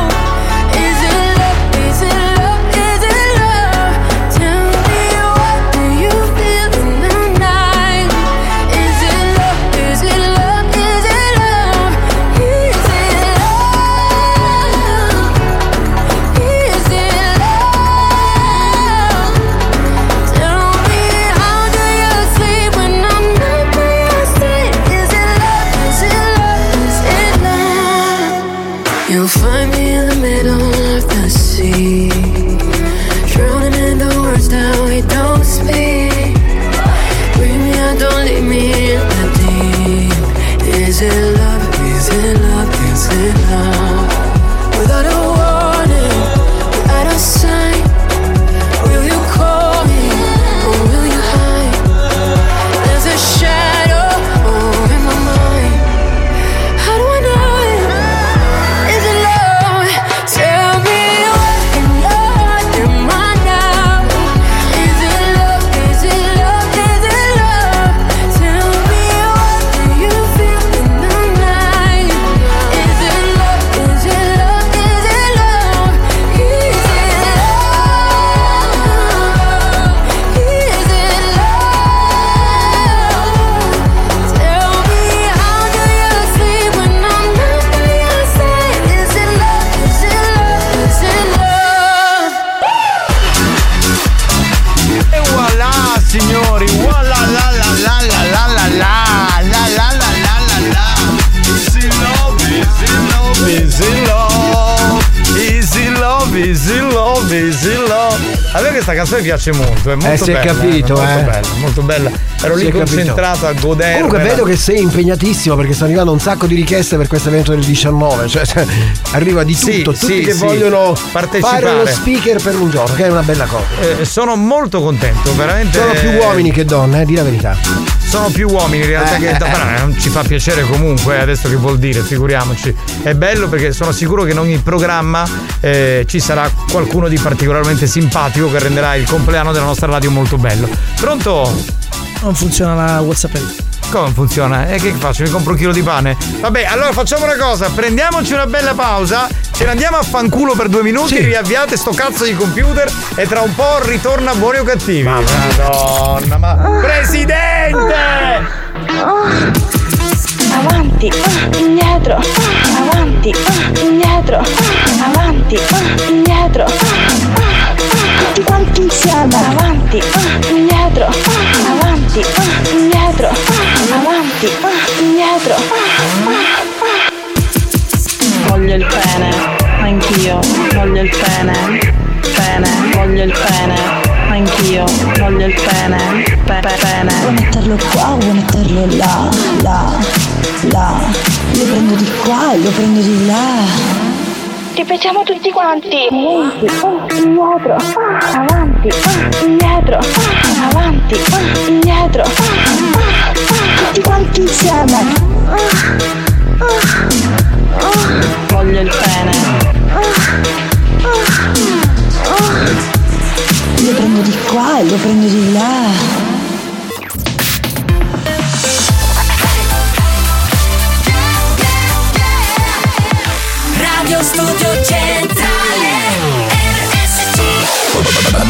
Is it love? Is it love? Is it love? Tell me what do you feel in the night? Is it love? Is it love? Is it love? Is it love? Is it love? Tell me how do you sleep when I'm not by your side? Is it love? Is it love? Is it love? You'll find me in the middle of the sea, drowning in the words that we don't speak. Bring me out, don't leave me in the deep. Is it love? Is it love? Is it love? Without a warning, without a sign, will you call me or will you hide? There's a shadow over my mind. How do I know it? Is it love? Tell me what in your heart am I now? Is it love? Is it love? Is it love? Tell me what do you feel in the night? Is it love? Is it love? Is it love? Is it love? Is it love? Tell me how do you sleep when I'm not by your side? Is it love? Is it love? Is it love? E voilà signori, voilà la la la la la la la la la la la la la Easy love, easy love, easy love Easy love, easy love, easy love A me questa canzone piace molto, è molto Eh, si è bella capito, molto eh. bella, molto bella Ero Si lì è capito. concentrato a godere Comunque vedo che sei impegnatissimo perché sta arrivando un sacco di richieste per questo evento del 19. Cioè, cioè, arriva di tutto, Sì, tutti sì, che sì. vogliono Partecipare. fare lo speaker per un giorno, che è una bella cosa. Eh, sono molto contento, veramente. Sono più uomini che donne, eh, di la verità. Sono più uomini in realtà Eh, che eh, però, eh, ci fa piacere comunque, eh, adesso che vuol dire, figuriamoci. È bello perché sono sicuro che in ogni programma eh, ci sarà qualcuno di particolarmente simpatico che renderà il compleanno della nostra radio molto bello. Pronto? Non funziona la WhatsApp. Come funziona? E che faccio? Mi compro un chilo di pane? Vabbè, allora facciamo una cosa, prendiamoci una bella pausa, ce ne andiamo a fanculo per due minuti, riavviate sto cazzo di computer e tra un po' ritorna buoni o cattivi. Ma madonna, ma. Ah. Presidente! Avanti, ah, indietro, ah, avanti, ah, indietro, ah, avanti, ah, indietro, ah, ah, tutti quanti insieme, avanti, ah, indietro, ah, avanti, ah, indietro, ah, avanti, ah, indietro. Voglio il pene, anch'io, voglio il pene, pene, voglio il pene, anch'io, voglio il pene, pe- pe- pene. Vuoi metterlo qua, vuoi metterlo là, là, là, lo prendo di qua, lo prendo di là. Ti piacciamo tutti quanti! Avanti, ah, indietro, ah, avanti, ah, indietro, ah, avanti, ah, indietro, ah, ah, ah, tutti quanti insieme! Ah, ah, ah. Voglio il pene! ah. Lo prendo di qua e lo prendo di là. Radio Studio Centrale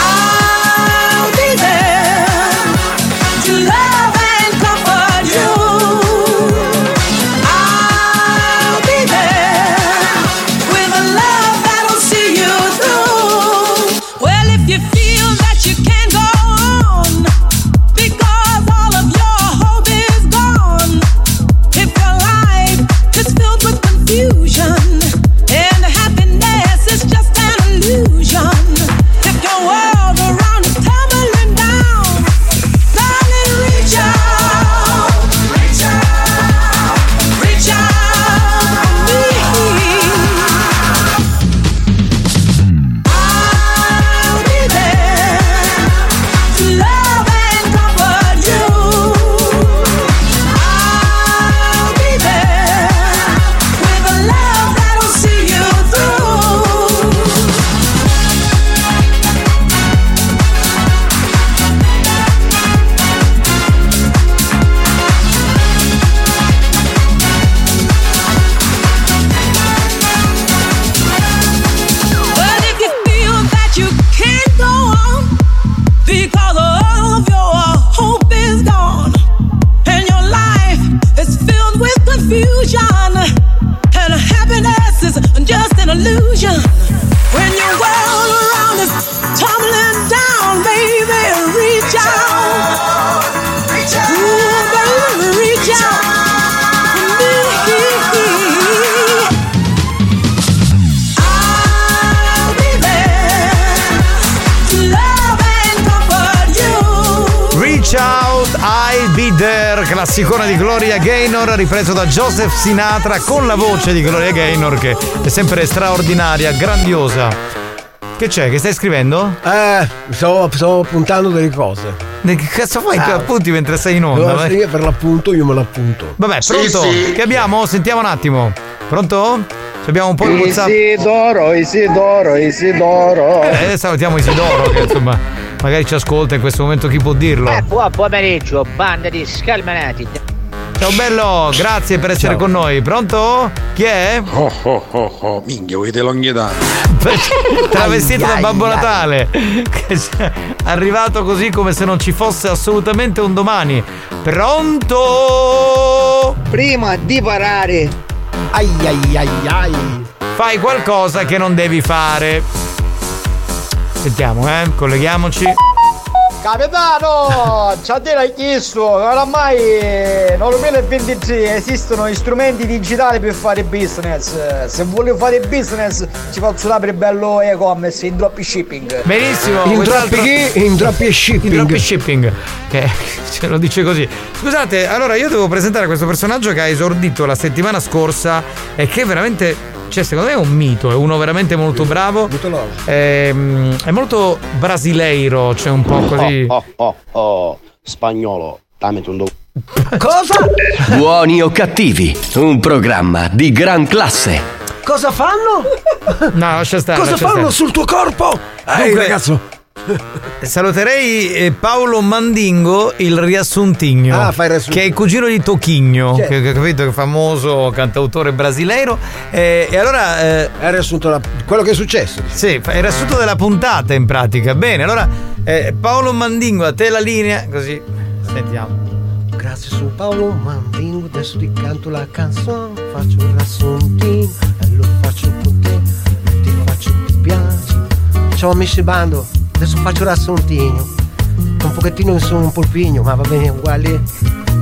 I'll be there to love and comfort you. I'll be there with a love that'll see you through. Well, if you feel that you can go on because all of your hope is gone, if your life could Thriller, classicona di Gloria Gaynor, ripreso da Joseph Sinatra con la voce di Gloria Gaynor che è sempre straordinaria, grandiosa. Che c'è? Che stai scrivendo? Eh, sto, sto puntando delle cose. Che cazzo fai? Tu appunti mentre sei in onda, vai. Io per l'appunto io me l'appunto. Vabbè, Sì, pronto? sì. Che abbiamo? Sentiamo un attimo. Pronto? Ci Abbiamo un po' di WhatsApp. Isidoro, Isidoro, Isidoro. Eh, salutiamo Isidoro che insomma magari ci ascolta in questo momento chi può dirlo. Eh. Buon pomeriggio, banda di scalmanati. Ciao bello, grazie per essere con noi. Pronto? Chi è? Oh oh oh oh, minchia, voi te l'onghietà. Te l'ha vestito da Ai, Babbo ai, ai. Natale. Che c'è- Arrivato così come se non ci fosse assolutamente un domani. Pronto? Prima di parare. Ai ai ai ai. Fai qualcosa che non devi fare. Sentiamo, eh, colleghiamoci. Capitano, ci ha detto chiesto, oramai nel 2023 esistono strumenti digitali per fare business. Se vuole fare business ci faccio dare bello e-commerce in dropshipping. Benissimo. In quest'altro- droppi chi? In droppi shipping. In droppi shipping. Che ce lo dice così. Scusate, allora io devo presentare questo personaggio che ha esordito la settimana scorsa e che veramente, cioè secondo me è un mito, è uno veramente molto bravo. Ehm, È, molto brasileiro, cioè un po' così. Oh, oh, oh, spagnolo, dammi un do... Cosa? Buoni o cattivi, un programma di gran classe. Cosa fanno? No, lascia stare. Cosa lascia fanno stare. sul tuo corpo? Ehi, ragazzo. Saluterei eh, Paolo Mandingo, il riassuntigno. Ah, fai il riassunto. Che è il cugino di Tochigno, Certo. che, che- capito, che è famoso cantautore brasileiro. Eh, e allora. è riassunto quello che è successo. Ah. Sì, fa- è il riassunto della puntata in pratica. Bene, allora eh, Paolo Mandingo, a te la linea, così sentiamo. Grazie su Paolo Mandingo, adesso ti canto la canzone, faccio un rassuntino e lo faccio con te, ti faccio ti piace. Ciao amici bando, adesso faccio un rassuntino, un pochettino sono un polpigno, ma va bene uguale.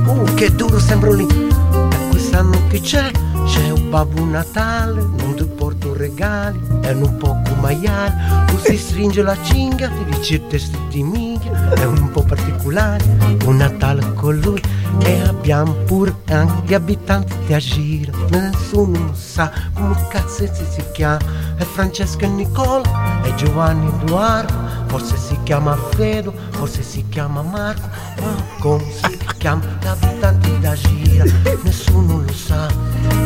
Uh, che duro sembro lì, e quest'anno che c'è? C'è un Babbo Natale, non ti porto regali, è un poco maiale, tu si stringe la cinghia, ti dice testi di minchia, è un po' particolare, un Natale con lui, e abbiamo pure anche gli abitanti di Agira, nessuno sa come cazzo si, si chiama, è Francesco e Nicola, è Giovanni Eduardo, forse si chiama Alfredo, forse si chiama Marco, ma come si chiama l'abitante da gira, nessuno lo sa,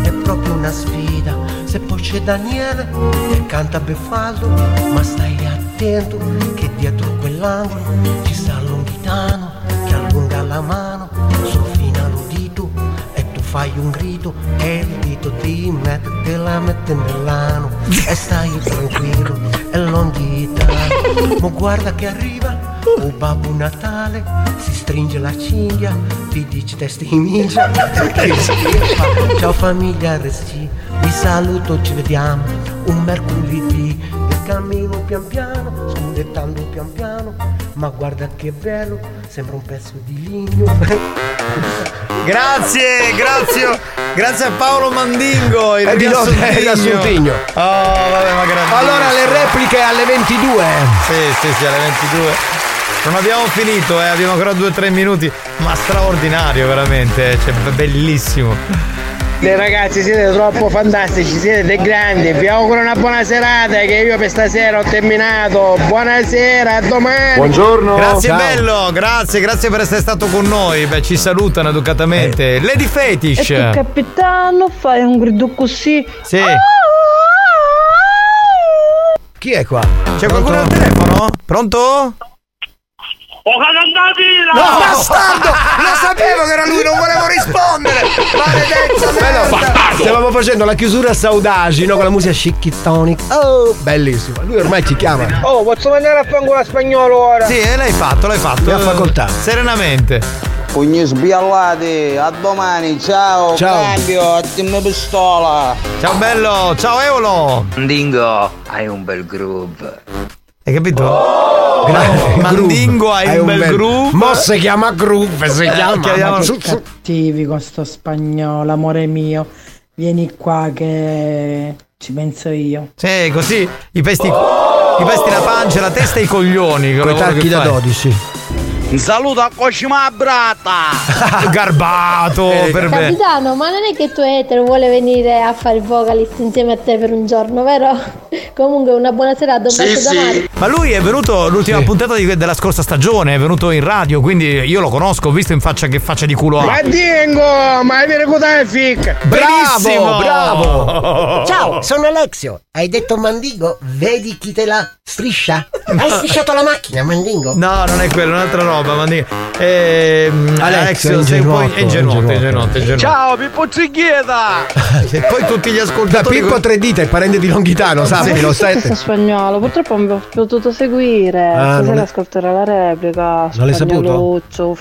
è proprio una sfida, se poi c'è Daniele che canta Befaldo, ma stai attento che dietro quell'angolo ci sta l'onghitano che allunga la mano, soffina l'udito e tu fai un grido e il dito ti mette, te la mette nell'ano e stai tranquillo e l'onghitano, ma guarda che arriva Oh Babbo Natale, si stringe la cinghia, ti dice testi in ninja, perché si fa. Ciao famiglia resti, vi saluto, ci vediamo un mercoledì. E cammino pian piano, scudettando pian piano, ma guarda che bello, sembra un pezzo di legno. Grazie, grazie, grazie a Paolo Mandingo. Il È di notte, è il riassuntigno. Oh, vabbè, ma grazie. Allora, le repliche alle 22. Sì, sì, sì, alle 22. Non abbiamo finito, eh, abbiamo ancora 2-3 minuti, ma straordinario veramente, cioè be- bellissimo. Dei ragazzi siete troppo fantastici, siete dei grandi, vi auguro una buona serata che io per stasera ho terminato. Buonasera, a domani. Grazie bello, grazie, grazie per essere stato con noi. Beh, ci salutano educatamente. Lady Fetish. E tu capitano fai un grido così. Ah! Sì. Chi è qua? C'è qualcuno al telefono? Pronto? Ho cantatina! No, bastardo! Lo sapevo che era lui, non volevo rispondere! Maledetto! Stavamo facendo la chiusura saudagi, no? Con la musica Tonic. Oh, bellissima. Lui ormai ci chiama. Oh, posso mangiare a fangola a spagnolo ora? Sì, eh, l'hai fatto, l'hai fatto. Le ha facoltà. Serenamente. Ogni sbiallati, a domani, ciao, Ciao. cambio, dimmi pistola. Ciao bello, ciao Eolo. Dingo, hai un bel groove. Hai capito? Oh. Oh, Mandingo hai un bel groove. Mo si chiama groove, si Eh, chiama. chiamiamolo. Ma- Che cattivi con sto spagnolo, amore mio. Vieni qua che ci penso io. Sì, così i pesti. I pesti la pancia, la testa e i coglioni. Coi Con tacchi da 12. Un saluto a Cosima Brata! Garbato, Eh, Eh, per me. Capitano, ma non è che tu etero vuole venire a fare il vocalist insieme a te per un giorno, vero? Comunque una buona serata, un bacio da Mario. Ma lui è venuto l'ultima puntata di- della scorsa stagione, è venuto in radio, quindi io lo conosco, ho visto in faccia che faccia di culo ha. Ma dingo, ma è vero cos'è fic? Benissimo! Oh. bravo! Ciao, sono Alexio. Hai detto Mandigo? Vedi chi te la striscia? Hai strisciato la macchina, Mandingo? No, non è quello, è un'altra roba, ma di- Ehm, Alexio, Alexio, sei poi. È ingenuotto, Ingenuotto, è ingenuotto, è ingenuotto. Ciao Pippo Cinghieta! E poi tutti gli Da ascoltatori. Pippo tre dita, il parente di Longhitano, sappilo, Sì, questo stai. è spagnolo, purtroppo non vi ho potuto seguire. Ah, non Stasera è- ascolterò la replica. Non l'hai saputo? Spagnoloccio,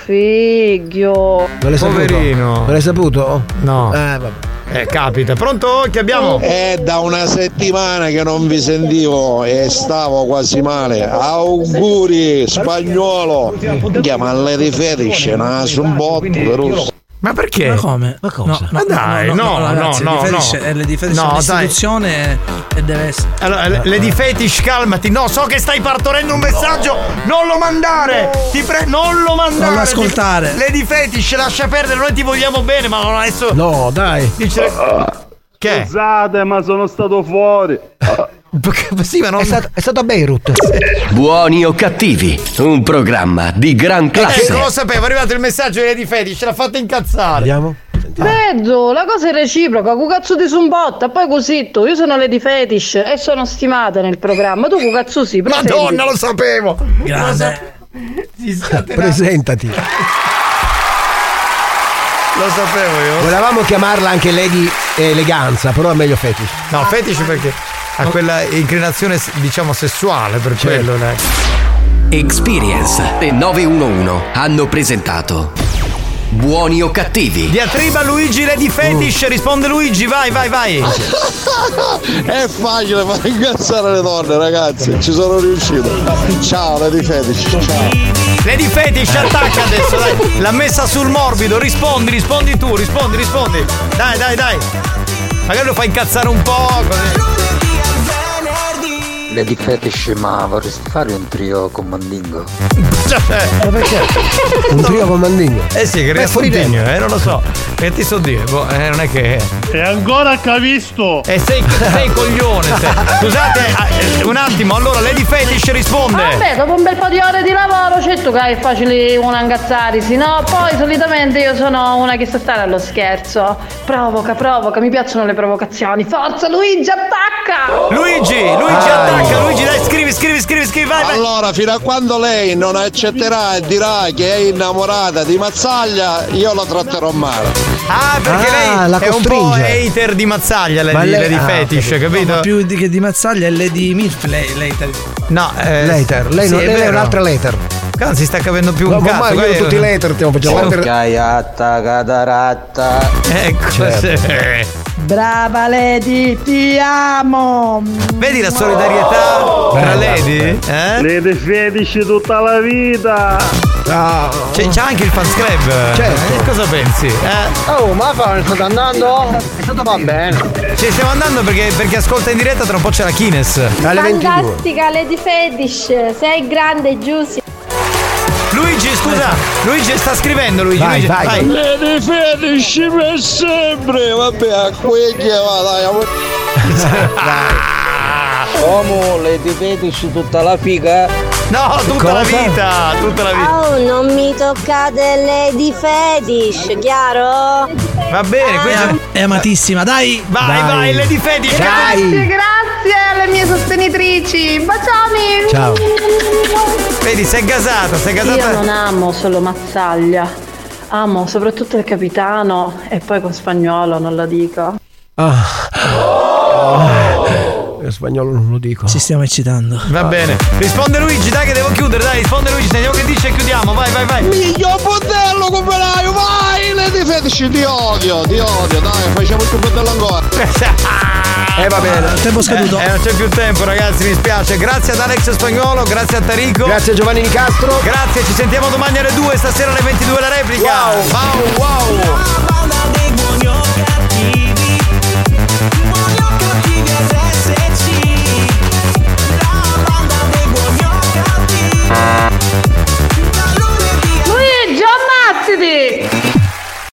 figlio. Non l'hai saputo? Poverino. Non l'hai saputo? No. Eh, vabbè. Eh, capita. Pronto? Chi abbiamo? È da una settimana che non vi sentivo e stavo quasi male. Auguri, spagnolo! Chiamarle di fetish, naso un botto, russo. Ma perché? Ma come? Ma cosa? Ma dai, no, no, ragazzi, no, Lady Fetish no. è Lady Fetish No, è dai. un'istituzione e deve essere. Allora, le- Lady Fetish, calmati. No, so che stai partorendo un messaggio. Non lo mandare. Ti pre- non lo mandare. Non lo ascoltare. Ti- Lady Fetish, lascia perdere. Noi ti vogliamo bene, ma non adesso. No, dai. Dice. Che? Scusate, ma sono stato fuori. sì, ma non... Eh, è, stato, è stato a Beirut. Buoni o cattivi, un programma di gran Ecco, lo classe. sapevo. È arrivato il messaggio di Lady Fetish. L'ha fatta incazzare. Vediamo. Ah. Mezzo, la cosa è reciproca, cu cazzo di sumbotta, poi così tu, io sono Lady Fetish e sono stimata nel programma, tu cu cazzo sì, prosegui. Madonna, lo sapevo. Grazie. Presentati. Lo sapevo io. Volevamo chiamarla anche Lady Eleganza, però è meglio Fetish. No, fetish perché ha quella inclinazione, diciamo, sessuale per quello. dai. Experience e 911 hanno presentato Buoni o cattivi. Diatriba Luigi Lady Fetish, risponde Luigi, vai, vai, vai. È facile far incazzare le donne, ragazzi. Ci sono riuscito. Ciao, le di fetish. Ciao. Lady Fetish attacca adesso, dai. L'ha messa sul morbido, rispondi, rispondi tu, rispondi, rispondi. Dai, dai, dai. Magari lo fai incazzare un po'. così. Lady Fetish, ma vorresti fare un trio con Mandingo? Cioè, Ma perché? Un trio con Mandingo. eh sì, che Beh, resta fuori pigno, tempo. eh, non lo so. Che ti so dire? boh, eh, non è che. E ancora cavisto! E Eh, sei, sei coglione. sei. Scusate, eh, un attimo, allora Lady Fetish risponde. Ah, Vabbè, dopo un bel po' di ore di lavoro, certo che è facile una ingazzarsi, no? Poi solitamente io sono una che sa stare allo scherzo. Provoca, provoca, mi piacciono le provocazioni. Forza Luigi, attacca! Luigi, Luigi attacca, Luigi dai scrivi, scrivi, scrivi, scrivi, vai, vai. Allora, fino a quando lei non accetterà e dirà che è innamorata di Mazzaglia, io la tratterò male. Ah, perché Ah, lei la è un po' costringe. hater di Mazzaglia, lei, Ma di lei- lei di ah, fetish, capito. capito? No, ma più di, che di Mazzaglia è Lady Milf, lei, lei No, eh, Later, lei non- lei è vero. un'altra later. Cazzo, si sta capendo più un ma cazzo. ormai io tutti later stiamo facendo later. Caiatta, cataratta. Ecco, Certo. sì. Brava Lady, ti amo! Vedi la solidarietà tra Lady? Eh? Lady fetish tutta la vita! C'è, c'è anche il fans club. Certo. Eh, cosa pensi? Eh? Oh, ma fa, state andando? È stato va bene. Ci stiamo andando perché, perché ascolta in diretta tra un po' c'è la Kines. Alle Fantastica Lady Fetish, sei grande, Giussi. Luigi, scusa. Luigi sta scrivendo, Luigi. Luigi, Lady fetish per sempre. Vabbè, ecco. a quei che va, dai. amore. Uomo, le ti fetish tutta la figa. eh. No, tutta la vita, tutta la vita. Oh, non mi toccate Lady Fetish, chiaro? Va bene, questa Ah, è amatissima, dai! Vai, vai, Lady Fetish! Grazie, grazie alle mie sostenitrici! Baciami! Ciao. Vedi, sei gasata, sei gasata. Io non amo solo Mazzaglia, amo soprattutto il capitano e poi con spagnolo, non lo dico. Oh. In Ah. Eh, spagnolo non lo dico. Ci stiamo eccitando. Va bene. Risponde Luigi, dai che devo chiudere, dai, risponde Luigi, sentiamo che dice e chiudiamo, vai, vai, vai. Miglio bordello comperaio, vai! Lady fetish, ti odio, ti odio, dai, facciamo il tuo bordello ancora. Eh va Ah, bene, tempo scaduto. Eh, non c'è più tempo ragazzi, mi spiace. Grazie ad Alex Spagnolo, grazie a Tarico. Grazie a Giovanni Nicastro. Grazie, ci sentiamo domani alle 2, stasera alle 22 la replica. Wow, wow, wow.